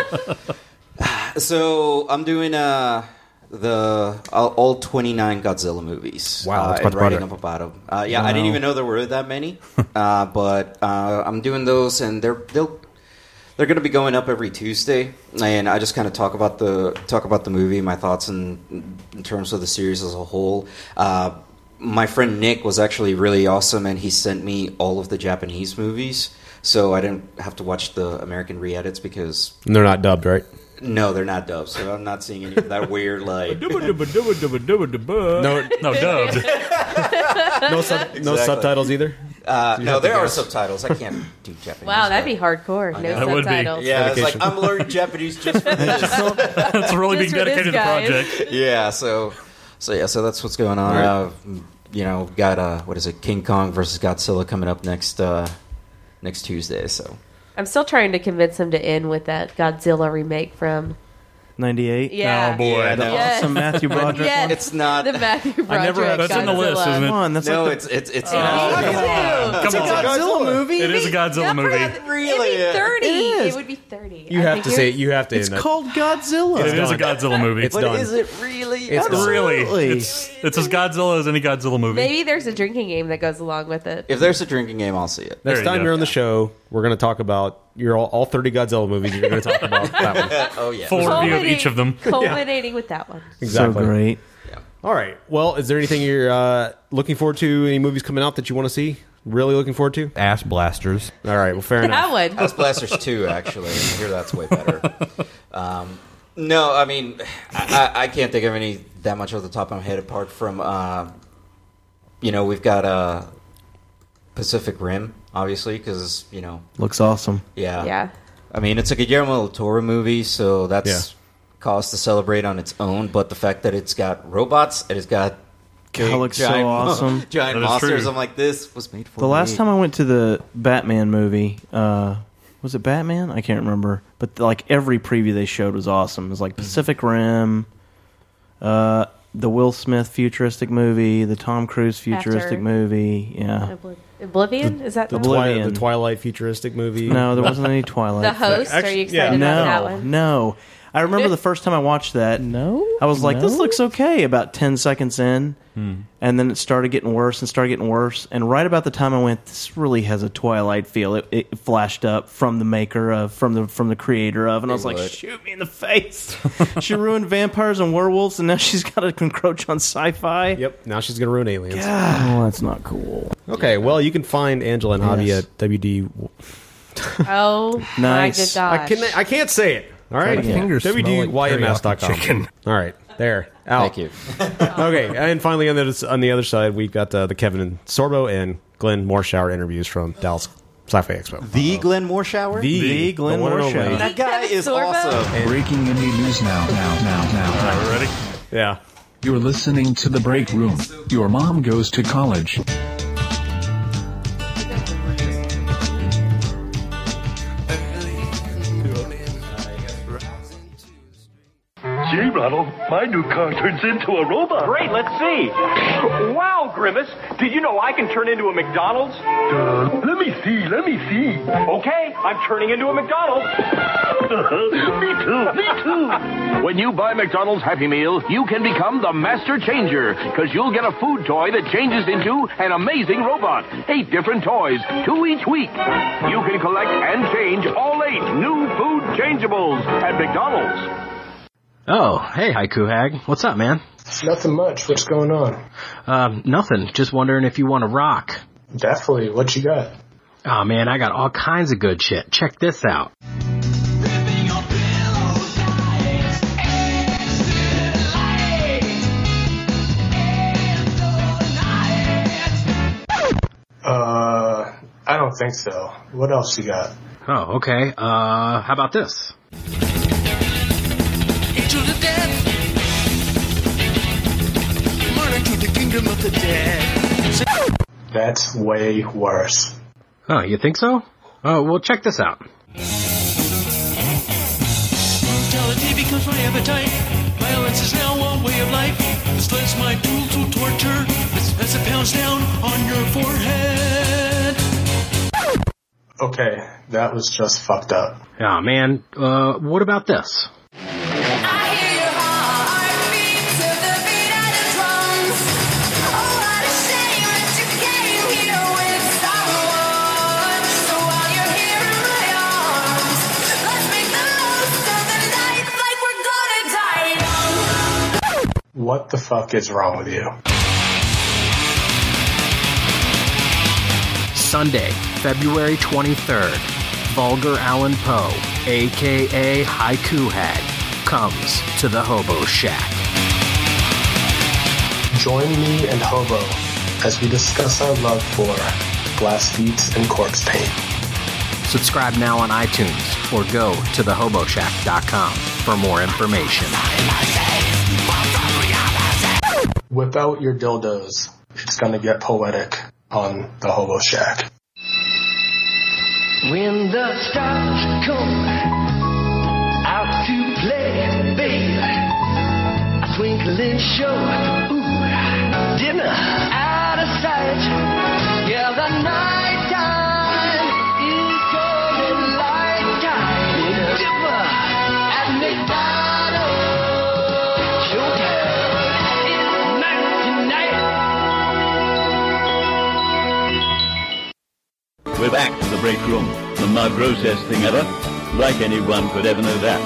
[SPEAKER 20] so I'm doing uh, the all- all 29 Godzilla movies.
[SPEAKER 1] Wow,
[SPEAKER 20] uh,
[SPEAKER 1] that's
[SPEAKER 20] and
[SPEAKER 1] quite a
[SPEAKER 20] writing
[SPEAKER 1] project.
[SPEAKER 20] up about them. Uh, yeah, I didn't
[SPEAKER 1] Wow.
[SPEAKER 20] even know there were that many, uh, but uh, I'm doing those, and they're they'll. They're going to be going up every Tuesday, and I just kind of talk about the talk about the movie, my thoughts in, in terms of the series as a whole. Uh, my friend Nick was actually really awesome, and he sent me all of the Japanese movies, so I didn't have to watch the American re-edits because
[SPEAKER 1] And they're not dubbed, right?
[SPEAKER 20] no, they're not dubs, so I'm not seeing any of that weird like.
[SPEAKER 8] No, no, dubbed.
[SPEAKER 1] No sub- no subtitles either?
[SPEAKER 20] Uh,
[SPEAKER 1] So you
[SPEAKER 20] no,
[SPEAKER 1] have to
[SPEAKER 20] there are
[SPEAKER 1] guess.
[SPEAKER 20] subtitles. I can't do Japanese.
[SPEAKER 19] Wow, that'd be hardcore. No subtitles.
[SPEAKER 20] Yeah, it's like
[SPEAKER 19] Dedication.
[SPEAKER 20] I'm learning Japanese just for this.
[SPEAKER 19] That's really Just being for this dedicated to the guy. project.
[SPEAKER 20] Yeah, so so yeah, so that's what's going on.
[SPEAKER 19] All right.
[SPEAKER 20] Uh, you know, we've got uh, what is it? King Kong versus Godzilla coming up next uh, next Tuesday. So
[SPEAKER 19] I'm still trying to convince him to end with that Godzilla remake from.
[SPEAKER 7] 98.
[SPEAKER 19] Yeah. Oh, boy.
[SPEAKER 20] no.
[SPEAKER 19] Yes.
[SPEAKER 7] Awesome Matthew Broderick.
[SPEAKER 19] Yes.
[SPEAKER 7] one.
[SPEAKER 20] It's not.
[SPEAKER 19] The Matthew Broderick. Godzilla.
[SPEAKER 7] Come on, that's
[SPEAKER 20] no,
[SPEAKER 7] like the-
[SPEAKER 20] it's it's it's
[SPEAKER 7] Oh,
[SPEAKER 20] not.
[SPEAKER 7] come
[SPEAKER 19] on.
[SPEAKER 7] It's a Godzilla movie?
[SPEAKER 8] It is a Godzilla movie.
[SPEAKER 20] Really?
[SPEAKER 19] It'd be 30.
[SPEAKER 7] It
[SPEAKER 19] It,
[SPEAKER 7] is.
[SPEAKER 19] would be 30.
[SPEAKER 1] You
[SPEAKER 19] I
[SPEAKER 1] have
[SPEAKER 19] think
[SPEAKER 1] to
[SPEAKER 19] it
[SPEAKER 1] say
[SPEAKER 19] was-
[SPEAKER 1] it. You have to.
[SPEAKER 7] It's
[SPEAKER 1] end it.
[SPEAKER 7] called Godzilla.
[SPEAKER 8] It is a Godzilla movie.
[SPEAKER 1] It's But done. is
[SPEAKER 20] it really?
[SPEAKER 8] It's
[SPEAKER 1] Godzilla?
[SPEAKER 8] really. It's, it's as Godzilla as any Godzilla movie.
[SPEAKER 19] Maybe there's a drinking game that goes along with it.
[SPEAKER 20] If there's a drinking game, I'll see it.
[SPEAKER 1] Next time you're on the show, we're going to talk about your all, all 30 Godzilla movies. You're going to talk about that one.
[SPEAKER 20] oh yeah.
[SPEAKER 1] Full review of
[SPEAKER 19] Culminating-
[SPEAKER 1] each of them.
[SPEAKER 19] Culminating with that one.
[SPEAKER 1] Exactly.
[SPEAKER 7] So great.
[SPEAKER 1] All right. Well, is there anything you're uh, looking forward to? Any movies coming out that you want to see? Really looking forward to?
[SPEAKER 4] Ass blasters.
[SPEAKER 1] All right. Well, fair
[SPEAKER 19] That
[SPEAKER 1] enough.
[SPEAKER 19] one.
[SPEAKER 20] House Blasters 2, actually. I hear that's way better. Um, no, I mean, I, I I can't think of any that much off the top of my head apart from, uh, you know, we've got uh, Pacific Rim, obviously, because, you know,
[SPEAKER 7] Looks awesome.
[SPEAKER 20] yeah.
[SPEAKER 19] Yeah.
[SPEAKER 20] I mean, it's a Guillermo del Toro movie, so that's cause to celebrate on its own. But the fact that it's got robots, it has got
[SPEAKER 7] God,
[SPEAKER 20] big
[SPEAKER 7] looks so awesome.
[SPEAKER 20] giant
[SPEAKER 7] That is
[SPEAKER 20] monsters.
[SPEAKER 7] true.
[SPEAKER 20] I'm like, this was made for
[SPEAKER 7] The last
[SPEAKER 20] me.
[SPEAKER 7] time I went to the Batman movie, uh, was it Batman? I can't remember. But like every preview they showed was awesome. It was like Pacific Rim, uh, the Will Smith futuristic movie, the Tom Cruise futuristic
[SPEAKER 19] After.
[SPEAKER 7] movie. Yeah.
[SPEAKER 19] Obli- Oblivion? Is that
[SPEAKER 7] the
[SPEAKER 19] the,
[SPEAKER 7] Oblivion.
[SPEAKER 19] one?
[SPEAKER 1] The Twilight futuristic movie.
[SPEAKER 7] No, there wasn't any Twilight.
[SPEAKER 19] The host? Are you excited
[SPEAKER 7] no,
[SPEAKER 19] about that one?
[SPEAKER 7] No. I remember the first time I watched that. No. I was like, this looks okay about 10 seconds in. And then it started getting worse and started getting worse. And right about the time I went, this really has a Twilight feel. It, it flashed up from the maker of, from the from the creator of, and I was like, shoot. me in the face. she ruined vampires and werewolves, and now she's got to encroach on sci-fi.
[SPEAKER 1] Yep. Now she's going to ruin aliens.
[SPEAKER 7] Oh, that's not cool.
[SPEAKER 1] Okay. Well, you can find Angela and Javi
[SPEAKER 7] Yes.
[SPEAKER 1] at WD.
[SPEAKER 19] Oh,
[SPEAKER 1] Nice.
[SPEAKER 19] my
[SPEAKER 1] I
[SPEAKER 19] good gosh.
[SPEAKER 1] can. I can't say it. All right.
[SPEAKER 4] My fingers smell like teriyaki
[SPEAKER 1] WDYMS.com.
[SPEAKER 4] chicken.
[SPEAKER 1] All right. There. Out.
[SPEAKER 20] Thank you.
[SPEAKER 1] okay. And finally, on the, on the other side, we've got uh, the Kevin and Sorbo and Glenn Morshower interviews from Dallas Sci-Fi Expo.
[SPEAKER 20] The Glenn Moore shower?
[SPEAKER 1] The- The Glenn the one and Moore only. Shower.
[SPEAKER 20] That guy is awesome.
[SPEAKER 11] Breaking indie news now, now, now, now. Are we ready?
[SPEAKER 1] Yeah.
[SPEAKER 11] You're listening to The Break Room. Your mom goes to college.
[SPEAKER 6] Gee, Ronald, my new car turns into a robot.
[SPEAKER 22] Great, let's see. wow, Grimace. Did you know I can turn into a McDonald's?
[SPEAKER 6] Uh, let me see, let me see.
[SPEAKER 22] Okay, I'm turning into a McDonald's.
[SPEAKER 6] Uh, me too, me too.
[SPEAKER 2] When you buy McDonald's Happy Meal, you can become the master changer because you'll get a food toy that changes into an amazing robot. Eight different toys, two each week. You can collect and change all eight new food changeables at McDonald's.
[SPEAKER 23] Oh, hey, Haiku Hag. What's up, man?
[SPEAKER 24] Nothing much. What's going on?
[SPEAKER 23] Um, nothing. Just wondering if you want to rock.
[SPEAKER 24] Definitely. What you got?
[SPEAKER 23] Oh, man, I got all kinds of good shit. Check this out.
[SPEAKER 24] Uh, I don't think so. What else you got?
[SPEAKER 23] Oh, okay. Uh, how about this?
[SPEAKER 10] Into the dead. Murder to the kingdom of the dead.
[SPEAKER 23] That's way worse. Oh, you think so? Oh, well, check this out.
[SPEAKER 10] Brutality becomes my appetite. Violence is now a way of life. This life's my tool to torture. As, as it pounds down on your forehead.
[SPEAKER 24] Okay, that was just fucked up.
[SPEAKER 23] Oh, man. Uh, what about this?
[SPEAKER 24] What the fuck is wrong with you?
[SPEAKER 23] Sunday, February 23rd, Vulgar Allen Poe, aka Haiku Hag, comes to the Hobo Shack.
[SPEAKER 24] Join me and Hobo as we discuss our love for glass beads and corpse paint.
[SPEAKER 25] Subscribe now on iTunes or go to thehoboshack.com for more information.
[SPEAKER 24] Whip out your dildos. It's gonna get poetic on the Hobo Shack.
[SPEAKER 15] When the stars come out to play, babe, a twinkling show, ooh, dinner out of sight. Yeah, the night time is golden light time. Dipper at McDonald's, showtime is night tonight.
[SPEAKER 5] We're back to the break room. The most grossest thing ever. Like anyone could ever know that.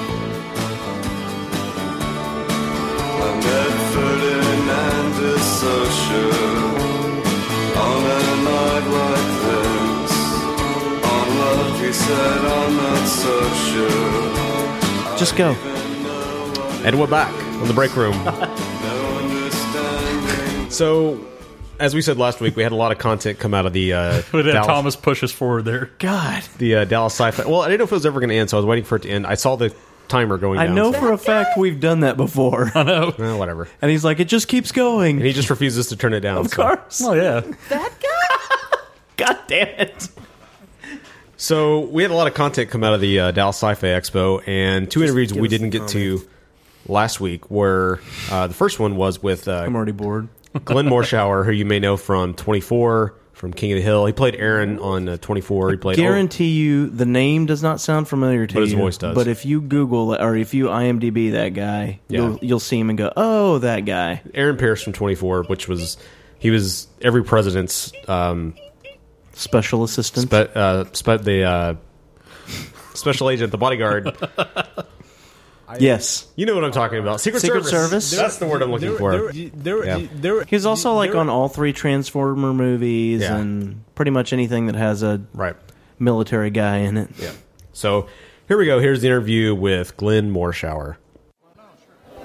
[SPEAKER 26] Ferdinandus Osher on a night like this. On love, he said, I'm not so sure.
[SPEAKER 7] Just go.
[SPEAKER 1] And we're back on the break room. so, as we said last week, we had a lot of content come out of the uh,
[SPEAKER 8] But then
[SPEAKER 1] Dallas,
[SPEAKER 8] Thomas pushes forward there.
[SPEAKER 7] God,
[SPEAKER 1] the uh, Dallas Sci-Fi. Well, I didn't know if it was ever going to end, so I was waiting for it to end. I saw the timer going.
[SPEAKER 7] I
[SPEAKER 1] down,
[SPEAKER 7] know
[SPEAKER 1] so-
[SPEAKER 7] for a fact we've done that before. I
[SPEAKER 8] know.
[SPEAKER 1] Eh, whatever.
[SPEAKER 7] And he's like, it just keeps going. And
[SPEAKER 1] he just refuses to turn it down.
[SPEAKER 7] Of
[SPEAKER 1] so-
[SPEAKER 7] course.
[SPEAKER 8] Oh yeah.
[SPEAKER 7] God damn it.
[SPEAKER 1] So we had a lot of content come out of the uh, Dallas Sci-Fi Expo, and two interviews
[SPEAKER 7] give
[SPEAKER 1] we
[SPEAKER 7] us the
[SPEAKER 1] didn't get to last week. Were uh, the first one was with uh, I'm
[SPEAKER 7] already bored.
[SPEAKER 1] Glenn Morshower, who you may know from 24, from King of the Hill. He played Aaron on uh, 24. He played
[SPEAKER 7] Guarantee you, the name does not sound familiar to
[SPEAKER 1] But
[SPEAKER 7] you.
[SPEAKER 1] his voice does.
[SPEAKER 7] But if you Google it, or if you IMDb that guy,
[SPEAKER 1] Yeah.
[SPEAKER 7] you'll, you'll see him and go, oh, that guy.
[SPEAKER 1] Aaron Pierce from 24, which was he was every president's um,
[SPEAKER 7] special assistant,
[SPEAKER 1] spe- uh, spe- the uh, special agent, the bodyguard.
[SPEAKER 7] yes,
[SPEAKER 1] you know what I'm talking about. Secret,
[SPEAKER 7] Secret
[SPEAKER 1] Service.
[SPEAKER 7] Service?
[SPEAKER 1] That's the word I'm looking for. Yeah.
[SPEAKER 7] He's also like on all three Transformer movies
[SPEAKER 1] Yeah.
[SPEAKER 7] and pretty much anything that has a
[SPEAKER 1] right.
[SPEAKER 7] military guy in it.
[SPEAKER 1] Yeah. So here we go. Here's the interview with Glenn Morshower.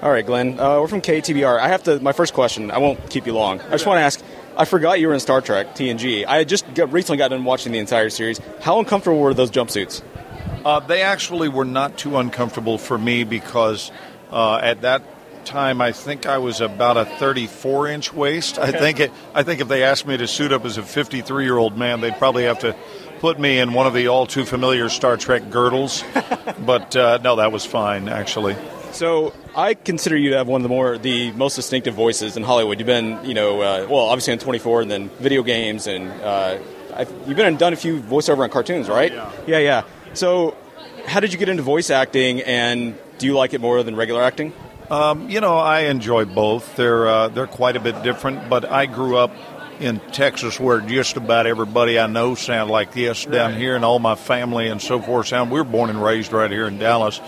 [SPEAKER 12] All right, Glenn. Uh, we're from KTBR. I have to. My first question. I won't keep you long. I just want to ask. I forgot you were in Star Trek TNG. I had just got, recently got done watching the entire series. How uncomfortable were those jumpsuits?
[SPEAKER 27] Uh, they actually were not too uncomfortable for me because uh, at that time I think I was about a 34 inch waist. I think it, I think if they asked me to suit up as a 53 year old man, they'd probably have to put me in one of the all too familiar Star Trek girdles. but uh, no, that was fine actually.
[SPEAKER 12] So I consider you to have one of the more the most distinctive voices in Hollywood. You've been, you know, uh, well, obviously on 24, and then video games, and uh, i you've been and done a few voiceover on cartoons, right? Yeah. yeah, So how did you get into voice acting, and do you like it more than regular acting?
[SPEAKER 27] Um, you know, I enjoy both. They're uh, they're quite a bit different. But I grew up in Texas, where just about everybody I know sound like this down here, and all my family and so forth sound. We were born and raised right here in Dallas,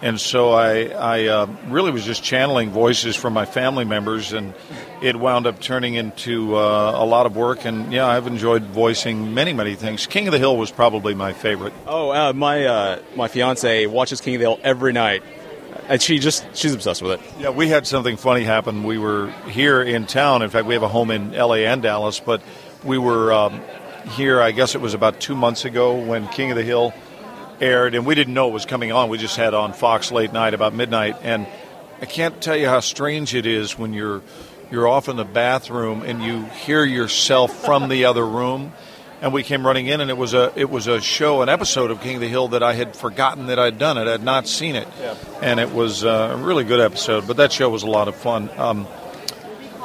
[SPEAKER 27] and so I I uh, really was just channeling voices from my family members, and it wound up turning into uh, a lot of work. And yeah, I've enjoyed voicing many many things. King of the Hill was probably my favorite.
[SPEAKER 12] Oh, uh, my uh, my fiance watches King of the Hill every night, and she just she's obsessed with it.
[SPEAKER 27] Yeah, we had something funny happen. We were here in town. In fact, we have a home in LA and Dallas, but we were um, here, I guess it was about two months ago when King of the Hill aired, and we didn't know it was coming on. We just had on Fox late night about midnight, and I can't tell you how strange it is when you're you're off in the bathroom and you hear yourself from the other room. And we came running in, and it was a it was a show, an episode of King of the Hill that I had forgotten that I'd done it. I'd not seen it, and it was uh, a really good episode. But that show was a lot of fun. Um,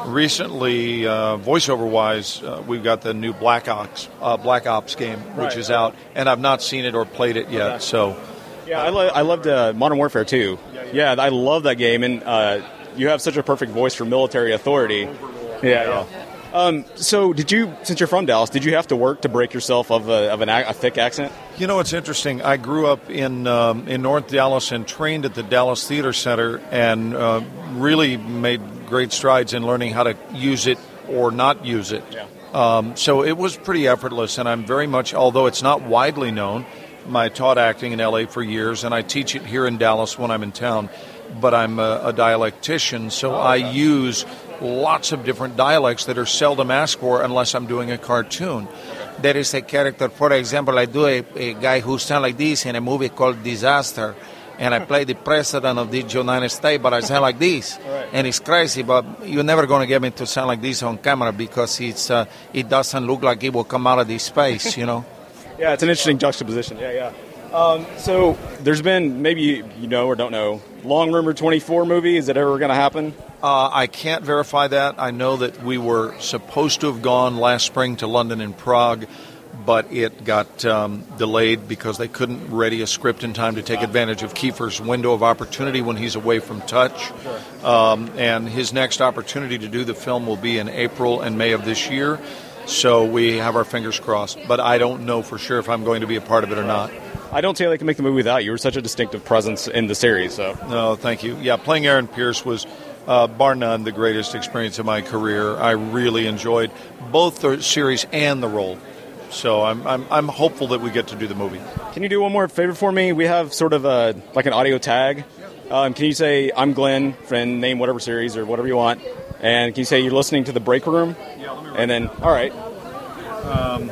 [SPEAKER 27] recently, uh, voiceover wise, uh, we've got the new Black Ops uh, Black Ops game, which
[SPEAKER 12] Right.
[SPEAKER 27] is out, and I've not seen it or played it yet. So
[SPEAKER 12] Yeah, I, lo- I loved uh, Modern Warfare 2. Yeah, I love that game, and uh, you have such a perfect voice for military authority. Yeah, yeah. Um, so, did you, since you're from Dallas, did you have to work to break yourself of a, of an ac- a thick accent?
[SPEAKER 27] You know, it's interesting. I grew up in um, in North Dallas and trained at the Dallas Theater Center, and uh, really made great strides in learning how to use it or not use it. Um, so it was pretty effortless, and I'm very much, although it's not widely known, I taught acting in LA for years, and I teach it here in Dallas when I'm in town. But I'm a, a dialectician, so I use lots of different dialects that are seldom asked for unless I'm doing a cartoon. There is a character, for example, I do a, a guy who sounds like this in a movie called Disaster, and I play the president of the United States, but I sound like this, and it's crazy. But you're never going to get me to sound like this on camera because it's uh, it doesn't look like it will come out of this space, you know.
[SPEAKER 12] Yeah, it's an interesting juxtaposition. Yeah, yeah. Um, so there's been maybe you you know or don't know long rumored 24 movie. Is it ever going to happen?
[SPEAKER 27] Uh, I can't verify that. I know that we were supposed to have gone last spring to London and Prague, but it got um, delayed because they couldn't ready a script in time to take advantage of Kiefer's window of opportunity when he's away from touch. Um, and his next opportunity to do the film will be in April and May of this year. So we have our fingers crossed, but I don't know for sure if I'm going to be a part of it or not.
[SPEAKER 12] I don't think they can make the movie without you. You're such a distinctive presence in the series. So
[SPEAKER 27] No, thank you. Yeah, playing Aaron Pierce was, uh, bar none, the greatest experience of my career. I really enjoyed both the series and the role. So I'm, I'm, I'm hopeful that we get to do the movie.
[SPEAKER 12] Can you do one more favor for me? We have sort of a like an audio tag. Um, can you say I'm Glenn, friend, name whatever series or whatever you want, and can you say you're listening to the break room? Yeah. Let me and then all right,
[SPEAKER 27] Um,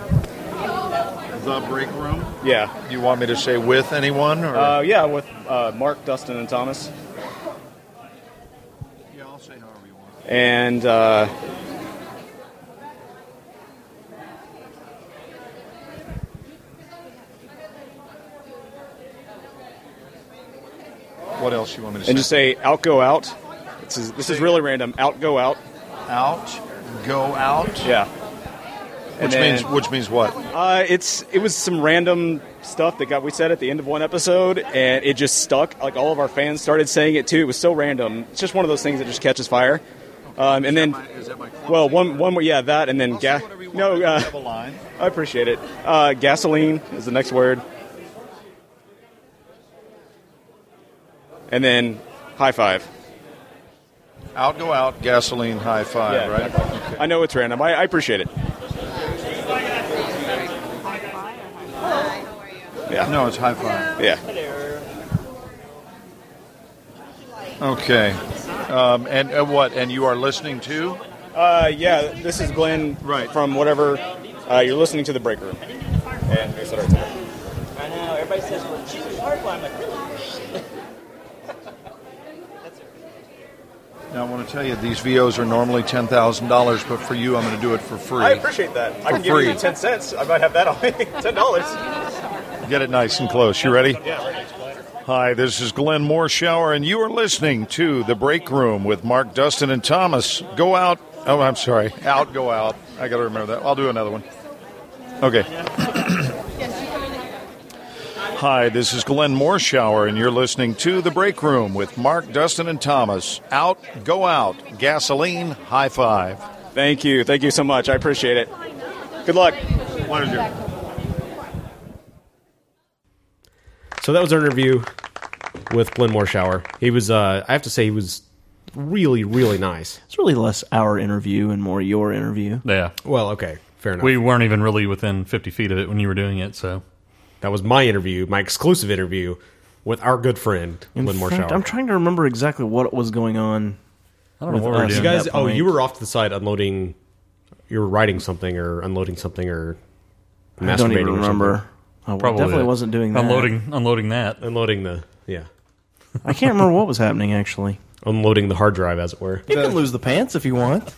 [SPEAKER 27] the break room.
[SPEAKER 12] yeah.
[SPEAKER 27] Do you want me to say with anyone? Or?
[SPEAKER 12] Uh, yeah, with uh, Mark, Dustin, and Thomas.
[SPEAKER 27] Yeah, I'll say however you want.
[SPEAKER 12] And uh,
[SPEAKER 27] What else you want me to say?
[SPEAKER 12] and just say out go out. This is this is really random. Out go out.
[SPEAKER 27] out, go out.
[SPEAKER 12] Yeah.
[SPEAKER 27] Which means which means what?
[SPEAKER 12] Uh, it's it was some random stuff that got we said at the end of one episode, and it just stuck. Like all of our fans started saying it too. It was so random. It's just one of those things that just catches fire. Um, and then, well, one one more, yeah, that, and then gas. No, uh, I appreciate it. Uh, gasoline is the next word, and then high five.
[SPEAKER 27] Out, go out. Gasoline, high five.
[SPEAKER 12] Yeah,
[SPEAKER 27] right.
[SPEAKER 12] I know it's random. I, I appreciate it. Yeah.
[SPEAKER 27] No, it's high five.
[SPEAKER 12] Yeah.
[SPEAKER 27] Okay. Um, and uh, what? And you are listening to?
[SPEAKER 12] Uh, yeah, this is Glenn right. from whatever. Uh, you're listening to the break room. And here's what I tell you.
[SPEAKER 28] I know. Everybody says, well, she's a hard one. I'm like, relax.
[SPEAKER 27] Now I want to tell you these VOs are normally ten thousand dollars, but for you, I'm going to do it for free.
[SPEAKER 12] I appreciate that. I
[SPEAKER 27] For
[SPEAKER 12] can give you
[SPEAKER 27] free.
[SPEAKER 12] 10 cents. I might have that on me. $10.
[SPEAKER 27] Get it nice and close. You ready?
[SPEAKER 12] Yeah, ready.
[SPEAKER 27] Hi, this is Glenn Morshower, and you are listening to The Break Room with Mark Dustin and Thomas. Go out. Oh, I'm sorry. Out, go out. I got to remember that. I'll do another one. Okay. Hi, this is Glenn Morshower, and you're listening to The Break Room with Mark Dustin and Thomas. Out, go out. Gasoline, high five.
[SPEAKER 12] Thank you. Thank you so much. I appreciate it. Good luck.
[SPEAKER 1] So that was our interview with Glenn Morshower. He was, uh, I have to say, he was really, really nice.
[SPEAKER 7] It's really less our interview and more your interview.
[SPEAKER 8] Yeah.
[SPEAKER 1] Well, okay, fair enough.
[SPEAKER 8] We weren't even really within 50 feet of it when you were doing it, so.
[SPEAKER 1] That was my interview, my exclusive interview with our good friend
[SPEAKER 7] In
[SPEAKER 1] Glenn
[SPEAKER 7] fact,
[SPEAKER 1] Morshower.
[SPEAKER 7] I'm trying to remember exactly what was going on. with us
[SPEAKER 1] You
[SPEAKER 7] at
[SPEAKER 1] guys,
[SPEAKER 7] that
[SPEAKER 1] oh,
[SPEAKER 7] point.
[SPEAKER 1] you were off to the side unloading. You were writing something or unloading something or masturbating.
[SPEAKER 7] I don't even
[SPEAKER 1] or something.
[SPEAKER 7] remember. I
[SPEAKER 1] Probably
[SPEAKER 7] definitely
[SPEAKER 1] that.
[SPEAKER 7] wasn't doing that.
[SPEAKER 8] Unloading, unloading that.
[SPEAKER 1] Unloading the, yeah.
[SPEAKER 7] I can't remember what was happening actually.
[SPEAKER 1] Unloading the hard drive, as it were.
[SPEAKER 7] You can lose the pants if you want.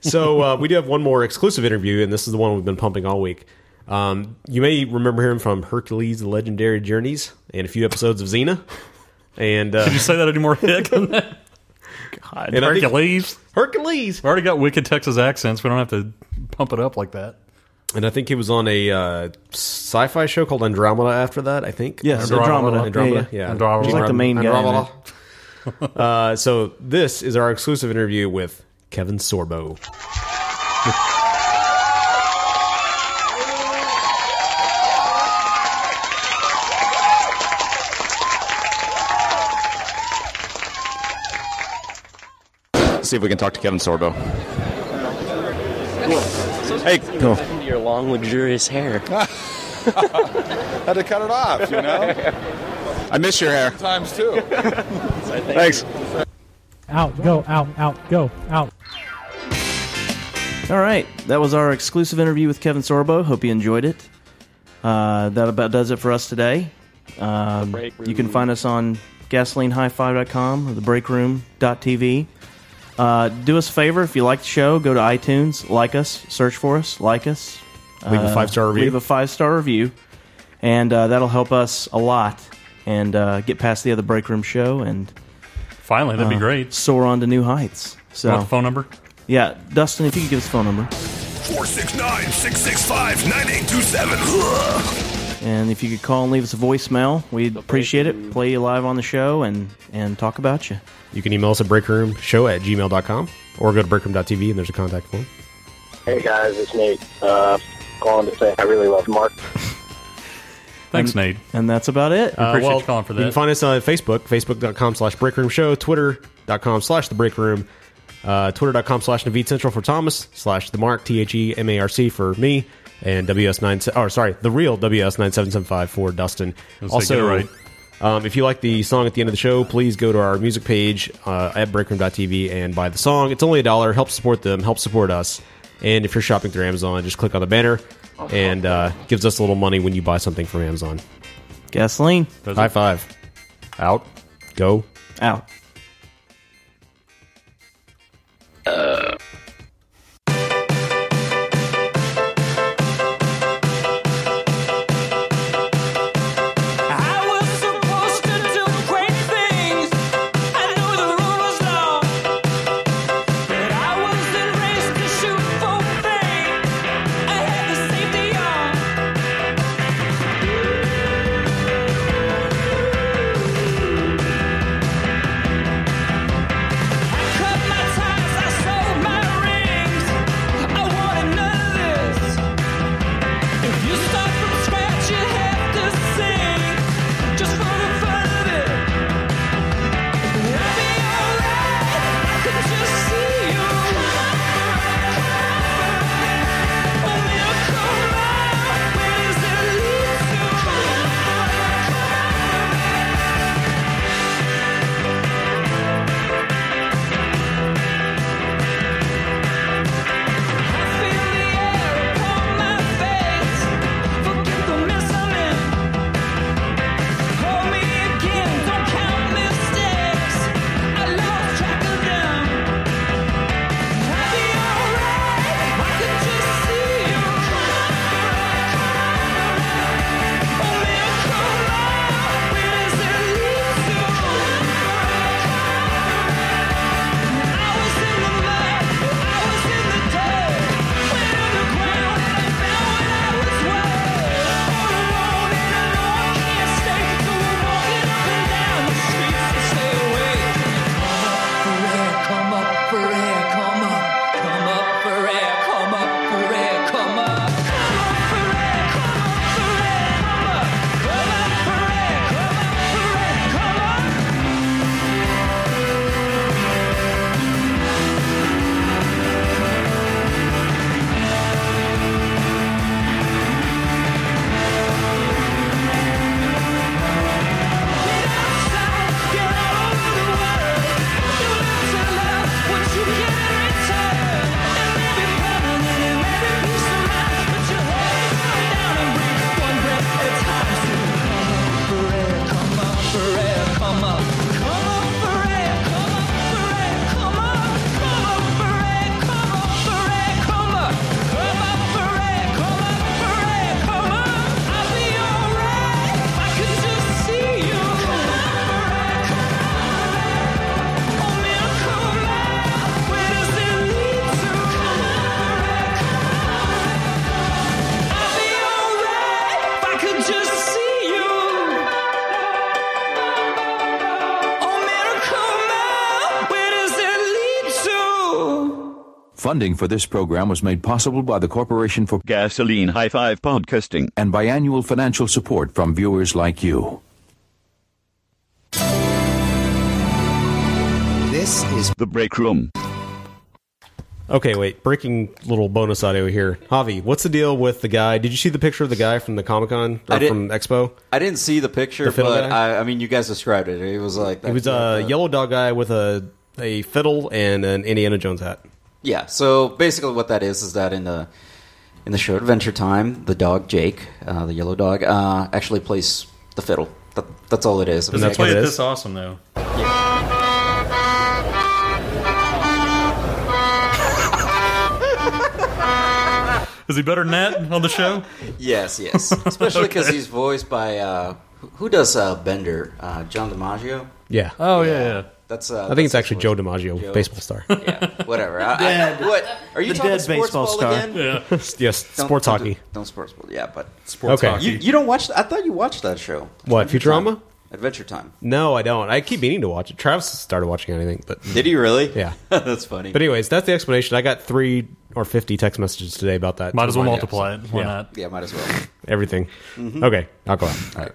[SPEAKER 1] so uh, we do have one more exclusive interview, and this is the one we've been pumping all week. Um, you may remember him from Hercules: The Legendary Journeys and a few episodes of Xena. And uh,
[SPEAKER 8] Did you say that any more hick than that?
[SPEAKER 1] God,
[SPEAKER 8] And Hercules.
[SPEAKER 1] Hercules.
[SPEAKER 8] We've already got wicked Texas accents. We don't have to pump it up like that.
[SPEAKER 1] And I think he was on a uh, sci-fi show called Andromeda. After that, I think.
[SPEAKER 7] Yes, Andromeda.
[SPEAKER 1] Andromeda.
[SPEAKER 7] Yeah,
[SPEAKER 1] Yeah,
[SPEAKER 7] yeah. Andromeda. He's like the main guy in
[SPEAKER 1] Andromeda. uh, so this is our exclusive interview with Kevin Sorbo.
[SPEAKER 12] See if we can talk to Kevin Sorbo.
[SPEAKER 29] Hey, into your long, luxurious hair.
[SPEAKER 27] Had to cut it off, you know?
[SPEAKER 29] I miss your hair.
[SPEAKER 27] Times two.
[SPEAKER 29] Thanks.
[SPEAKER 21] out, go, out, out, go, out.
[SPEAKER 7] All right, that was our exclusive interview with Kevin Sorbo. Hope you enjoyed it. Uh, that about does it for us today. Um, you can find us on gasolinehighfive.com or thebreakroom.tv. Uh, do us a favor if you like the show, go to iTunes, like us, search for us, like us, Uh,
[SPEAKER 1] Leave a five-star review.
[SPEAKER 7] Leave a five star review, and uh, that'll help us a lot and uh, get past the other break room show and uh,
[SPEAKER 8] finally that'd be great.
[SPEAKER 7] Soar on to new heights. So
[SPEAKER 8] Want the phone number?
[SPEAKER 7] Yeah, Dustin, if you could give us the phone number.
[SPEAKER 6] 469 665 9827.
[SPEAKER 7] And if you could call and leave us a voicemail, we'd appreciate it. Play you live on the show and, and talk about you.
[SPEAKER 1] You can email us at breakroomshow at gmail.com or go to breakroom.tv and there's a contact form.
[SPEAKER 16] Hey guys, it's Nate. Uh, calling to say I really love Mark.
[SPEAKER 8] Thanks,
[SPEAKER 1] Nate.
[SPEAKER 7] And that's about it.
[SPEAKER 8] We
[SPEAKER 1] Uh,
[SPEAKER 8] appreciate you calling for
[SPEAKER 1] You
[SPEAKER 8] that.
[SPEAKER 1] can find us on Facebook, facebook.com slash breakroom show, twitter.com slash the breakroom, uh, twitter.com slash Naveed Central for Thomas, slash the mark, T H E M A R C for me, and WS9, or sorry, the real WS9775 for Dustin.
[SPEAKER 8] Let's
[SPEAKER 1] also,
[SPEAKER 8] get it right.
[SPEAKER 1] um, if you like the song at the end of the show, please go to our music page uh, at breakroom.tv and buy the song. It's only a dollar. Help support them, help support us. And if you're shopping through Amazon, just click on the banner and uh, gives us a little money when you buy something from Amazon.
[SPEAKER 7] Gasoline.
[SPEAKER 1] High five. Out. Go.
[SPEAKER 7] Out.
[SPEAKER 10] I was supposed to do great things. I knew the road was long, but I wasn't raised to shoot for fame. I had the safety on. I cut my ties, I sold my rings. I wanted none of this. If you start from scratch, you have to sing. Just for the fun of it. I'll be alright. I could just see you. A miracle ride. Where does it lead to? I feel the air upon my face. Forget the mess I'm in. Hold me again. Don't count mistakes. I lost track of them. I'll be alright. I can just see you. A miracle ride. Where does it lead to? I was in the mud. I was in the dirt. Went underground and I found what I was worth. All alone and I know I can't stay. So I'm walking up and down the streets to stay awake. Come up for air, come up, come up for air, come up for air, come up. Just see you. Oh, miracle man, where does that lead to?
[SPEAKER 5] Funding for this program was made possible by the Corporation for Gasoline High Five Podcasting and by annual financial support from viewers like you.
[SPEAKER 1] This is
[SPEAKER 5] The Break Room.
[SPEAKER 1] Okay, wait. Breaking little bonus audio here. Javi, what's the deal with the guy? Did you see the picture of the guy from the Comic Con
[SPEAKER 20] I
[SPEAKER 1] or
[SPEAKER 20] did-
[SPEAKER 1] from Expo?
[SPEAKER 20] I didn't see the picture,
[SPEAKER 1] The fiddle
[SPEAKER 20] but
[SPEAKER 1] guy? uh,
[SPEAKER 20] I, I mean, you guys described it. It was like
[SPEAKER 1] He was a yellow dog guy with a a fiddle and an Indiana Jones hat.
[SPEAKER 20] Yeah. So basically, what that is is that in the in the show Adventure Time, the dog Jake, uh, the yellow dog, uh, actually plays the fiddle. That, that's all it is.
[SPEAKER 8] Does it play it this awesome though? Is he better than that on the show?
[SPEAKER 20] Yes, yes. Especially because
[SPEAKER 8] Okay.
[SPEAKER 20] he's voiced by uh, who- who does uh, Bender? Uh, John DiMaggio.
[SPEAKER 1] Yeah.
[SPEAKER 8] Oh yeah, yeah.
[SPEAKER 20] That's uh,
[SPEAKER 1] I think it's actually Joe DiMaggio, baseball star.
[SPEAKER 20] yeah, whatever. I,
[SPEAKER 10] Dead.
[SPEAKER 20] I, what are you
[SPEAKER 10] The
[SPEAKER 20] talking
[SPEAKER 10] dead
[SPEAKER 20] sports
[SPEAKER 10] baseball
[SPEAKER 20] ball
[SPEAKER 10] star.
[SPEAKER 20] again?
[SPEAKER 1] Yeah. Yes, sports
[SPEAKER 20] don't
[SPEAKER 1] hockey.
[SPEAKER 20] Do, don't sports ball. Yeah, but
[SPEAKER 1] Sports Okay. hockey.
[SPEAKER 20] You, you don't watch? I thought you watched that show.
[SPEAKER 1] What, Futurama?
[SPEAKER 20] Time. Adventure Time.
[SPEAKER 1] No, I don't. I keep meaning to watch it. Travis started watching it, I think. But
[SPEAKER 20] Did he really?
[SPEAKER 1] Yeah.
[SPEAKER 20] That's funny.
[SPEAKER 1] But anyways, that's the explanation. I got three or fifty text messages today about that.
[SPEAKER 8] Might as well
[SPEAKER 1] Yeah.
[SPEAKER 8] multiply it. Why
[SPEAKER 1] yeah.
[SPEAKER 8] not?
[SPEAKER 20] Yeah, might as well.
[SPEAKER 1] Everything.
[SPEAKER 20] Mhm.
[SPEAKER 1] Okay, I'll go out. All right.